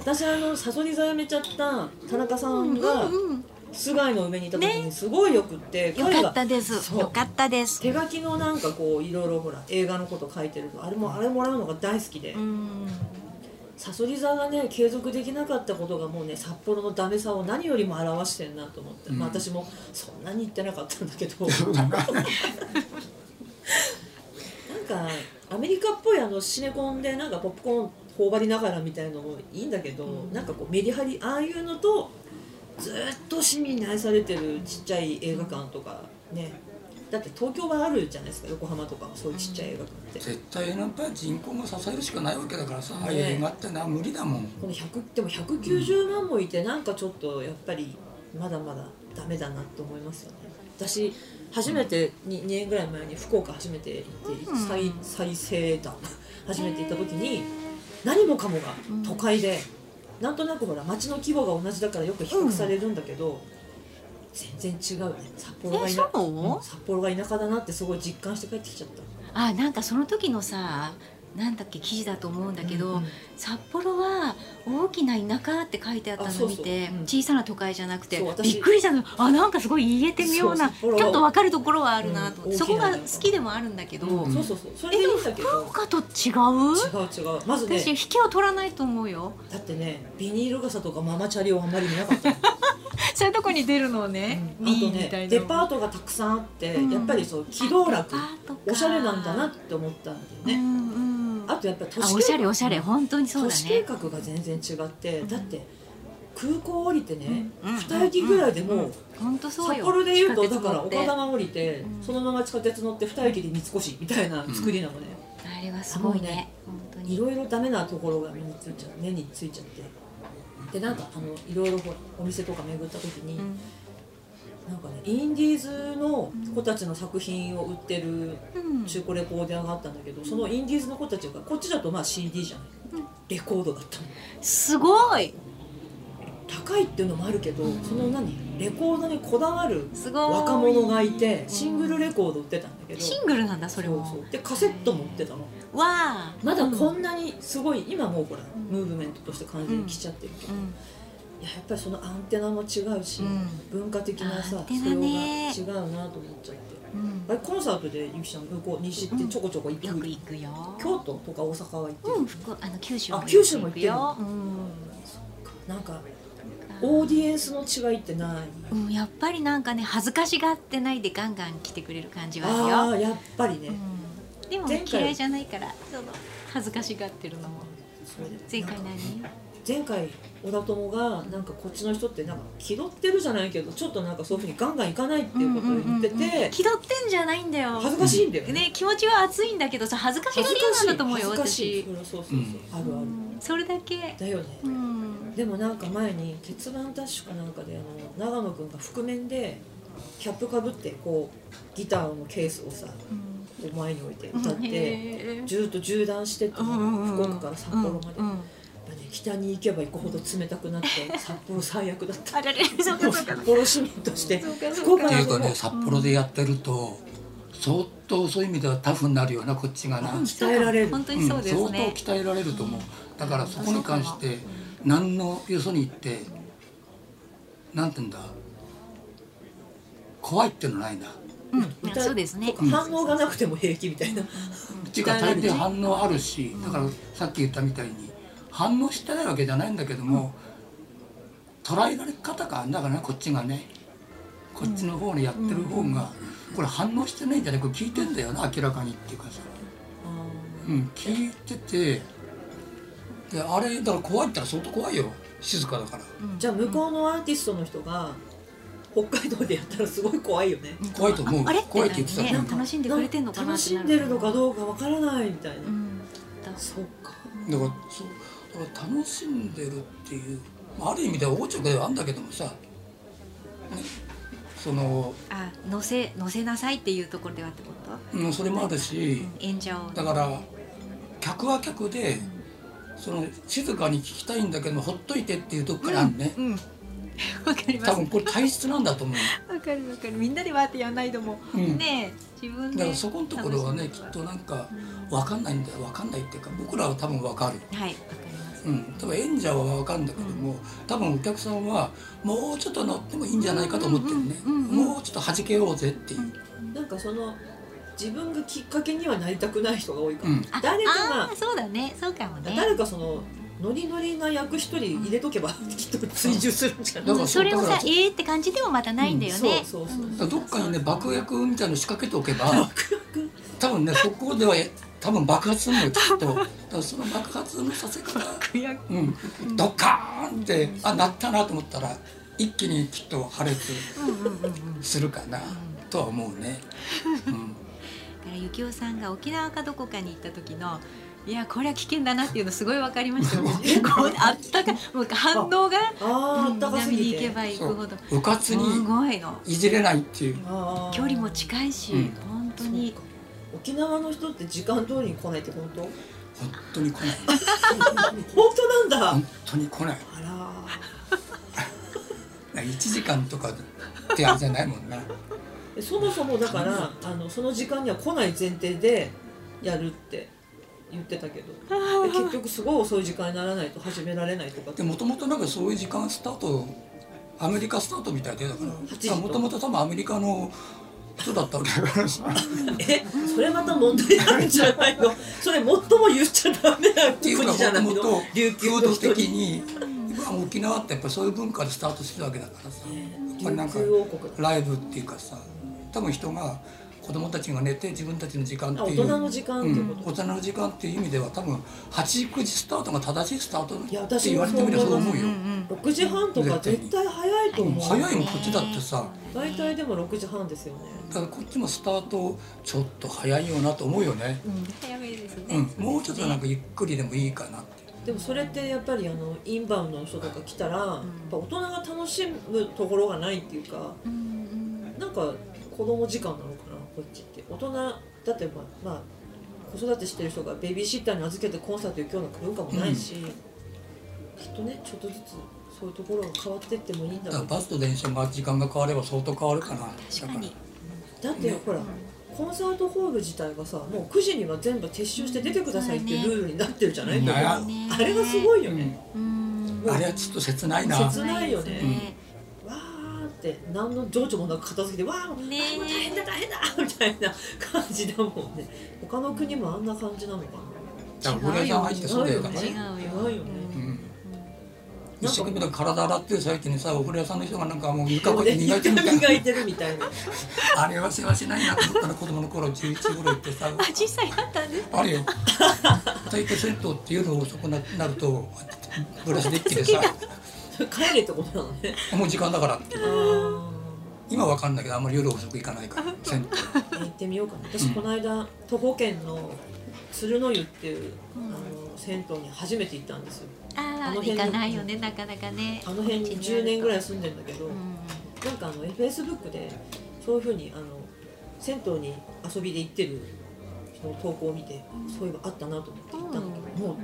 B: 私あのサソリ座やめちゃった田中さんが、
E: うん
B: 菅井の上にいた時にすごいよくって、
E: よ
B: 彼
E: か
B: が
E: ったです
B: そう
E: よかったです
B: 手書きのなんかこういろいろほら映画のこと書いてるとあれもあれもらうのが大好きで、
E: うん
B: さそり座がね継続できなかったことがもうね札幌のダメさを何よりも表してんなと思って、
A: うん
B: まあ、私もそんなに言ってなかったんだけど
A: そうだな
B: なんかアメリカっぽいあのシネコンでなんかポップコーン頬張りながらみたいのもいいんだけど、なんかこうメリハリああいうのとずっと市民に愛されてるちっちゃい映画館とかねだって東京はあるじゃないですか横浜とかそういうちっちゃい映画館って。
A: 絶対なんぱ人口が支えるしかないわけだからさああいう映画ってな無理だもん
B: この100でも190万もいてなんかちょっとやっぱりまだまだダメだなって思いますよね私初めて 2, 2年ぐらい前に福岡初めて行って再再生団初めて行った時に何もかもが都会でなんとなくほら街の規模が同じだからよく比較されるんだけど全然違うね札幌が
E: え
B: いな
E: そう
B: うん札幌が田舎だなってすごい実感して帰ってきちゃった
E: あなんかその時のさなんだっけ記事だと思うんだけど、
B: うん
E: 札幌は大きな田舎って書いてあった
B: あそ
E: の
B: う
E: 見
B: そう
E: て
B: うん
E: 小さな都会じゃなくて
B: そう私
E: びっくりしたのあなんかすごい言えてるような
B: そう札幌
E: ち
B: は
E: ょっとわかるところはあるなと思って、
B: うん
E: そこ
B: 大き
E: が
B: な
E: 好きでもあるんだけど、
B: うんそうそうそうそれでいいんだけど
E: 他と違
B: 違う
E: う
B: 違うまずね
E: 私引けを取らないと思うよ
B: だってねビニール傘とかママチャリをあんまり見なかった、
E: そういうとこに出るのをね、
B: あと
E: いいみた
B: ね
E: いな
B: デパートがたくさんあって、
E: うん
B: やっぱりそう機動
E: デ
B: 楽
E: パートか
B: おしゃれなんだなって思ったんだよ
E: う
B: ね、
E: んうん
B: あとやっぱ都
E: あ
B: 市
E: おしゃれおしゃれ本当にそう
B: 都
E: だ
B: 市計
E: ね
B: 画が全然違ってだって空港降りてね、
E: うん
B: 二駅ぐらいでもう
E: 本当そう
B: 札
E: よ
B: 幌でいうと
E: 地
B: だ
E: 下鉄
B: から
E: 乗って
B: 岡玉降りてそのまま地下鉄乗って二駅で三越みたいな作りなのね、
E: あれはすごいね本当
B: い
E: に
B: ろいろダメなところが目についちゃう目についちゃってでなんかあのいろいろほらお店とか巡った時に、
E: うん
B: なんかねインディーズの子たちの作品を売ってる
E: うん
B: 中古レコーディアがあったんだけど、そのインディーズの子たちがこっちだとまあ CD じゃない、レコードだったの
E: すごい
B: 高いっていうのもあるけど、その何レコードにこだわる
E: すごい
B: 若者がいてシングルレコード売ってたんだけど、
E: シングルなんだそれも
B: そうそうでカセットも売ってたの
E: わあ
B: まだこんなにすごい今もうほらムーブメントとして完全に来ちゃってるけど、
E: うん
B: いややっぱりそのアンテナも違うし、
E: うん
B: 文化的な
E: アン
B: さ
E: テ
B: 素養
E: ナ
B: が
E: ね
B: 違うなと思っちゃって。
E: うん
B: あれコンサートでゆきちゃん向こう西ってちょこちょこ行
E: よ
B: く、
E: く行くよ
B: 京都とか大阪は行ってる、
E: うん福あの九州も
B: あ九州も行
E: 行
B: っ
E: く
B: てる
E: ようん
B: なんかオーディエンスの違いってない
E: うんやっぱりなんかね恥ずかしがってないでガンガン来てくれる感じはあ
B: あ
E: るよ
B: あやっぱりね、
E: うんでも
B: 前回
E: 嫌いじゃないからその恥ずかしがってるのも
B: それで
E: 前
B: なん
E: 回
B: か
E: 何
B: 前回小田友がなんかこっちの人ってなんか気取ってるじゃないけどちょっとなんかそういうふうにガンガン行かないっていうことを言ってて、
E: うんうんうんうん気取ってんじゃないんだよ
B: 恥ずかしいんだよね
E: ね気持ちは熱いんだけどさ恥ずかしがり屋なんだと思うよ
B: 恥ずかしい
E: 私
B: 恥ずかしいそれはそうそうそう、あるある、
E: うんそれだけ
B: だよね、
E: うん
B: でもなんか前に「鉄腕ダッシュ」かなんかであの長野くんが覆面でキャップかぶってこうギターのケースをさ
E: うん
B: こう前に置いて歌って
E: へえ
B: ずっと縦断してって
E: うんうんうん
B: 福岡から札幌まで、
E: う
B: やっ
E: んうん
B: ぱね、北に行けば行くほど冷たくなって札幌最悪だった
E: あれれそう
B: も
E: か
B: う
E: そうか
B: 札幌市民として
E: そうかそうか
B: 福岡
E: っ
B: な
E: て
A: て
B: ん
A: いう
B: か
A: か
B: もう
A: ね札幌でやってると相当そういう意味ではタフになるようなこっちがな、
B: 鍛えられる
E: 本当にそうです
A: 相当
E: ね
A: 鍛えられると思うだからそこに関して何のよそに行ってなんて言うんだ怖いっていうのないな
E: うんうんそうですね
B: 反応がなくても平気みたいな
A: っていうか大抵反応あるしだからさっき言ったみたいに反応してないわけじゃないんだけども捉えられ方があんだからねこっちがねこっちの方のやってる方がこれ反応してないんじゃないこれ聞いてんだよな明らかにっていうかさ。うん、聞いててであれだから怖いったら相当怖いよ静かだから
E: うん
B: じゃあ向こうのアーティストの人が北海道でやったらすごい怖いよね
A: 怖いと思う
E: ああれ
A: 怖いって言ってた
E: ね
A: ら、
E: なんか楽しんでくれてんのかな
B: 楽しんでるのかどうかわからないみたいな、
E: うん
B: そうか
A: だからそうだから楽しんでるっていうまあある意味では横着ではあるんだけどもさ、ね、その
E: あ乗せ乗せなさいっていうところではってこと
A: うんそれもあるし
E: うん演者を
A: だから客は客でその静かに聞きたいんだけどもほっといてっていうとこからあるね、
E: うんわかります
A: 多分これ体質なんだと思う
E: わかるわかるみんなでわーってやんないとも、
A: うん
E: ねえ自分で
A: だからそこのところはね
E: 楽
A: き
E: し
A: っ
E: んで
A: となんか分かんないんだよ分かんないっていうか僕らは多分分かる、
E: はいわかります
A: うん、多分演者は分かるんだけども多分お客さんはもうちょっと乗ってもいいんじゃないかと思ってるね
E: うんうんうんうん
A: もうちょっと弾けようぜっていう、
B: なんかその自分がきっかけにはなりたくない人が多いから、
A: うん
E: あ
B: 誰か
E: あーそうだねそうかも
B: が
E: ね
B: 誰かそのノリノリな役一人入れとけばきっと追従するんじゃない
A: だから
E: うんそれを
A: だ
E: さ
A: から
E: ええって感じでもまたないんだよ
B: そう
E: ね、
B: そうそう、
A: だからどっかにね爆薬みたいの仕掛けておけば多分ねそこでは多分爆発するのよきっとだからその爆発のさせ方うんドッカーンってあなったなと思ったら一気にきっと破裂するかなとは思うね。うん
E: だからゆきおさんが沖縄かどこかに行った時のいやこれは危険だなっていうのすごいわかりましたよ こうあったかもう反応が
B: あーあ
E: う
B: っ
E: ん
B: たかす
E: 南に
B: ぎ
E: 行け
B: て
E: ば行
A: そ
E: くほ
A: う
E: ど
A: うかつ
E: す
A: に
E: ごいの
A: いじれないっていう
B: あー
E: 距離も近いし、
A: うん
E: 本当に
B: そうか沖縄の人って時間通りに来ないって本当
A: 本当に来ない
B: 本当なんだ、
A: 本当に来ない
B: あ
A: 1時間とかってあれじゃないも んな
B: らでそもそもだからあのその時間には来ない前提でやるって言ってたけどで結局すごい遅い時間にならないと始められないとかって
A: でもともとなんかそういう時間スタートアメリカスタートみたいでだから
B: 8時と
A: もともと多分アメリカの人だったわけだからさっ
B: えそれまた問題なんじゃないのそれ最も言っちゃダメな
A: てい
B: 国
A: うか
B: じゃない
A: も
B: の
A: ともと
B: 琉球
A: 郷
B: の
A: 土
B: 人
A: 的
B: に
A: にまあ沖縄ってやっぱそういう文化でスタートしてるわけだからさやっぱりなんか
B: 琉球王国
A: ライブっていうかさ多分人が子供たちが寝て自分たちの時間って
B: あ大
A: いう
B: 人の時間っていうこと
A: うん、大人の時間っていう意味では多分8時9時スタートが正しいスタートっ
B: いや
A: て
B: 私
A: 言
B: も
A: われてみればそう思うよ、
B: 6時半とか絶対早いと
A: うん
B: 思う
A: 早いもんこっちだってさ
B: 大体でも6時半ですよね
A: だからこっちもスタートちょっと早いよなと思うよね、
E: 早めですね、
A: うんもうちょっとなんかゆっくりでもいいかなって
B: でもそれってやっぱりあのインバウンドの人とか来たら、やっぱ大人が楽しむところがないっていうか
E: うんうん
B: なんか子供時間なのかなこっちって大人だってまあ、まあ、子育てしてる人がベビーシッターに預けてコンサート行くような文化もないし、きっとねちょっとずつそういうところが変わってってもいいんだ
A: だ
B: ろ
A: か
B: う
A: らバスと電車が時間が変われば相当変わるかな
E: 確かに
B: だってほらコンサートホール自体がさもう9時には全部撤収して出てくださいっていうルールになってるじゃない、
A: うん
B: だから
E: ね
B: あれがすごいよ
A: だから
B: ね、
E: うん
A: うんあれはちょっと切ないな
B: 切ないよね
E: うん
B: わーって何の情緒もなく片付けてわー、
E: ね
B: あーもう大変だ大変だみたいな感じだもんね他の国もあんな感じなのか
A: だから俺が入ってそうだよだから
E: 違う
A: ね
E: よ
B: な違うよね、
A: うん一生懸命だから体洗ってる最中にさお風呂屋さんの人がなんかもう床こうや って磨いてるみたいな
B: 磨いてるみたいな
A: あれは世話しないなと思ったら子供の頃11頃行ってさ
E: あ実際あったんです
A: あれよ大抵銭湯って夜遅くなるとブラシデッキでさ
B: それ帰れってことなのね
A: もう時間だからって
B: あ
A: 今わかんないけどあんまり夜遅く行かないから銭湯
B: ー行ってみようかな私この間徒歩圏の鶴の湯っていう、あの銭湯に初めて行ったんですよ
E: あ
B: あ
E: あ
B: の
E: 行
B: 辺
E: かないよねなかなかね
B: あの辺に10年ぐらい
E: い、
B: 住んでんだけど、
E: うん、
B: なんかあの Facebook でそういうふうにあの銭湯に遊びで行ってる人の投稿を見てそういえばあったなと思って行ったんだけどもう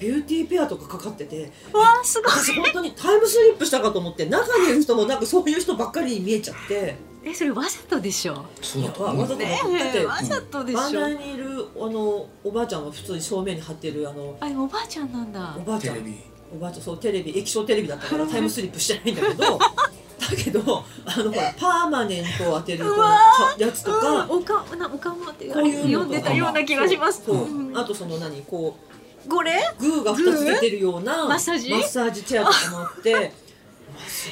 B: ビューティーペアとかかかってて
E: わあすごい
B: 私本当にタイムスリップしたかと思って中にいる人もなんかそういう人ばっかりに見えちゃって
E: えそれわざとでしょ
A: そうだと
B: わ
A: 思
B: わ
A: う
B: ざと
E: ね
B: 思って
E: え
B: て
E: わざとでし
B: 番台
E: ょ
B: にいるあのおばあちゃんは普通に正面に貼ってるあの
E: あれおばあちゃんなんだ
B: おばあち
A: テ
B: ゃん
A: レビ
B: おばあちゃんそうテレビ液晶テレビだったから タイムスリップしてないんだけどだけどあのほらパーマネントを当てるこのやつとか
E: うん、おかなおかもって
B: こういうのと
E: 読
B: か
E: んでたような気がします
B: そう
E: うん
B: あとその何こ
E: これ
B: うグーが2つ出てるような
E: マッサージ
B: チェアとかもあって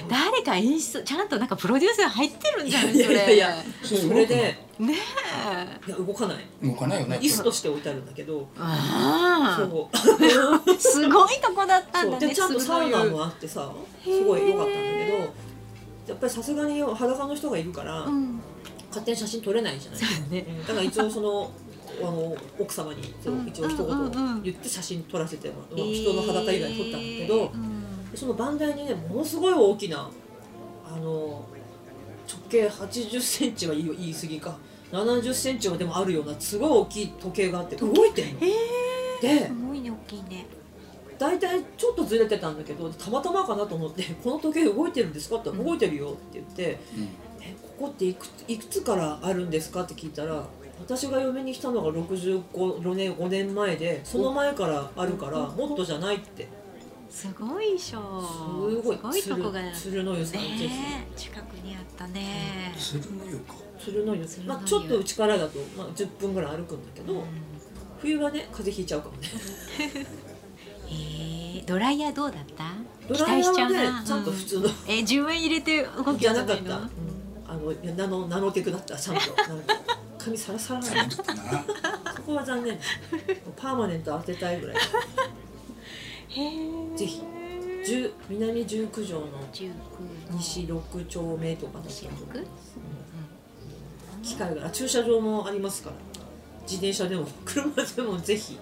E: 誰か演出ちゃんとなんかプロデュースが入ってるんじゃ ない
B: いや
E: そ
B: い
E: れ
B: やいやそ
A: そう
B: れで
E: ねえ
B: いや動かない
A: 動かないよね
B: 椅子として置いてあるんだけどそ
E: あ
B: う
E: あすごいとこだったん
B: そう
E: だ
B: で
E: ね
B: ちゃんとサウナもあってさすごい良かったんだけどやっぱりさすがに裸の人がいるから、
E: 鋭いうん
B: 勝手に写真撮れないじゃない
E: そうだね
B: うんだから一応そのあの奥様に一応
E: うん
B: 一応一
E: うんうんう
B: 言
E: ん
B: 言って写真撮らせてもらう人の裸以外撮ったんだけど、
E: うん
B: その番台にねものすごい大きなあの直径8 0センチは言い言い過ぎか7 0センチはでもあるようなすごい大きい時計があって動いてんの。
E: え
B: です
E: ごいね大きいね
B: 大体ちょっとずれてたんだけどたまたまかなと思って「この時計動いてるんですか?」って「動いてるよ」って言って「えここっていくついくつからあるんですか?」って聞いたら私が嫁に来たのが65年5年前でその前からあるからもっとじゃないって
E: すごいでしょ
B: すごい
E: すごいとこがね
B: 鶴鶴の湯さんです
E: え近くにあったね
A: うんするのよか
B: 鶴の湯
E: 鶴の湯
B: まあ、ちょっとうちからだと、まあ、10分ぐらい歩くんだけど、冬はね風邪ひいちゃうかもね
E: えードライヤーどうだった
B: ド
E: 期
B: ライヤ
E: 待しちゃ
B: ー
E: う
B: は
E: な
B: ねちゃんと
E: うん
B: 普通の、
E: えー10円入れて動くん
B: じ
E: じ
B: ゃ
E: ゃ
B: な
E: な
B: かっ
E: い
B: た、
E: の
B: うんあのいやナノナノテクだったちゃんとなんか髪サラサラな
A: そ
B: の
A: れだったな
B: そ こは残念パーマネント当てたいぐらいぜひ 十南十九条の
E: 19の
B: 西六丁目とかだった
E: 西
B: と思う
E: 六
B: 機械があ駐車場もありますから自転車でも車でもぜひ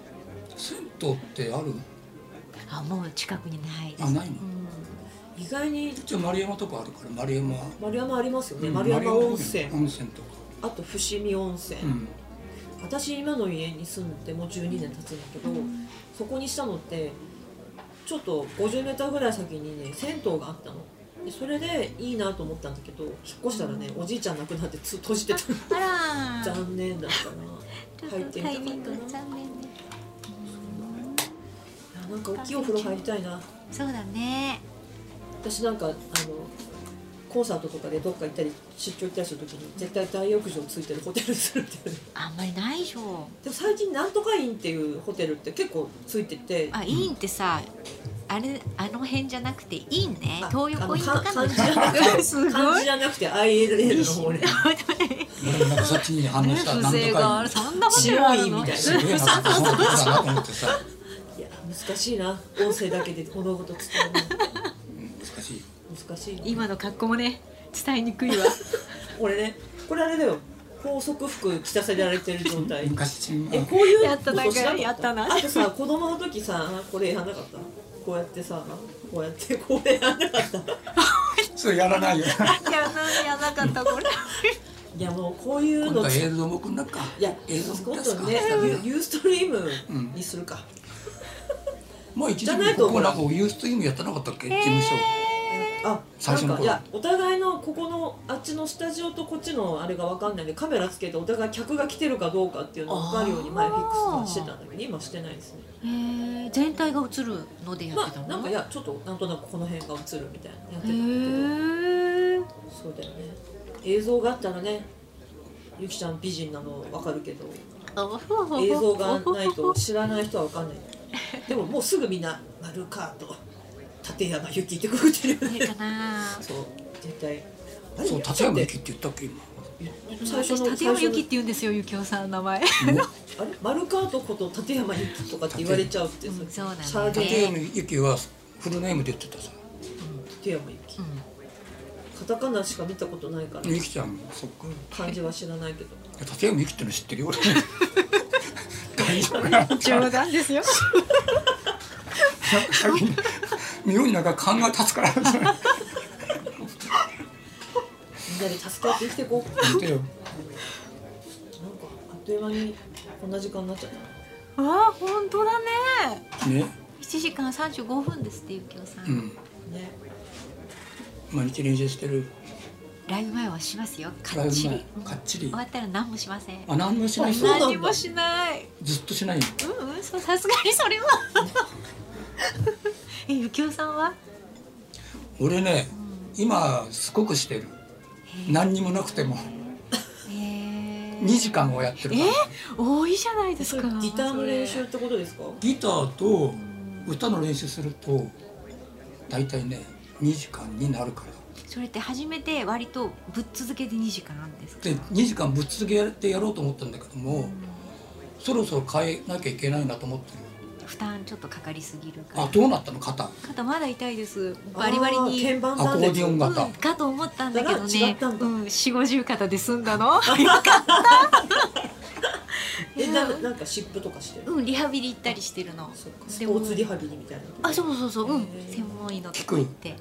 A: 銭湯ってある
E: あもう近くにないです
A: あないの
B: 意外に
A: 一応丸山とかあるから丸山
B: 丸山ありますよね、
A: うん
B: 丸山温泉
A: 温泉とか
B: あと伏見温泉、
A: うん
B: 私今の家に住んでもう12年経つんだけど、そこにしたのってちょっと 50m ぐらい先にね銭湯があったのでそれでいいなと思ったんだけど引っ越したらねおじいちゃん亡くなってつ閉 じてた
E: あら
B: 残念だったな
E: ちょ
B: 入
E: っ
B: っ
E: と
B: てみた
E: タイ
B: か
E: ミング
B: ったな
E: 残念ね
B: あなんか大きいお風呂入りたいな
E: そうだね
B: 私なんかあのコンサートとかでどっか行ったり出張行ったりするときに絶対大浴場ついてるホテルにするっていうね
E: あんまりないでしょ
B: でも最近なんとかインっていうホテルって結構ついてて
E: あインってさあれあの辺じゃなくてインね東横インと
B: あの
E: か
B: 漢
E: の
B: 字じゃなくて
E: すご
B: 漢字
E: い
B: じゃなくて ILL の方
A: 俺
B: ね
A: もなんかそっちに反応 したらなんと
E: 風情があ
A: か
E: るそんなホテルあるの
B: 白いみたい
A: すげえなんかそうだなと思ってさ
B: いや難しいな音声だけでこのこと伝える
A: 難しいよ
B: の難しいな
E: 今の格好もね伝えに くいわ
B: 俺ねこれあれだよ高速服着させられてる状態
A: 昔
B: えこういう
E: やったな
B: ことしかった
E: やったな
B: あとさ子供の時さこれやんなかったこうやってさこうやってこれやんなかった
A: それやらないよ
E: やなやなかったこれ
B: いやもうこういう
A: 今
B: の
A: 度は映像もくんなっか
B: いや
A: 映像
B: 今
A: も出
B: 度
A: すか
B: ねユーストリームにするか、
A: もう一
B: じゃ
A: 時
B: な
A: 期
B: いと
A: ここなんかユーストリームやってなかったっけ事務所
B: あ
A: 最初の
B: なんかい
A: 頃
B: やお互いのここのあっちのスタジオとこっちのあれが分かんないんでカメラつけてお互い客が来てるかどうかっていうのを分かるように前フィックスはしてたんだけど今してないですね
E: えー全体が映るのでやっ
B: ま
E: てた
B: あ
E: の
B: なんかいやちょっとなんとなくこの辺が映るみたいなのやってたんだ
E: へ
B: け
E: ー
B: どそうだよね映像があったらねゆきちゃん美人なの分かるけど映像がないと知らない人は分かんないでももうすぐみんな「丸カート立山ゆき」ってくれてるよ
E: い
B: ね
E: いかな
B: そう絶対
A: そう立山行きって言ったっけ今
B: 最初
E: 私
B: の
E: 立
B: 最
E: 山
B: 初
E: 由
B: の
E: 紀って言うんですよゆきおさんの名
B: あ
E: 前
B: れマルカートこと立山由紀とかって言われちゃうって
E: うんそうなんだよね
B: サード
A: 立
B: ネーム
A: 山行きはフルネームで言ってたさ
B: 立山由紀、カタカナしか見たことないから
A: ゆきちゃんそっか
B: 漢字は知らないけど
A: 立山行きっての知ってるよ俺大丈夫なの
E: 冗談ですよ
A: 最近妙になんか勘が立つから
B: みんなで助け合って生きていこう
A: 本当よ
B: なんかあっという間にこんな時間になっちゃったな
E: あー本当だね
A: ね
E: 7時間35分ですってゆきおさん、
A: うん
B: ね
A: 毎日練習してる
E: ライブ前はしますよ
A: か
E: からっ
A: う
E: ち
A: ま
E: り
A: いかっちり
E: 終わったら何もしません
A: あ何もしない人
B: そうなんだ
E: 何もしない
A: ずっとしないよ
E: うんうんそうさすがにそれは えゆきおさんは
A: 俺ね今すごくしてる何にもなくても
E: えー
A: 2時間をやってる
E: え
A: から
E: 多いじゃないです
B: それ
E: か
B: ギターの練
E: そ
B: 習っ
E: れ
B: てことですか
A: ギターと歌の練習すると大体ね2時間になるから
E: それって初めて割とぶっ続けで2時間なんですか
A: で2時間ぶっ続けてやろうと思ったんだけどもそろそろ変えなきゃいけないなと思ってる
E: 負担ちょっとかかりすぎるか
A: あ
E: ら
A: どうなったの肩
E: 肩まだ痛いですバリバリに
B: あー鍵盤
A: アコ
B: 断
A: ーディオン
B: 裂
A: 型
E: うん、かと思ったんだけど
B: だから違
E: ね
B: ったんだ
E: うん、四五十肩で済んだの
B: えななんか湿布とかしてる
E: うんリハビリ行ったりしてるの
B: そうかス
E: で
B: ポ
E: も
B: ーツリハビリみたいな
E: あそうそうそう、
B: へ
E: うん、
B: ー
E: 専門医のとこ行って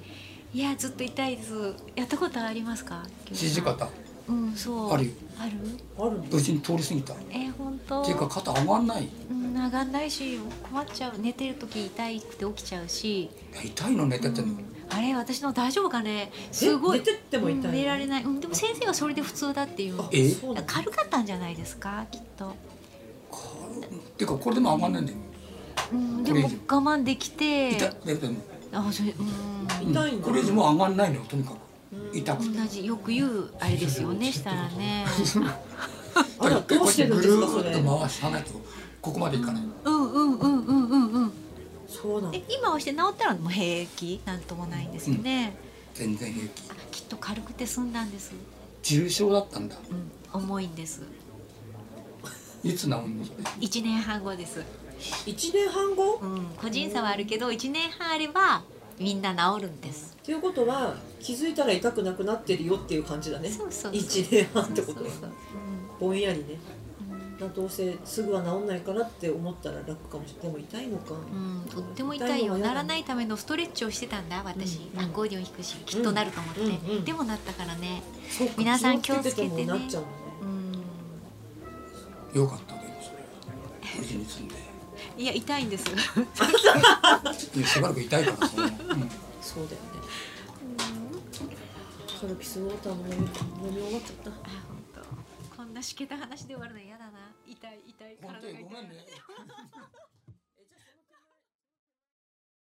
E: いやずっと痛いですやったことありますか
A: 肘肩
E: うんそう
A: あるよ
E: ある
B: あるんだ
A: 無事に通り過ぎたっ
E: えー、本当
A: ていうか肩上がんない
E: うん、上がんないし困っちゃう寝てる時痛くて起きちゃうし、
A: 痛いの寝てて
E: う
A: も
E: んあれ私の大丈夫かねすごい
B: え寝てっても痛いの
E: うん寝られない、うん、でも先生はそれで普通だっていう
B: あ
A: え
B: そうなんだ
E: 軽かったんじゃないですかきっと、
A: ていうかこれでも上がんないんだよ
E: うん、
A: こ
E: で
A: れ以
E: も
A: 上
E: 我慢できて
A: 痛いだけども
E: あそれうん
B: 痛いんだ
A: これ以上もう上がんないのよとにかく痛くて
E: 同じよく言うあれですよ ねしたらね
B: あらどうしてるんですかそ
A: ぐる
B: れ
A: ーっと回さないとここまでいかない
E: うんうんうんうんうんうん
B: そうなんだ
E: で今はして治ったらもう平気なんともないんですよね、
A: 全然平気
E: あきっと軽くて済んだんです、
A: 重症だったんだ
E: うん、重いんです
A: いつ治んのそれ
E: 一年半後です
B: 一年半後
E: うん、個人差はあるけど1年半あればみんな治るんです
B: っていうことは気づいたら痛くなくなってるよっていう感じだね
E: そうそうそう
B: 1年半ってことは
E: そうそう
B: ぼんやりね、まあどうせすぐは治んないかなって思ったら楽かもしれないでも痛いのか、
E: うん、とっても痛いよならないためのストレッチをしてたんだ私、
B: うん
E: アコーディオン弾くしきっとなると思って、
B: うんうん
E: でもなったからね
B: そうか
E: 皆さん気をつけてね
B: もなっちゃうのね
E: うん
A: よかったでもそれ無事に済んで
E: いや痛いんです
A: いやしばらく痛い からその、うん
B: そうだよね、カルピスウォーターも飲み飲み終わっちゃった
E: あ本当こんなしけた話で終わるの嫌だな痛い痛い
A: 本
E: 体
A: 当
E: が
A: に
E: 痛い
A: ごめんね